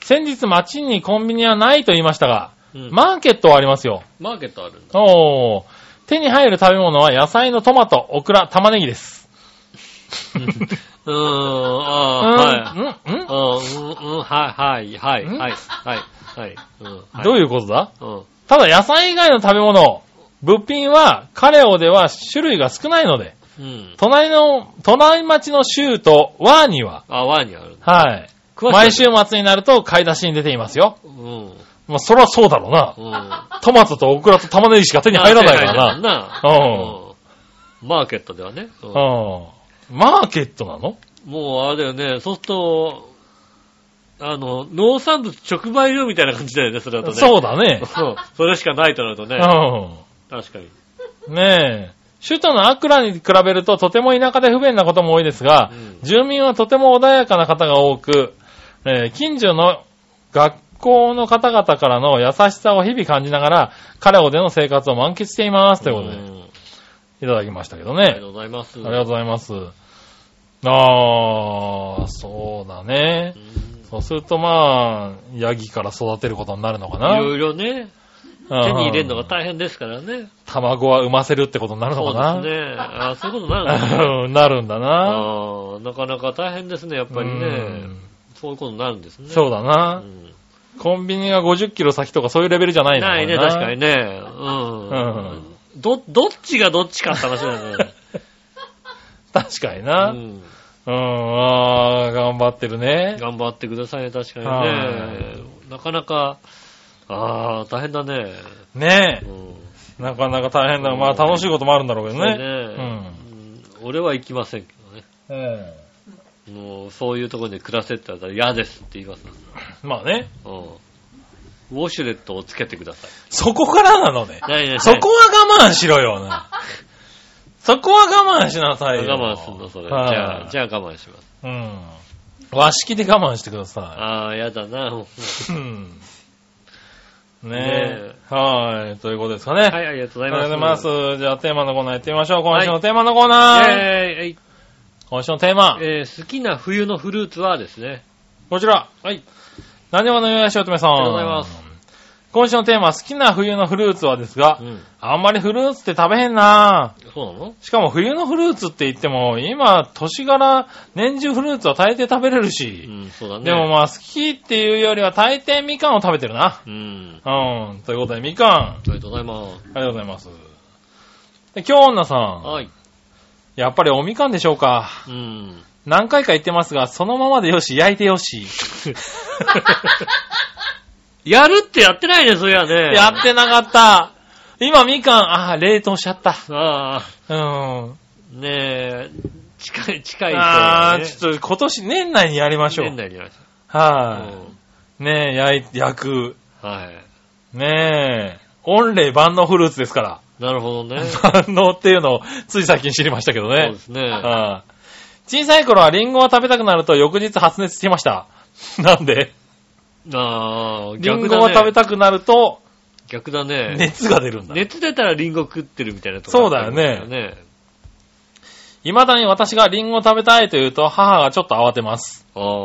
[SPEAKER 3] 先日街にコンビニはないと言いましたが、
[SPEAKER 2] うん
[SPEAKER 3] マーケットはありますよ。
[SPEAKER 2] マーケットあるんだ。
[SPEAKER 3] おー。手に入る食べ物は野菜のトマト、オクラ、玉ねぎです。
[SPEAKER 2] うーん、 あー、はい。
[SPEAKER 3] うん、う
[SPEAKER 2] う
[SPEAKER 3] ん、
[SPEAKER 2] ん、うん、うんはい、はい、はい、
[SPEAKER 3] うん
[SPEAKER 2] はい、はい、はい。うんはい
[SPEAKER 3] どういうことだ
[SPEAKER 2] うん。
[SPEAKER 3] ただ野菜以外の食べ物、物品はカレオでは種類が少ないので、
[SPEAKER 2] うん。
[SPEAKER 3] 隣の、隣町の州とワーには、
[SPEAKER 2] あ、ワーにあるんだ。
[SPEAKER 3] はい。
[SPEAKER 2] 詳しい
[SPEAKER 3] 毎週末になると買い出しに出ていますよ。
[SPEAKER 2] うん。
[SPEAKER 3] まあ、そらそうだろうな。
[SPEAKER 2] うん。
[SPEAKER 3] トマトとオクラと玉ねぎしか手に入らないからな。
[SPEAKER 2] な
[SPEAKER 3] うん
[SPEAKER 2] うん。マーケットではね。うん
[SPEAKER 3] うん。マーケットなの
[SPEAKER 2] もうあれだよね、そうすると、あの、農産物直売所みたいな感じだよね、それだとね。
[SPEAKER 3] そうだね。
[SPEAKER 2] そう。それしかないとなるとね。
[SPEAKER 3] う
[SPEAKER 2] 確かに。
[SPEAKER 3] ん。ねえ。首都のアクラに比べるととても田舎で不便なことも多いですが、
[SPEAKER 2] うん
[SPEAKER 3] 住民はとても穏やかな方が多く、えー近所の学校の方々からの優しさを日々感じながら、カラオでの生活を満喫しています。ということ
[SPEAKER 2] ん
[SPEAKER 3] で、いただきましたけど
[SPEAKER 2] ありが
[SPEAKER 3] ね
[SPEAKER 2] と。うございます。
[SPEAKER 3] ありがとうございます。あー、そうだね。
[SPEAKER 2] うん
[SPEAKER 3] そうするとまあ、ヤギから育てることになるのかな。
[SPEAKER 2] いろいろね、
[SPEAKER 3] うん
[SPEAKER 2] 手に入れるのが大変ですからね。
[SPEAKER 3] 卵は産ませるってことになるの
[SPEAKER 2] そ
[SPEAKER 3] か
[SPEAKER 2] う
[SPEAKER 3] な。
[SPEAKER 2] ですね。あそういうことになるんだね。
[SPEAKER 3] うん なるんだな。
[SPEAKER 2] ああ、なかなか大変ですね、やっぱり
[SPEAKER 3] う
[SPEAKER 2] ね
[SPEAKER 3] ん。
[SPEAKER 2] そういうことになるんですね。
[SPEAKER 3] そうだ
[SPEAKER 2] う
[SPEAKER 3] な。
[SPEAKER 2] ん
[SPEAKER 3] コンビニが50キロ先とかそういうレベルじゃないの
[SPEAKER 2] ないね、
[SPEAKER 3] な
[SPEAKER 2] 確かにね。うん。ど、どっちがどっちかって話だよ ね。
[SPEAKER 3] 確かに
[SPEAKER 2] う
[SPEAKER 3] な。うん、
[SPEAKER 2] ん。
[SPEAKER 3] あー頑張ってるね。
[SPEAKER 2] 頑張ってくださいね、確かに
[SPEAKER 3] は
[SPEAKER 2] ね。なかなか、ああ、大変だね。
[SPEAKER 3] ね
[SPEAKER 2] うん。
[SPEAKER 3] え。なかなか大変だ。まあ楽しいこともあるんだろうけど
[SPEAKER 2] そうね
[SPEAKER 3] ね。
[SPEAKER 2] うん俺は行きませんけどね。
[SPEAKER 3] うん
[SPEAKER 2] もう、そういうところで暮らせって言われたら嫌ですって言います。
[SPEAKER 3] まあね。
[SPEAKER 2] うん。ウォシュレットをつけてください。
[SPEAKER 3] そこからなのね。
[SPEAKER 2] ないないない
[SPEAKER 3] そこは我慢しろよ な。そこは我慢しなさいよ。
[SPEAKER 2] 我慢すんの、それ。じ
[SPEAKER 3] はい
[SPEAKER 2] ゃあ、じゃあ我慢します。
[SPEAKER 3] うん。和式で我慢してくださ
[SPEAKER 2] ああ、嫌だな。もう
[SPEAKER 3] い。うん。ね
[SPEAKER 2] ね
[SPEAKER 3] え。はい。ということですかね。
[SPEAKER 2] はい、ありがとうご
[SPEAKER 3] あ
[SPEAKER 2] ざ
[SPEAKER 3] り
[SPEAKER 2] い
[SPEAKER 3] が
[SPEAKER 2] ます。
[SPEAKER 3] とうございます。じゃあテーマのコーナー行ってみましょう。今週
[SPEAKER 2] は
[SPEAKER 3] の
[SPEAKER 2] い
[SPEAKER 3] テーマのコーナー。
[SPEAKER 2] えー
[SPEAKER 3] 今週のテーマ、
[SPEAKER 2] えー好きな冬のフルーツはですね。
[SPEAKER 3] こちら。
[SPEAKER 2] はい。
[SPEAKER 3] 何話のよやしおとめさん。
[SPEAKER 2] ありがとうございます。
[SPEAKER 3] 今週のテーマ、好きな冬のフルーツはですが、
[SPEAKER 2] うん。
[SPEAKER 3] あんまりフルーツって食べへんなぁ
[SPEAKER 2] そうなの
[SPEAKER 3] しかも冬のフルーツって言っても、今、年柄、年中フルーツは大抵食べれる
[SPEAKER 2] う
[SPEAKER 3] し、
[SPEAKER 2] ん、そうだね。
[SPEAKER 3] でもまあ好きっていうよりは大抵みかんを食べてるな。
[SPEAKER 2] うん。
[SPEAKER 3] うん。ということで、みかん。
[SPEAKER 2] ありがとうございます。
[SPEAKER 3] ありがとうございます。で、京女さん。
[SPEAKER 2] はい。
[SPEAKER 3] やっぱりおみかんでしょうか。
[SPEAKER 2] うん。
[SPEAKER 3] 何回か言ってますが、そのままでよし、焼いてよし。
[SPEAKER 2] やるってやってないね、そりゃね。
[SPEAKER 3] やってなかった。今、みかん、ああ、冷凍しちゃった。
[SPEAKER 2] ああ、
[SPEAKER 3] うん。
[SPEAKER 2] ねえ、近い、近い人、ね。
[SPEAKER 3] ああ、ちょっと今年、年内にやりましょう。
[SPEAKER 2] 年内にやりましょ
[SPEAKER 3] は
[SPEAKER 2] う
[SPEAKER 3] い。ねえ、焼い、焼く。
[SPEAKER 2] うんはい。
[SPEAKER 3] ねえ、御礼万能フルーツですから。
[SPEAKER 2] なるほど ね。そ
[SPEAKER 3] 万能っていうのを、つい最近知りましたけど
[SPEAKER 2] う
[SPEAKER 3] ね
[SPEAKER 2] で。すね。
[SPEAKER 3] うん小さい頃はリンゴを食べたくなると翌日発熱してました。なんで
[SPEAKER 2] ああ、
[SPEAKER 3] リン
[SPEAKER 2] 逆
[SPEAKER 3] ゴ
[SPEAKER 2] だ
[SPEAKER 3] を食べ
[SPEAKER 2] ね。
[SPEAKER 3] たくなると
[SPEAKER 2] 逆だね。
[SPEAKER 3] 熱が出るんだ。
[SPEAKER 2] 熱出たらリンゴ食ってるみたいなとこ
[SPEAKER 3] そうだよね
[SPEAKER 2] あったんだよね。
[SPEAKER 3] 未だに私がリンゴを食べたいと言うと母がちょっと慌てます。
[SPEAKER 2] ああ、
[SPEAKER 3] ああ、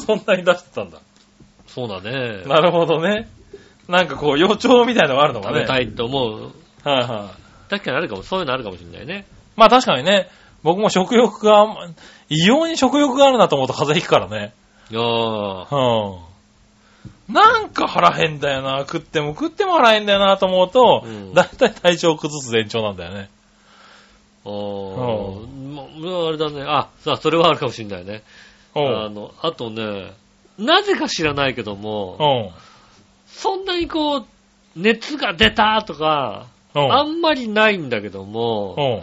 [SPEAKER 3] そんなに出してたんだ。
[SPEAKER 2] そうだね。
[SPEAKER 3] なるほどね。なんかこう、予兆みたいのがあるのか
[SPEAKER 2] 食
[SPEAKER 3] ね。
[SPEAKER 2] べた
[SPEAKER 3] い。
[SPEAKER 2] いと思う。
[SPEAKER 3] はいはい。
[SPEAKER 2] 確かにあるかも、そういうのあるかもしれないね。
[SPEAKER 3] まあ確かにね、僕も食欲があんま、異様に食欲があるなと思うと風邪ひくからね。
[SPEAKER 2] ああ、
[SPEAKER 3] うん。なんか腹減んだよな、食っても食っても腹減んだよなと思うと、
[SPEAKER 2] うん
[SPEAKER 3] だいたい体調を崩す前兆なんだよね。
[SPEAKER 2] あーままあ、あれだね。あ、さあ、それはあるかもしれないね。
[SPEAKER 3] お
[SPEAKER 2] あ
[SPEAKER 3] う。
[SPEAKER 2] の、あとね、なぜか知らないけども、
[SPEAKER 3] おう。
[SPEAKER 2] そんなにこう、熱が出たとか、
[SPEAKER 3] お
[SPEAKER 2] あ
[SPEAKER 3] う。
[SPEAKER 2] んまりないんだけども、
[SPEAKER 3] おう。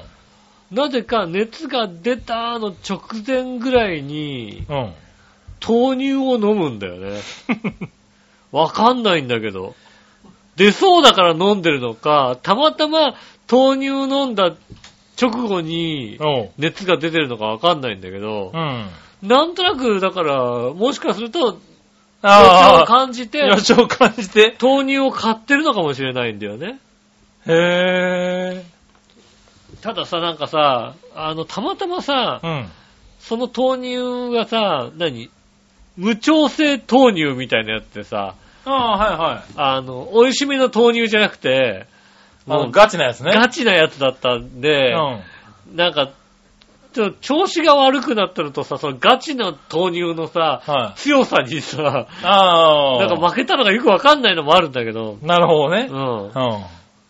[SPEAKER 2] なぜか熱が出たの直前ぐらいに、
[SPEAKER 3] お う。
[SPEAKER 2] 豆乳を飲むんだよね。わかんないんだけど。出そうだから飲んでるのか、たまたま豆乳飲んだ直後に
[SPEAKER 3] おう。
[SPEAKER 2] 熱が出てるのかわかんないんだけど
[SPEAKER 3] う、ん。
[SPEAKER 2] なんとなくだから、もしかすると、熱を
[SPEAKER 3] ああ、
[SPEAKER 2] 感じて、
[SPEAKER 3] 予兆感じて。
[SPEAKER 2] 豆乳を買ってるのかもしれないんだよね。
[SPEAKER 3] へえ。
[SPEAKER 2] たださ、なんかさ、あの、たまたまさ
[SPEAKER 3] う、ん。
[SPEAKER 2] その豆乳がさ、何無調整豆乳みたいなやつでさ、
[SPEAKER 3] ああ、はいはい。
[SPEAKER 2] あの、美味しめの豆乳じゃなくて、
[SPEAKER 3] あ
[SPEAKER 2] も
[SPEAKER 3] の、
[SPEAKER 2] う
[SPEAKER 3] ガチなやつね。
[SPEAKER 2] ガチなやつだったん
[SPEAKER 3] う
[SPEAKER 2] で、
[SPEAKER 3] ん。
[SPEAKER 2] なんか、ちょっと調子が悪くなったのとさ、そのガチな豆乳のさ、
[SPEAKER 3] はい。
[SPEAKER 2] 強さにさ、
[SPEAKER 3] ああ。
[SPEAKER 2] なんか負けたのがよくわかんないのもあるんだけど、
[SPEAKER 3] なるほどね
[SPEAKER 2] う。ん。
[SPEAKER 3] うん。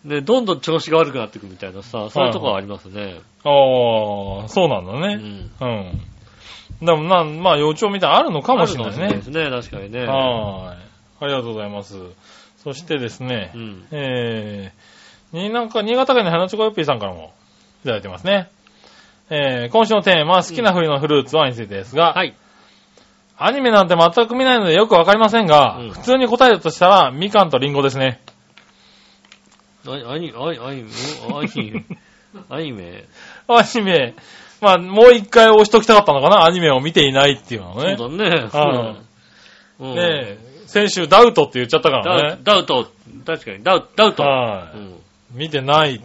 [SPEAKER 2] で、どんどん調子が悪くなっていくみたいなさ、そういうとこはありますね。
[SPEAKER 3] ああ、そうなんだ
[SPEAKER 2] う
[SPEAKER 3] ね。
[SPEAKER 2] ん。
[SPEAKER 3] うん。でもな、まあ、予兆みたいなのあるのかもしれな
[SPEAKER 2] ある
[SPEAKER 3] い
[SPEAKER 2] かも
[SPEAKER 3] ね
[SPEAKER 2] で。すね、確かにね。
[SPEAKER 3] はーい。ありがとうございます。そしてですね、
[SPEAKER 2] うん。
[SPEAKER 3] えー、になんか、新潟県の花チョコヨッピーさんからもいただいてますね。えー、今週のテーマ、好きな冬のフルーツはについてですが、
[SPEAKER 2] はい。
[SPEAKER 3] アニメなんて全く見ないのでよくわかりませんが、
[SPEAKER 2] うん
[SPEAKER 3] 普通に答えるとしたら、みかんとりんごですね。
[SPEAKER 2] あい、あい、あい、あい、あい、あいめ。
[SPEAKER 3] アニメ、まあ、もう一回押しときたかったのかな、アニメを見ていないっていうのはね。
[SPEAKER 2] そうだね。
[SPEAKER 3] は
[SPEAKER 2] そうだね。うん
[SPEAKER 3] ねえ、先週ダウトって言っちゃったか
[SPEAKER 2] ダ
[SPEAKER 3] ら
[SPEAKER 2] ウ
[SPEAKER 3] ね。
[SPEAKER 2] ダウト、確かに、ダウダウト。
[SPEAKER 3] は
[SPEAKER 2] う
[SPEAKER 3] い。
[SPEAKER 2] ん。
[SPEAKER 3] 見てない。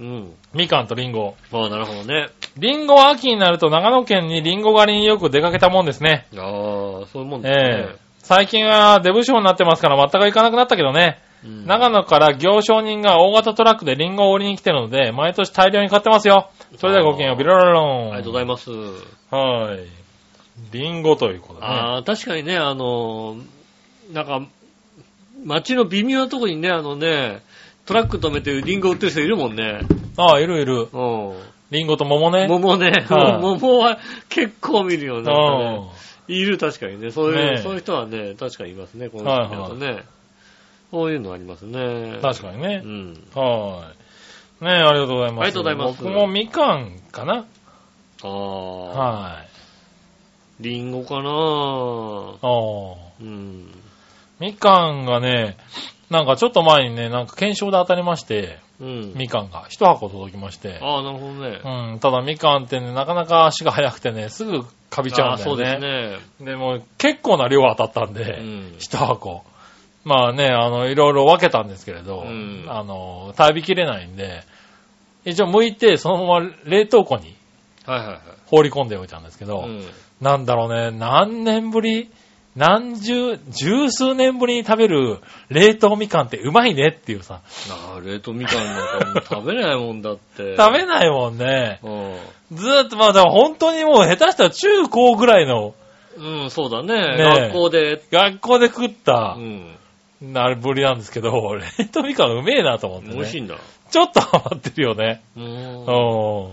[SPEAKER 2] うん。
[SPEAKER 3] みかんとリンゴ。
[SPEAKER 2] ああ、なるほどね。
[SPEAKER 3] リンゴは秋になると長野県にリンゴ狩りによく出かけたもんですね。
[SPEAKER 2] ああ、そういうもんです
[SPEAKER 3] ええ
[SPEAKER 2] ね。
[SPEAKER 3] 最近はデブ賞になってますから全く行かなくなったけどね。
[SPEAKER 2] うん
[SPEAKER 3] 長野から行商人が大型トラックでリンゴを売りに来てるので、毎年大量に買ってますよ。それではごきげんよう、ビロロロン。
[SPEAKER 2] ありがとうございます。
[SPEAKER 3] ます。はい。リンゴということでね。
[SPEAKER 2] ああ、確かにね、あの、なんか、街の微妙なとこにね、あのね、トラック止めてリンゴ売ってる人いるもんね。
[SPEAKER 3] ああ、いるいる。
[SPEAKER 2] うん。
[SPEAKER 3] リンゴと桃ね。
[SPEAKER 2] 桃ね、
[SPEAKER 3] はい
[SPEAKER 2] 桃は結構見るよね。
[SPEAKER 3] う
[SPEAKER 2] いる、確かにね。そういう、
[SPEAKER 3] ねえ
[SPEAKER 2] そういう人はね、確かにいますね、この人だとね。そういうのありますね。
[SPEAKER 3] ん。確かにね。
[SPEAKER 2] うん。
[SPEAKER 3] はい。ねえ、ありがとうございます。
[SPEAKER 2] ありがとうございます
[SPEAKER 3] 僕もみかんかな。
[SPEAKER 2] ああ、
[SPEAKER 3] はい。
[SPEAKER 2] リンゴかな
[SPEAKER 3] ああ。
[SPEAKER 2] うん。
[SPEAKER 3] みかんがね、なんかちょっと前にね、なんか検証で当たりまして、
[SPEAKER 2] うん。
[SPEAKER 3] みかんが一箱届きまして。
[SPEAKER 2] ああ、なるほどね。
[SPEAKER 3] うん、ただみかんってね、なかなか足が速くてね、すぐかびちゃうんだよね。
[SPEAKER 2] あー
[SPEAKER 3] でもう結構な量当たった
[SPEAKER 2] そ
[SPEAKER 3] ん
[SPEAKER 2] うです
[SPEAKER 3] で、
[SPEAKER 2] ね。
[SPEAKER 3] 一、箱。まあね、あの、いろいろ分けたんですけれど、
[SPEAKER 2] うん
[SPEAKER 3] あの、食べきれないんで、一応剥いて、そのまま冷凍庫に
[SPEAKER 2] うん。はいはいはい。
[SPEAKER 3] 放り込んでおいたんですけど、
[SPEAKER 2] うん
[SPEAKER 3] なんだろうね、何年ぶり、何十、十数年ぶりに食べる冷凍みかんってうまいねっていうさ、
[SPEAKER 2] ああ、冷凍みかんなんかもう食べれないもんだって。
[SPEAKER 3] 食べないもんね。
[SPEAKER 2] う
[SPEAKER 3] ずーっと、まあでも本当にもう下手したら中高ぐらいの
[SPEAKER 2] ん。うん、そうだね。
[SPEAKER 3] ねえ
[SPEAKER 2] 学校で。
[SPEAKER 3] 学校で食っ
[SPEAKER 2] う
[SPEAKER 3] た、
[SPEAKER 2] ん。
[SPEAKER 3] なるぶりなんですけど、 冷凍みかんうめえなと思ってね。
[SPEAKER 2] 美味しいんだ。
[SPEAKER 3] ちょっとハマってるよね。
[SPEAKER 2] う。
[SPEAKER 3] うんん。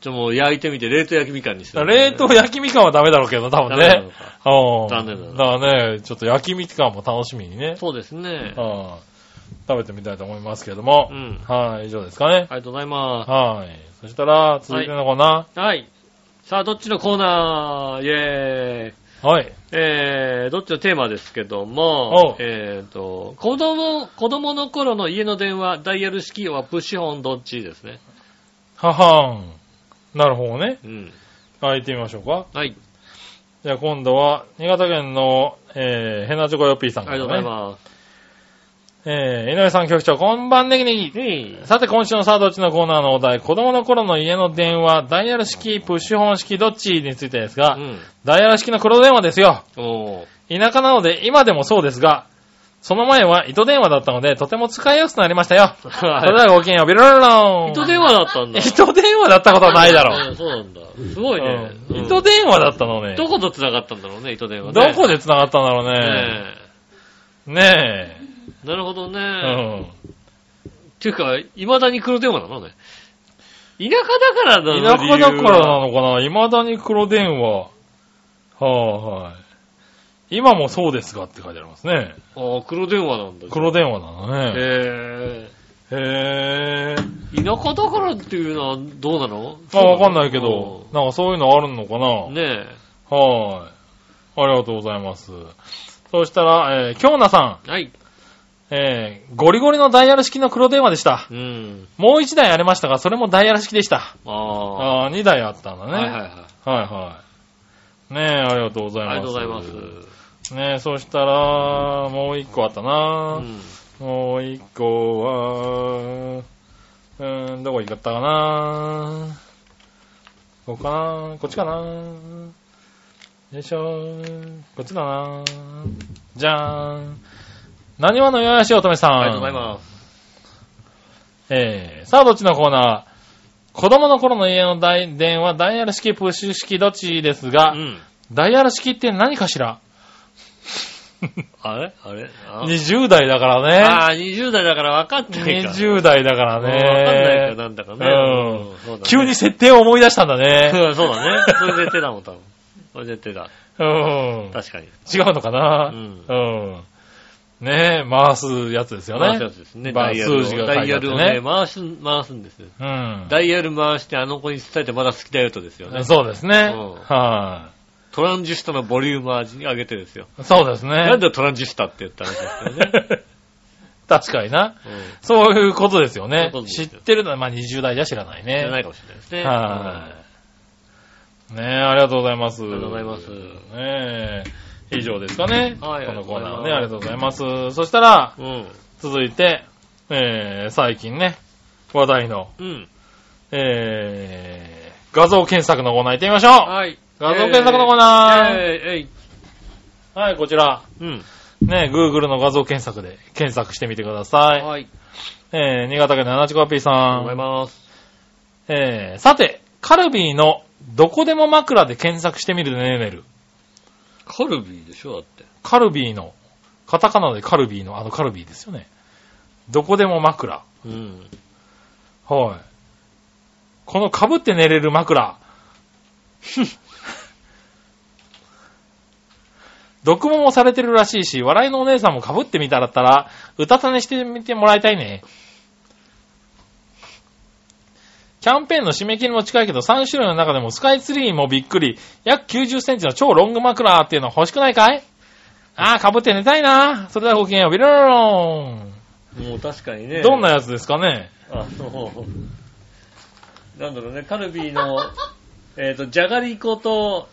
[SPEAKER 2] じゃあもう焼いてみて、冷凍焼きみかんにして、
[SPEAKER 3] 冷凍焼きみかんはダメだろうけど、多分
[SPEAKER 2] ダメな
[SPEAKER 3] ね
[SPEAKER 2] の。か
[SPEAKER 3] うん。
[SPEAKER 2] 残念だね
[SPEAKER 3] だからね、ちょっと焼きみかんも楽しみにね。
[SPEAKER 2] そうですね。
[SPEAKER 3] うん。食べてみたいと思いますけれども
[SPEAKER 2] う。ん。
[SPEAKER 3] はい、以上ですかね。
[SPEAKER 2] ありがとうございま
[SPEAKER 3] はい。そしたら、続いてのコーナ
[SPEAKER 2] す。はい。さあ、どっちのコーナーイェーイ。
[SPEAKER 3] ー。はい。
[SPEAKER 2] えー、どっちのテーマですけども
[SPEAKER 3] おう、
[SPEAKER 2] えーと、子供、子供の頃の家の電話、ダイヤル式はプッシュホンどっちですね。
[SPEAKER 3] ははん。なるほどね。
[SPEAKER 2] うん。
[SPEAKER 3] はい、行ってみましょうか。
[SPEAKER 2] はい。
[SPEAKER 3] じゃあ今度は、新潟県の、えー、ヘナチョコヨッピーさんか
[SPEAKER 2] あ
[SPEAKER 3] ら、
[SPEAKER 2] り
[SPEAKER 3] ね。
[SPEAKER 2] がとうございます。
[SPEAKER 3] えー、井上さん局長、こんばんねぎねぎ。
[SPEAKER 2] ね
[SPEAKER 3] さて、今週のサードっちのコーナーのお題、子供の頃の家の電話、ダイヤル式、プッシュホン式、どっちについてです
[SPEAKER 2] え
[SPEAKER 3] が、
[SPEAKER 2] うん。
[SPEAKER 3] ダイヤル式の黒電話ですよ。
[SPEAKER 2] おー
[SPEAKER 3] 田舎なので、今でもそうですが、その前は糸電話だったので、とても使いやすくなりましたよ。それで
[SPEAKER 2] は
[SPEAKER 3] はごきげんよう、ビロロロ ン。
[SPEAKER 2] い。糸電話だったんだ。
[SPEAKER 3] 糸電話だったことはないだろ
[SPEAKER 2] う
[SPEAKER 3] う。
[SPEAKER 2] んそうなんだ。すごいね。
[SPEAKER 3] うん
[SPEAKER 2] うん
[SPEAKER 3] 糸電話だったのね。
[SPEAKER 2] どこと繋がったんだろうね、糸電話ね。
[SPEAKER 3] どこで繋がったんだろうね。
[SPEAKER 2] ねえ
[SPEAKER 3] ねね
[SPEAKER 2] なるほどね。
[SPEAKER 3] え。うん。
[SPEAKER 2] っていうか、未だに黒電話なのね。田舎だからなの
[SPEAKER 3] 田舎だからな
[SPEAKER 2] の。
[SPEAKER 3] のかな未だに黒電話。はい、はい。今もそうですがって書いてありますね。
[SPEAKER 2] ああ、黒電話なんだ。
[SPEAKER 3] 黒電話な
[SPEAKER 2] へ
[SPEAKER 3] のね。へー。
[SPEAKER 2] え。田舎だからっていうのはどうなの
[SPEAKER 3] あ、わかんないけど、なんかそういうのあるのかな
[SPEAKER 2] うん。ね
[SPEAKER 3] はーい。ありがとうございます。そしたら、えー、京奈さん、
[SPEAKER 2] え。はい。
[SPEAKER 3] えー、ゴリゴリのダイヤル式の黒電話でした。
[SPEAKER 2] うん。
[SPEAKER 3] もう一台ありましたが、それもダイヤル式でした。
[SPEAKER 2] ああ。
[SPEAKER 3] ああー、二台あったんだね。
[SPEAKER 2] はいはいはい。
[SPEAKER 3] はいはい。ねえ、ありがとうございます。
[SPEAKER 2] ありがとうございます。
[SPEAKER 3] す。ねえ、そしたら、もう一個あった
[SPEAKER 2] う
[SPEAKER 3] な、
[SPEAKER 2] ん。
[SPEAKER 3] もう一個は、うーん、どこ行ったかなここかなこっちかなよいしょこっちだなじゃーん。何話のよやしおとめさん。
[SPEAKER 2] ありがとうございます。
[SPEAKER 3] えー、さあ、どっちのコーナー子供の頃の家の大電話、ダイヤル式、プッシュ式、どっちですが、
[SPEAKER 2] うん。
[SPEAKER 3] ダイヤル式って何かしら
[SPEAKER 2] あれあれあ
[SPEAKER 3] ?20 代だからね。
[SPEAKER 2] あー、20代だから分かってないか。
[SPEAKER 3] 20代だから
[SPEAKER 2] 分かんないか、
[SPEAKER 3] ね。
[SPEAKER 2] なんだかね。
[SPEAKER 3] うん
[SPEAKER 2] そうだね
[SPEAKER 3] 急に設定を思い出したんだ ね。
[SPEAKER 2] うんそうだね。それ絶対だもん、多分。それ絶対だ。
[SPEAKER 3] うん。
[SPEAKER 2] 確かに。
[SPEAKER 3] 違うのかな
[SPEAKER 2] う
[SPEAKER 3] うん。ねえ、回すやつですよ
[SPEAKER 2] 回すや
[SPEAKER 3] ね
[SPEAKER 2] つ。ですね。
[SPEAKER 3] まあ
[SPEAKER 2] ダイヤルを。
[SPEAKER 3] 数字が書
[SPEAKER 2] ダ
[SPEAKER 3] い
[SPEAKER 2] イ
[SPEAKER 3] てあ
[SPEAKER 2] ヤ
[SPEAKER 3] って
[SPEAKER 2] ル
[SPEAKER 3] ね
[SPEAKER 2] をね、回す、回すんですよ。
[SPEAKER 3] うん。
[SPEAKER 2] ダイヤル回してあの子に伝えてまだ好きだよとですよね。
[SPEAKER 3] そうですね
[SPEAKER 2] うん。
[SPEAKER 3] は
[SPEAKER 2] トランジスタのボリューム味上げてですよ。
[SPEAKER 3] い。そうですね。
[SPEAKER 2] なんでトランジスタって言ったんですかね。
[SPEAKER 3] 確かにな。
[SPEAKER 2] うん
[SPEAKER 3] そういうことですよね
[SPEAKER 2] そうい。うこと
[SPEAKER 3] 知
[SPEAKER 2] で
[SPEAKER 3] っ
[SPEAKER 2] すよ
[SPEAKER 3] てるのは、まあ20代じゃ知らないね。
[SPEAKER 2] じゃないかもしれないですね。
[SPEAKER 3] はい。ねえ、ありがとうございます。あり
[SPEAKER 2] りがとうございます
[SPEAKER 3] ねえ、以上ですかね。
[SPEAKER 2] はい
[SPEAKER 3] このコーナーはね、あ
[SPEAKER 2] あ
[SPEAKER 3] り
[SPEAKER 2] りがと
[SPEAKER 3] がとう
[SPEAKER 2] う
[SPEAKER 3] ご
[SPEAKER 2] ご
[SPEAKER 3] ざ
[SPEAKER 2] ざ
[SPEAKER 3] い
[SPEAKER 2] い
[SPEAKER 3] ます。そしたら、
[SPEAKER 2] い。うん。
[SPEAKER 3] 続いて、えー、最近ね、話題の、
[SPEAKER 2] うん。
[SPEAKER 3] えー、画像検索のコーナー行ってみましょ
[SPEAKER 2] はい。
[SPEAKER 3] 画像検索のコーナー
[SPEAKER 2] えええ
[SPEAKER 3] うはい、こちら。
[SPEAKER 2] いうん。
[SPEAKER 3] ね、Google の画像検索で検索してみてください。
[SPEAKER 2] はい。
[SPEAKER 3] えー、新潟県の 75P
[SPEAKER 2] あ
[SPEAKER 3] さ
[SPEAKER 2] りがとうござい
[SPEAKER 3] ん。
[SPEAKER 2] ます。
[SPEAKER 3] えー、さて、カルビーのどこでも枕で検索してみるでねねる。
[SPEAKER 2] カルビーでしょだって。
[SPEAKER 3] カルビーの、カタカナでカルビーの、あのカルビーですよね。どこでも枕。
[SPEAKER 2] うん。
[SPEAKER 3] はい。この被って寝れる枕。 毒ももされてるらしいし、笑いのお姉さんも被ってみたらったら、うたた寝してみてもらいたいね。キャンペーンの締め切りも近いけど、3種類の中でもスカイツリーもびっくり、約90センチの超ロング枕っていうの欲しくないかいああ、被って寝たいな。それではごきげんよう、ビロロロ
[SPEAKER 2] もう確かに
[SPEAKER 3] ー
[SPEAKER 2] ね。
[SPEAKER 3] ン。どんなやつですかね
[SPEAKER 2] あの、なんだろうね、カルビーの、 えっ、と、じゃがりこと、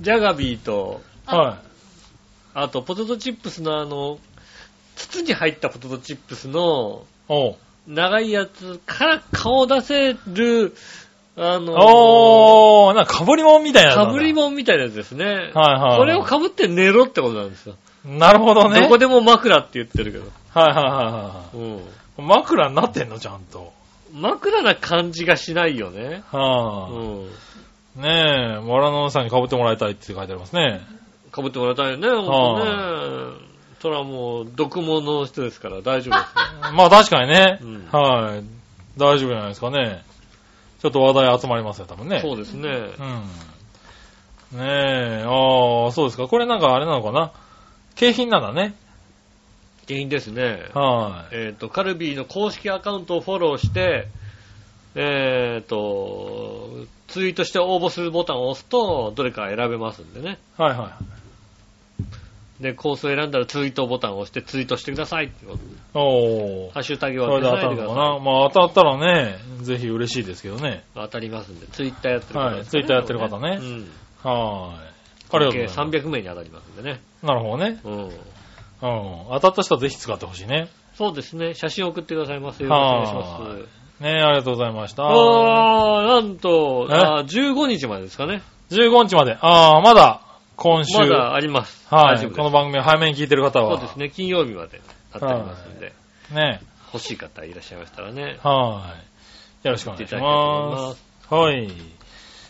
[SPEAKER 2] じゃがビーと、
[SPEAKER 3] はい。
[SPEAKER 2] あと、ポテトチップスのあの、筒に入ったポテトチップスの、
[SPEAKER 3] おう
[SPEAKER 2] 長いやつから顔を出せる、あの、
[SPEAKER 3] おー、なんかかぶりもんみたいな
[SPEAKER 2] かぶり
[SPEAKER 3] ん。
[SPEAKER 2] もんみたいなやつですね。
[SPEAKER 3] はいはい。
[SPEAKER 2] それをかぶって寝ろってことなんですよ。
[SPEAKER 3] なるほどね。
[SPEAKER 2] どこでも枕って言ってるけど。
[SPEAKER 3] はいはいは
[SPEAKER 2] うん
[SPEAKER 3] いはい。枕になってんの、ちゃんと。
[SPEAKER 2] 枕な感じがしないよね。う
[SPEAKER 3] はぁ、
[SPEAKER 2] ん。
[SPEAKER 3] ねえ、モラノさんに被ってもらいたいって書いてありますね。
[SPEAKER 2] かぶってもらいたいよね、ほんとね。それはもう、毒物の人ですから大 丈夫ですね。
[SPEAKER 3] まあ確かにね。
[SPEAKER 2] うん
[SPEAKER 3] はい。大丈夫じゃないですかね。ちょっと話題集まりますよ、多分ね。
[SPEAKER 2] そうですね。
[SPEAKER 3] うん。ねえ、ああ、そうですか。これなんかあれなのかな景品なんだね。
[SPEAKER 2] 原因ですね。
[SPEAKER 3] はい。
[SPEAKER 2] えっ、と、カルビーの公式アカウントをフォローして、えっ、と、ツイートして応募するボタンを押すと、どれか選べますんでね。
[SPEAKER 3] はいはい。
[SPEAKER 2] で、コースを選んだらツイートボタンを押してツイートしてくださいってこと。
[SPEAKER 3] おー。
[SPEAKER 2] ハッシュタグ
[SPEAKER 3] そ
[SPEAKER 2] は
[SPEAKER 3] れで
[SPEAKER 2] 消さ
[SPEAKER 3] 当
[SPEAKER 2] な
[SPEAKER 3] た
[SPEAKER 2] いで
[SPEAKER 3] る
[SPEAKER 2] くだ
[SPEAKER 3] のか
[SPEAKER 2] さ
[SPEAKER 3] な。まあ当たったらね、ぜひ嬉しいですけどね。
[SPEAKER 2] い。当たりますんで、ツイッターやってる方です
[SPEAKER 3] はいツイッターやってる方ね
[SPEAKER 2] うん。
[SPEAKER 3] はーい。ありがとうご
[SPEAKER 2] 合
[SPEAKER 3] ざ
[SPEAKER 2] 計
[SPEAKER 3] います。
[SPEAKER 2] 300名に当たりますんでね。
[SPEAKER 3] なるほどね。
[SPEAKER 2] うん。
[SPEAKER 3] うん。当たった人はぜひ使ってほしいね。
[SPEAKER 2] そうですね。写真を送ってくださいませ。よろしくお願いします。
[SPEAKER 3] ねありがとうございました。
[SPEAKER 2] あー、なんと、
[SPEAKER 3] え
[SPEAKER 2] あー15日までですかね。
[SPEAKER 3] 15日まで。ああ、まだ、今週。
[SPEAKER 2] まだあります。
[SPEAKER 3] は
[SPEAKER 2] 大丈夫
[SPEAKER 3] い。
[SPEAKER 2] です
[SPEAKER 3] この番組を早めに聞いてる方
[SPEAKER 2] そ
[SPEAKER 3] は。
[SPEAKER 2] うですね、金曜日まで当たりますんで、
[SPEAKER 3] ね。
[SPEAKER 2] 欲しい方いらっしゃいましたらね、
[SPEAKER 3] はーい。よろしくお
[SPEAKER 2] 行っていだき
[SPEAKER 3] 願いした
[SPEAKER 2] たいと思い
[SPEAKER 3] ま
[SPEAKER 2] ます。
[SPEAKER 3] す。はい。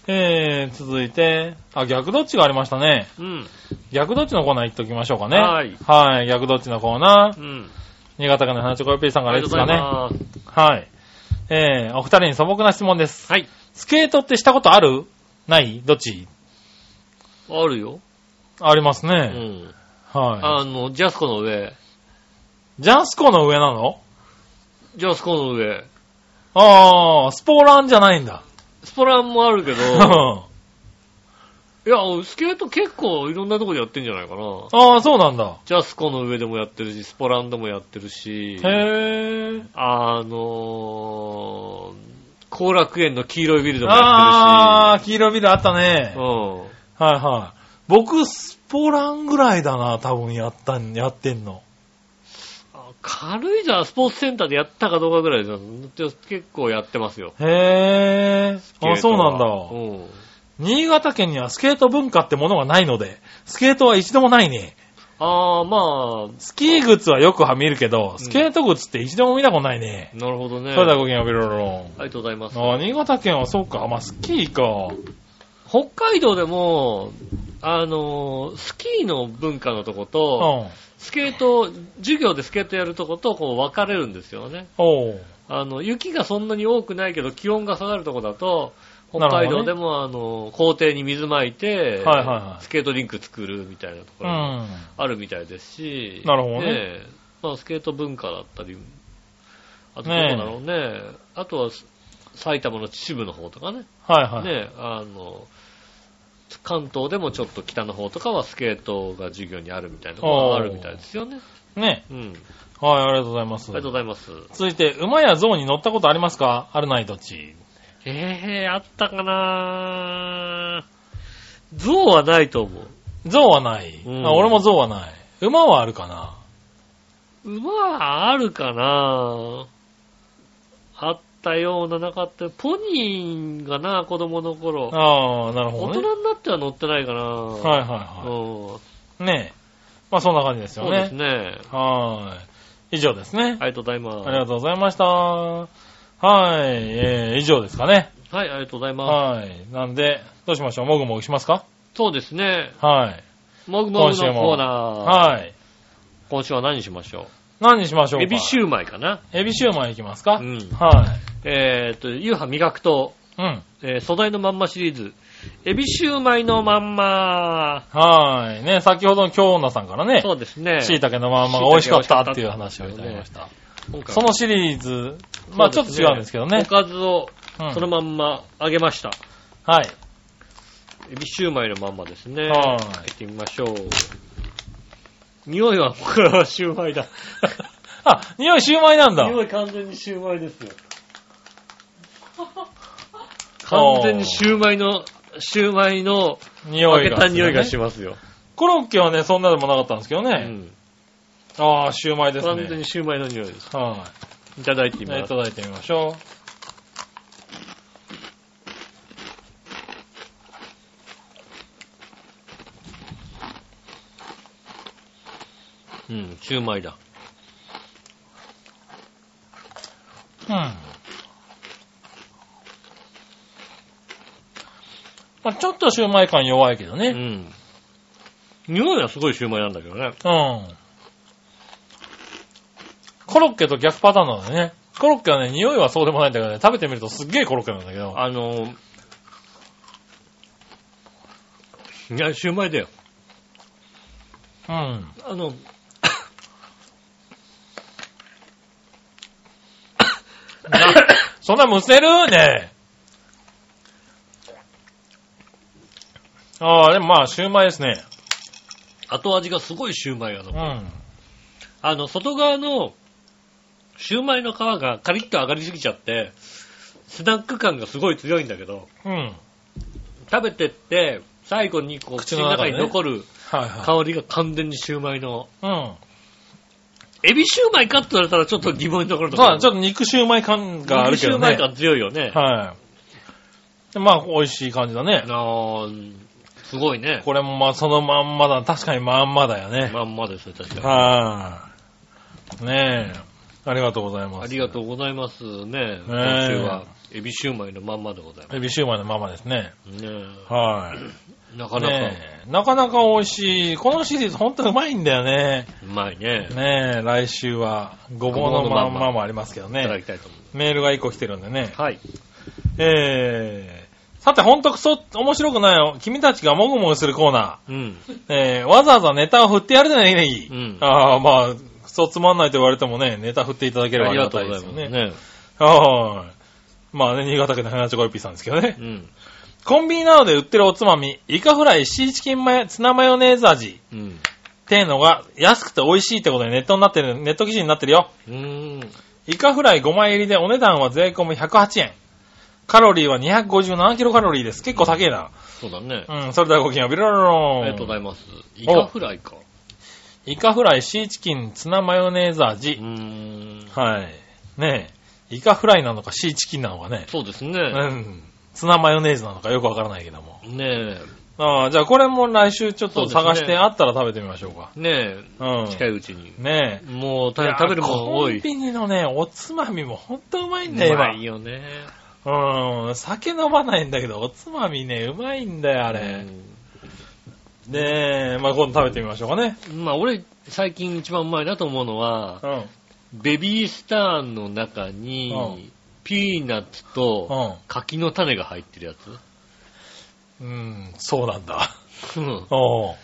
[SPEAKER 3] えー、続いて、あ、逆どっちがありましたね。
[SPEAKER 2] うん。
[SPEAKER 3] 逆どっちのコーナー行っときましょうかね。
[SPEAKER 2] はい。
[SPEAKER 3] はい、逆どっちのコーナー
[SPEAKER 2] う。ん。
[SPEAKER 3] 新潟県の花チョコヨッピーさんからいつかね。
[SPEAKER 2] ありがとうございます
[SPEAKER 3] はい。えー、お二人に素朴な質問です。
[SPEAKER 2] はい。
[SPEAKER 3] スケートってしたことあるないどっち
[SPEAKER 2] あるよ。
[SPEAKER 3] あります
[SPEAKER 2] う
[SPEAKER 3] ね。
[SPEAKER 2] ん。
[SPEAKER 3] は
[SPEAKER 2] あの、ジャスコの上。
[SPEAKER 3] い。ジャスコの上なの
[SPEAKER 2] ジャスコの上。
[SPEAKER 3] あー、スポーランじゃないんだ。
[SPEAKER 2] スポランもあるけ ど、
[SPEAKER 3] うん
[SPEAKER 2] いや、スケート結構いろんなとこでやってんじゃないかな。
[SPEAKER 3] あー、そうなんだ。
[SPEAKER 2] ジャスコの上でもやってるし、スポランでもやってるし、
[SPEAKER 3] へー。
[SPEAKER 2] あのー、後楽園の黄色いビルでもや
[SPEAKER 3] あ
[SPEAKER 2] っ
[SPEAKER 3] ー、黄色いビルあった
[SPEAKER 2] て
[SPEAKER 3] ね
[SPEAKER 2] るし、う。ん。
[SPEAKER 3] はいはい。僕、スポランぐらいだな、多分やったん、やってんの。
[SPEAKER 2] あ軽井沢スポーツセンターでやったかどうかぐらいじゃん。結構やってますよ。
[SPEAKER 3] へー。あ、そうなんだ。
[SPEAKER 2] うん。
[SPEAKER 3] 新潟県にはスケート文化ってものがないので、スケートは一度もないね。
[SPEAKER 2] ああ、ま
[SPEAKER 3] スキー靴はよくは見るけど、スケート靴って一度も見たことないね。
[SPEAKER 2] あ、なるほどね。
[SPEAKER 3] それで
[SPEAKER 2] あ
[SPEAKER 3] はごきげんよう、ビロロロン。
[SPEAKER 2] りがとうございます。
[SPEAKER 3] あ新潟県はそうか。まあ、スキーか。
[SPEAKER 2] 北海道でも、あのー、スキーの文化のとこ
[SPEAKER 3] う
[SPEAKER 2] と、
[SPEAKER 3] ん。
[SPEAKER 2] スケート、授業でスケートやるとこと、こう分かれるんですよね。
[SPEAKER 3] おう。
[SPEAKER 2] あの、雪がそんなに多くないけど、気温が下がるとこだと、
[SPEAKER 3] な
[SPEAKER 2] 北
[SPEAKER 3] るほどね
[SPEAKER 2] 海道でも、あの、校庭に水まいて、
[SPEAKER 3] はいはいはい
[SPEAKER 2] スケートリンク作るみたいなとこ
[SPEAKER 3] う
[SPEAKER 2] ろも
[SPEAKER 3] ん。
[SPEAKER 2] あるみたいですし、
[SPEAKER 3] なるほどね
[SPEAKER 2] えまあ、スケート文化だったり、あとどう
[SPEAKER 3] ねえ
[SPEAKER 2] だろうね。あとは、埼玉の秩父の方とかね。
[SPEAKER 3] はいはい。
[SPEAKER 2] ねえあの、関東でもちょっと北の方とかはスケートが授業にあるみたいなところがあるみたいですよね。
[SPEAKER 3] ね。
[SPEAKER 2] うん。
[SPEAKER 3] はい、ありがとうございま
[SPEAKER 2] あ
[SPEAKER 3] す
[SPEAKER 2] り。がとうございます。
[SPEAKER 3] 続いて、馬や象に乗ったことありますかあるないどっち
[SPEAKER 2] ええあったかな象はないと思
[SPEAKER 3] 象はない、
[SPEAKER 2] うん
[SPEAKER 3] あ。俺も象はない。馬はあるかな
[SPEAKER 2] う。馬はあるかなあったようななかったよポニーがな、子供の頃。
[SPEAKER 3] ああ、なる
[SPEAKER 2] 大
[SPEAKER 3] ほどね。
[SPEAKER 2] 人になっては乗ってないかな
[SPEAKER 3] は
[SPEAKER 2] は
[SPEAKER 3] いはいは
[SPEAKER 2] うん。
[SPEAKER 3] い。ねえ。まあそんな感じです
[SPEAKER 2] そ
[SPEAKER 3] よ
[SPEAKER 2] う
[SPEAKER 3] ね。
[SPEAKER 2] ですね。
[SPEAKER 3] はーい。以上ですね。
[SPEAKER 2] ありがとうございます。
[SPEAKER 3] ありがとうございました。はい。えー、以上ですかね。
[SPEAKER 2] はい、ありがとうございます。
[SPEAKER 3] はい。なんで、どうしましょうもぐもぐしますか
[SPEAKER 2] そうですね。
[SPEAKER 3] はい。
[SPEAKER 2] もぐもぐ
[SPEAKER 3] 今週
[SPEAKER 2] の
[SPEAKER 3] も
[SPEAKER 2] コーナー。
[SPEAKER 3] はい。
[SPEAKER 2] 今週は何しましょ
[SPEAKER 3] 何にしましょ
[SPEAKER 2] う
[SPEAKER 3] うか
[SPEAKER 2] エビシューマイかな。
[SPEAKER 3] エビシューマイいきますか、
[SPEAKER 2] うん
[SPEAKER 3] は
[SPEAKER 2] えーっと、夕飯磨くと、
[SPEAKER 3] い。うん。
[SPEAKER 2] えー素材のまんまシリーズ、エビシューマイのまんま。
[SPEAKER 3] はい。ね、先ほどの京女さんからね、
[SPEAKER 2] そうですね。
[SPEAKER 3] 椎茸のまんまが美味しかったっていう話をいただきました。
[SPEAKER 2] 今回
[SPEAKER 3] そ
[SPEAKER 2] は
[SPEAKER 3] のシリーズ、まあちょっと違うんですけどね
[SPEAKER 2] お。かずを
[SPEAKER 3] うん
[SPEAKER 2] そのまんま揚げました。
[SPEAKER 3] はい。
[SPEAKER 2] エビシューマイのまんまですね。
[SPEAKER 3] はい
[SPEAKER 2] 行ってみましょう。匂いは、これはシューマイだ。
[SPEAKER 3] あ、匂いシューマイなんだ。
[SPEAKER 2] 匂い完全にシューマイですよ。完全にシューマイの、シューマイの
[SPEAKER 3] 匂
[SPEAKER 2] 揚
[SPEAKER 3] い
[SPEAKER 2] げ
[SPEAKER 3] が、
[SPEAKER 2] た匂いがし
[SPEAKER 3] ま
[SPEAKER 2] ますよ。
[SPEAKER 3] コロッケはね、そんなでもなかったんですけど
[SPEAKER 2] う
[SPEAKER 3] ね。
[SPEAKER 2] ん
[SPEAKER 3] ああ、シューマイです
[SPEAKER 2] 完全に
[SPEAKER 3] ね。
[SPEAKER 2] シューマイの匂いです。
[SPEAKER 3] はい
[SPEAKER 2] ただいて
[SPEAKER 3] い。
[SPEAKER 2] み
[SPEAKER 3] ね
[SPEAKER 2] ま
[SPEAKER 3] い
[SPEAKER 2] す
[SPEAKER 3] た。だいてみましょ
[SPEAKER 2] うん、シューマイだ。
[SPEAKER 3] う。うん。まあ、ちょっとシューマイ感弱いけど
[SPEAKER 2] う
[SPEAKER 3] ね。
[SPEAKER 2] ん。匂いはすごいシューマイなんだけどね。
[SPEAKER 3] うん。コロッケと逆パターンなんだよね。コロッケはね、匂いはそうでもないんだけどね、食べてみるとすっげえコロッケなんだけど。
[SPEAKER 2] あの、いや、シューマイだよ。
[SPEAKER 3] うん。
[SPEAKER 2] あ の、
[SPEAKER 3] そんなむせるねえ。ああ、でもまあ、シューマイですね。
[SPEAKER 2] 後味がすごいシューマイが残
[SPEAKER 3] う
[SPEAKER 2] る
[SPEAKER 3] ん。
[SPEAKER 2] あの、外側の、シューマイの皮がカリッと上がりすぎちゃって、スナック感がすごい強いんだけど、
[SPEAKER 3] うん。
[SPEAKER 2] 食べてって、最後にこう、口
[SPEAKER 3] 口
[SPEAKER 2] の
[SPEAKER 3] の
[SPEAKER 2] 中
[SPEAKER 3] 中
[SPEAKER 2] に
[SPEAKER 3] にね
[SPEAKER 2] 残る
[SPEAKER 3] はいは
[SPEAKER 2] 香りが完全にシューマイの、
[SPEAKER 3] い。うん。
[SPEAKER 2] エビシューマイかって言われたらちょっと疑問のところ
[SPEAKER 3] そ
[SPEAKER 2] と
[SPEAKER 3] う
[SPEAKER 2] か。
[SPEAKER 3] だ、ちょっと肉シューマイ感があるけ
[SPEAKER 2] シュー
[SPEAKER 3] どね。
[SPEAKER 2] マイ感強いよね。
[SPEAKER 3] はい。まあ、美味しい感じだね。
[SPEAKER 2] あーすごいね。
[SPEAKER 3] これもまあ、そのまんまだ。確かにまんまだよね。
[SPEAKER 2] まんまですね、確かに。
[SPEAKER 3] はい、ねえ。ありがとうございます。
[SPEAKER 2] ありがと
[SPEAKER 3] う。
[SPEAKER 2] うございますね。今週は、エビシューマイのまんまでございま
[SPEAKER 3] エビシューマイのままですね。
[SPEAKER 2] す。ね
[SPEAKER 3] はい。
[SPEAKER 2] えなかなか、
[SPEAKER 3] ねえなかなか美味しい。このシリーズ本当にうまいんだよね。
[SPEAKER 2] うまいね。
[SPEAKER 3] ねえ、来週は、ごぼうのまんまもありますけど
[SPEAKER 2] いただ
[SPEAKER 3] ね
[SPEAKER 2] き。たいと思いま
[SPEAKER 3] メールが1個来てるんでね。
[SPEAKER 2] す。はい。
[SPEAKER 3] えー、さて、ほんとくそ、面白くないよ。君たちがもぐもぐするコーナ
[SPEAKER 2] うん。
[SPEAKER 3] ー。えー、わざわざネタを振ってやるじゃないネギネギ。
[SPEAKER 2] うん
[SPEAKER 3] ああ、まあ、くそつまんないと言われてもね、ネタ振っていただければありがたいですよ
[SPEAKER 2] あ
[SPEAKER 3] ね。
[SPEAKER 2] りがとうございま
[SPEAKER 3] はーい。まあね、新潟県の花チョコヨッピーさんですけどね
[SPEAKER 2] す。。ね。
[SPEAKER 3] コンビニなどで売ってるおつまみ、イカフライシーチキンマヨツナマヨネーズ味
[SPEAKER 2] うん。うん。
[SPEAKER 3] っていうのが安くて美味しいってことでネットになってる、ネット記事になってるよ。
[SPEAKER 2] うーん。
[SPEAKER 3] イカフライ5枚入りでお値段は税込み108円。カロリーは257キロカロリーです。結構高いな。
[SPEAKER 2] そうだね。
[SPEAKER 3] うん、それではごきげんよう。ビロロ
[SPEAKER 2] あ
[SPEAKER 3] ロン。
[SPEAKER 2] りがとうございます。イ
[SPEAKER 3] お
[SPEAKER 2] カフライか。
[SPEAKER 3] イカフライシーチキンツナマヨネーズ
[SPEAKER 2] う
[SPEAKER 3] 味。
[SPEAKER 2] ーん。
[SPEAKER 3] はい。ねえ。イカフライなのかシーチキンなのかね。
[SPEAKER 2] そうです
[SPEAKER 3] う
[SPEAKER 2] ね。
[SPEAKER 3] ん。ツナマヨネーズなのかよくわからないけども。
[SPEAKER 2] ね
[SPEAKER 3] ああ、じゃあこれも来週ちょっ
[SPEAKER 2] そうで
[SPEAKER 3] と
[SPEAKER 2] すね
[SPEAKER 3] 探してあったら食べてみましょうか。
[SPEAKER 2] え。ね
[SPEAKER 3] う
[SPEAKER 2] え。
[SPEAKER 3] ん。
[SPEAKER 2] 近いうちに。
[SPEAKER 3] ねえ。
[SPEAKER 2] もう、大変食べるもの多
[SPEAKER 3] いや
[SPEAKER 2] い
[SPEAKER 3] コ。ンビニのね、おつまみもほんとうまいんだよ、
[SPEAKER 2] う
[SPEAKER 3] 今
[SPEAKER 2] まいよね。
[SPEAKER 3] うん、酒飲まないんだけど、おつまみね、うまいんだよ、あ
[SPEAKER 2] あ
[SPEAKER 3] れ。ねえ、まあ今度食べてみましょうかね。
[SPEAKER 2] まあ、俺、最近一番うまいなと思うのは
[SPEAKER 3] う、ん。
[SPEAKER 2] ベビースターの中
[SPEAKER 3] う
[SPEAKER 2] に、ピーナッツと、柿の種が入ってるやつ。
[SPEAKER 3] うん。うん、そうな んだ。
[SPEAKER 2] うん
[SPEAKER 3] おう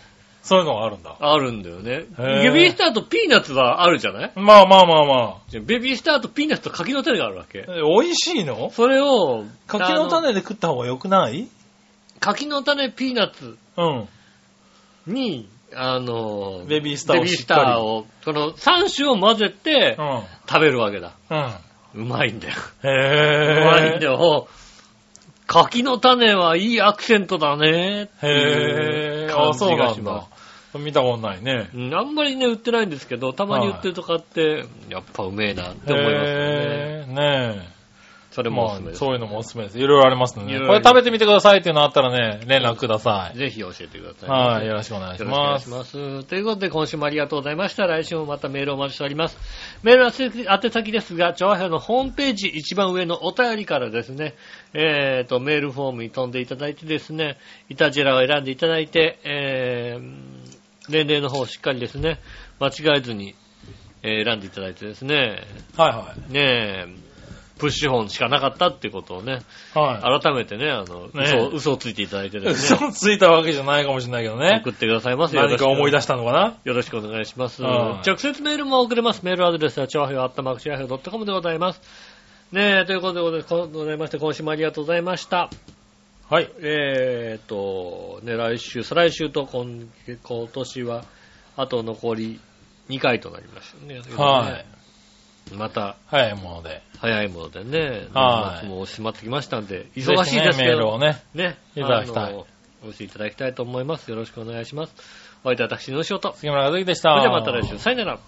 [SPEAKER 3] そういうのがあるんだ。
[SPEAKER 2] あるんだよね。
[SPEAKER 3] へえ
[SPEAKER 2] ベビースターとピーナッツはあるじゃない
[SPEAKER 3] まあまあまあま
[SPEAKER 2] じゃあベビースターとピーナッツと柿の種があるわけ
[SPEAKER 3] あ。。え美味しいの
[SPEAKER 2] それを、
[SPEAKER 3] 柿の
[SPEAKER 2] あ
[SPEAKER 3] 種で食った方が良くない
[SPEAKER 2] 柿の種ピーナッツ
[SPEAKER 3] うん。
[SPEAKER 2] に、あの、
[SPEAKER 3] ベビースターを
[SPEAKER 2] ベビー
[SPEAKER 3] しっ
[SPEAKER 2] ス
[SPEAKER 3] か
[SPEAKER 2] タ
[SPEAKER 3] り
[SPEAKER 2] ーを、この3種を混ぜて
[SPEAKER 3] うん。
[SPEAKER 2] 食べるわけだ。
[SPEAKER 3] うん。
[SPEAKER 2] うまいんだよ。うまいんだ
[SPEAKER 3] へえ。
[SPEAKER 2] よ。柿の種はいいアクセントだね。
[SPEAKER 3] へえ。
[SPEAKER 2] 感
[SPEAKER 3] あ、
[SPEAKER 2] じ
[SPEAKER 3] そう
[SPEAKER 2] が
[SPEAKER 3] な
[SPEAKER 2] し
[SPEAKER 3] ん
[SPEAKER 2] ま
[SPEAKER 3] だ
[SPEAKER 2] す。。
[SPEAKER 3] 見たことないね。
[SPEAKER 2] うんあんまりね、売ってないんですけど、たまに売ってるとかって、やっぱうめえなって思いますよね。
[SPEAKER 3] へえ。ねえ。
[SPEAKER 2] それもお
[SPEAKER 3] ます
[SPEAKER 2] すめ
[SPEAKER 3] あ、
[SPEAKER 2] です。
[SPEAKER 3] そういうのもおすすめです。いろいろありますので
[SPEAKER 2] いろ
[SPEAKER 3] ね。
[SPEAKER 2] いろ
[SPEAKER 3] こ
[SPEAKER 2] あ
[SPEAKER 3] れ
[SPEAKER 2] ります
[SPEAKER 3] 食べてみてくださいっていうのあったらね、連絡ください。
[SPEAKER 2] ぜひ教えてください。
[SPEAKER 3] は
[SPEAKER 2] よ
[SPEAKER 3] い、よ
[SPEAKER 2] ろ
[SPEAKER 3] ろしくお願い
[SPEAKER 2] し
[SPEAKER 3] し
[SPEAKER 2] くお願
[SPEAKER 3] ま
[SPEAKER 2] いし
[SPEAKER 3] す。
[SPEAKER 2] ます。ということで、今週もありがとうございました。来週もまたメールをお待ちしております。メールは宛先ですが、調和表のホームページ一番上のお便りからですね、えーと、メールフォームに飛んでいただいてですね、イタジェラを選んでいただいて、えー、年齢の方をしっかりですね、間違えずに、えー選んでいただいてですね、
[SPEAKER 3] は
[SPEAKER 2] ねえ、プッシュホンしかなかったってことをね、
[SPEAKER 3] いはい。は
[SPEAKER 2] 改めてね、あの、
[SPEAKER 3] ね
[SPEAKER 2] 嘘を、嘘をついていただいて
[SPEAKER 3] い。
[SPEAKER 2] ですね、
[SPEAKER 3] 嘘ついたわけじゃないかもしれないけどね
[SPEAKER 2] 送。ってくださいますよ。
[SPEAKER 3] 何か思い
[SPEAKER 2] 出
[SPEAKER 3] 出したのかな
[SPEAKER 2] よろしくお願いします。
[SPEAKER 3] はい
[SPEAKER 2] 直接メールも送れます。メールアドレスは、調和表、あったまくちわひょ .com でございます。ねえ、ということでございまして、今週もありがとうございました。
[SPEAKER 3] はい。
[SPEAKER 2] えーと、ね、来週、再来週と今、今年は、あと残り2回となりましたね。
[SPEAKER 3] はい。
[SPEAKER 2] い。また、
[SPEAKER 3] 早いもので。
[SPEAKER 2] 早いものでね、
[SPEAKER 3] は
[SPEAKER 2] 年
[SPEAKER 3] い
[SPEAKER 2] 末もう迫ってきましたんで、忙しいです
[SPEAKER 3] ぜひね
[SPEAKER 2] け
[SPEAKER 3] メール
[SPEAKER 2] ど、
[SPEAKER 3] をね。
[SPEAKER 2] ね、
[SPEAKER 3] いただきたい
[SPEAKER 2] あのお寄せいただきたいと思います。よろしくお願いします。お相手は私の仕事。
[SPEAKER 3] 杉村和之でし
[SPEAKER 2] そ
[SPEAKER 3] た。
[SPEAKER 2] れではまた来週。さよなら。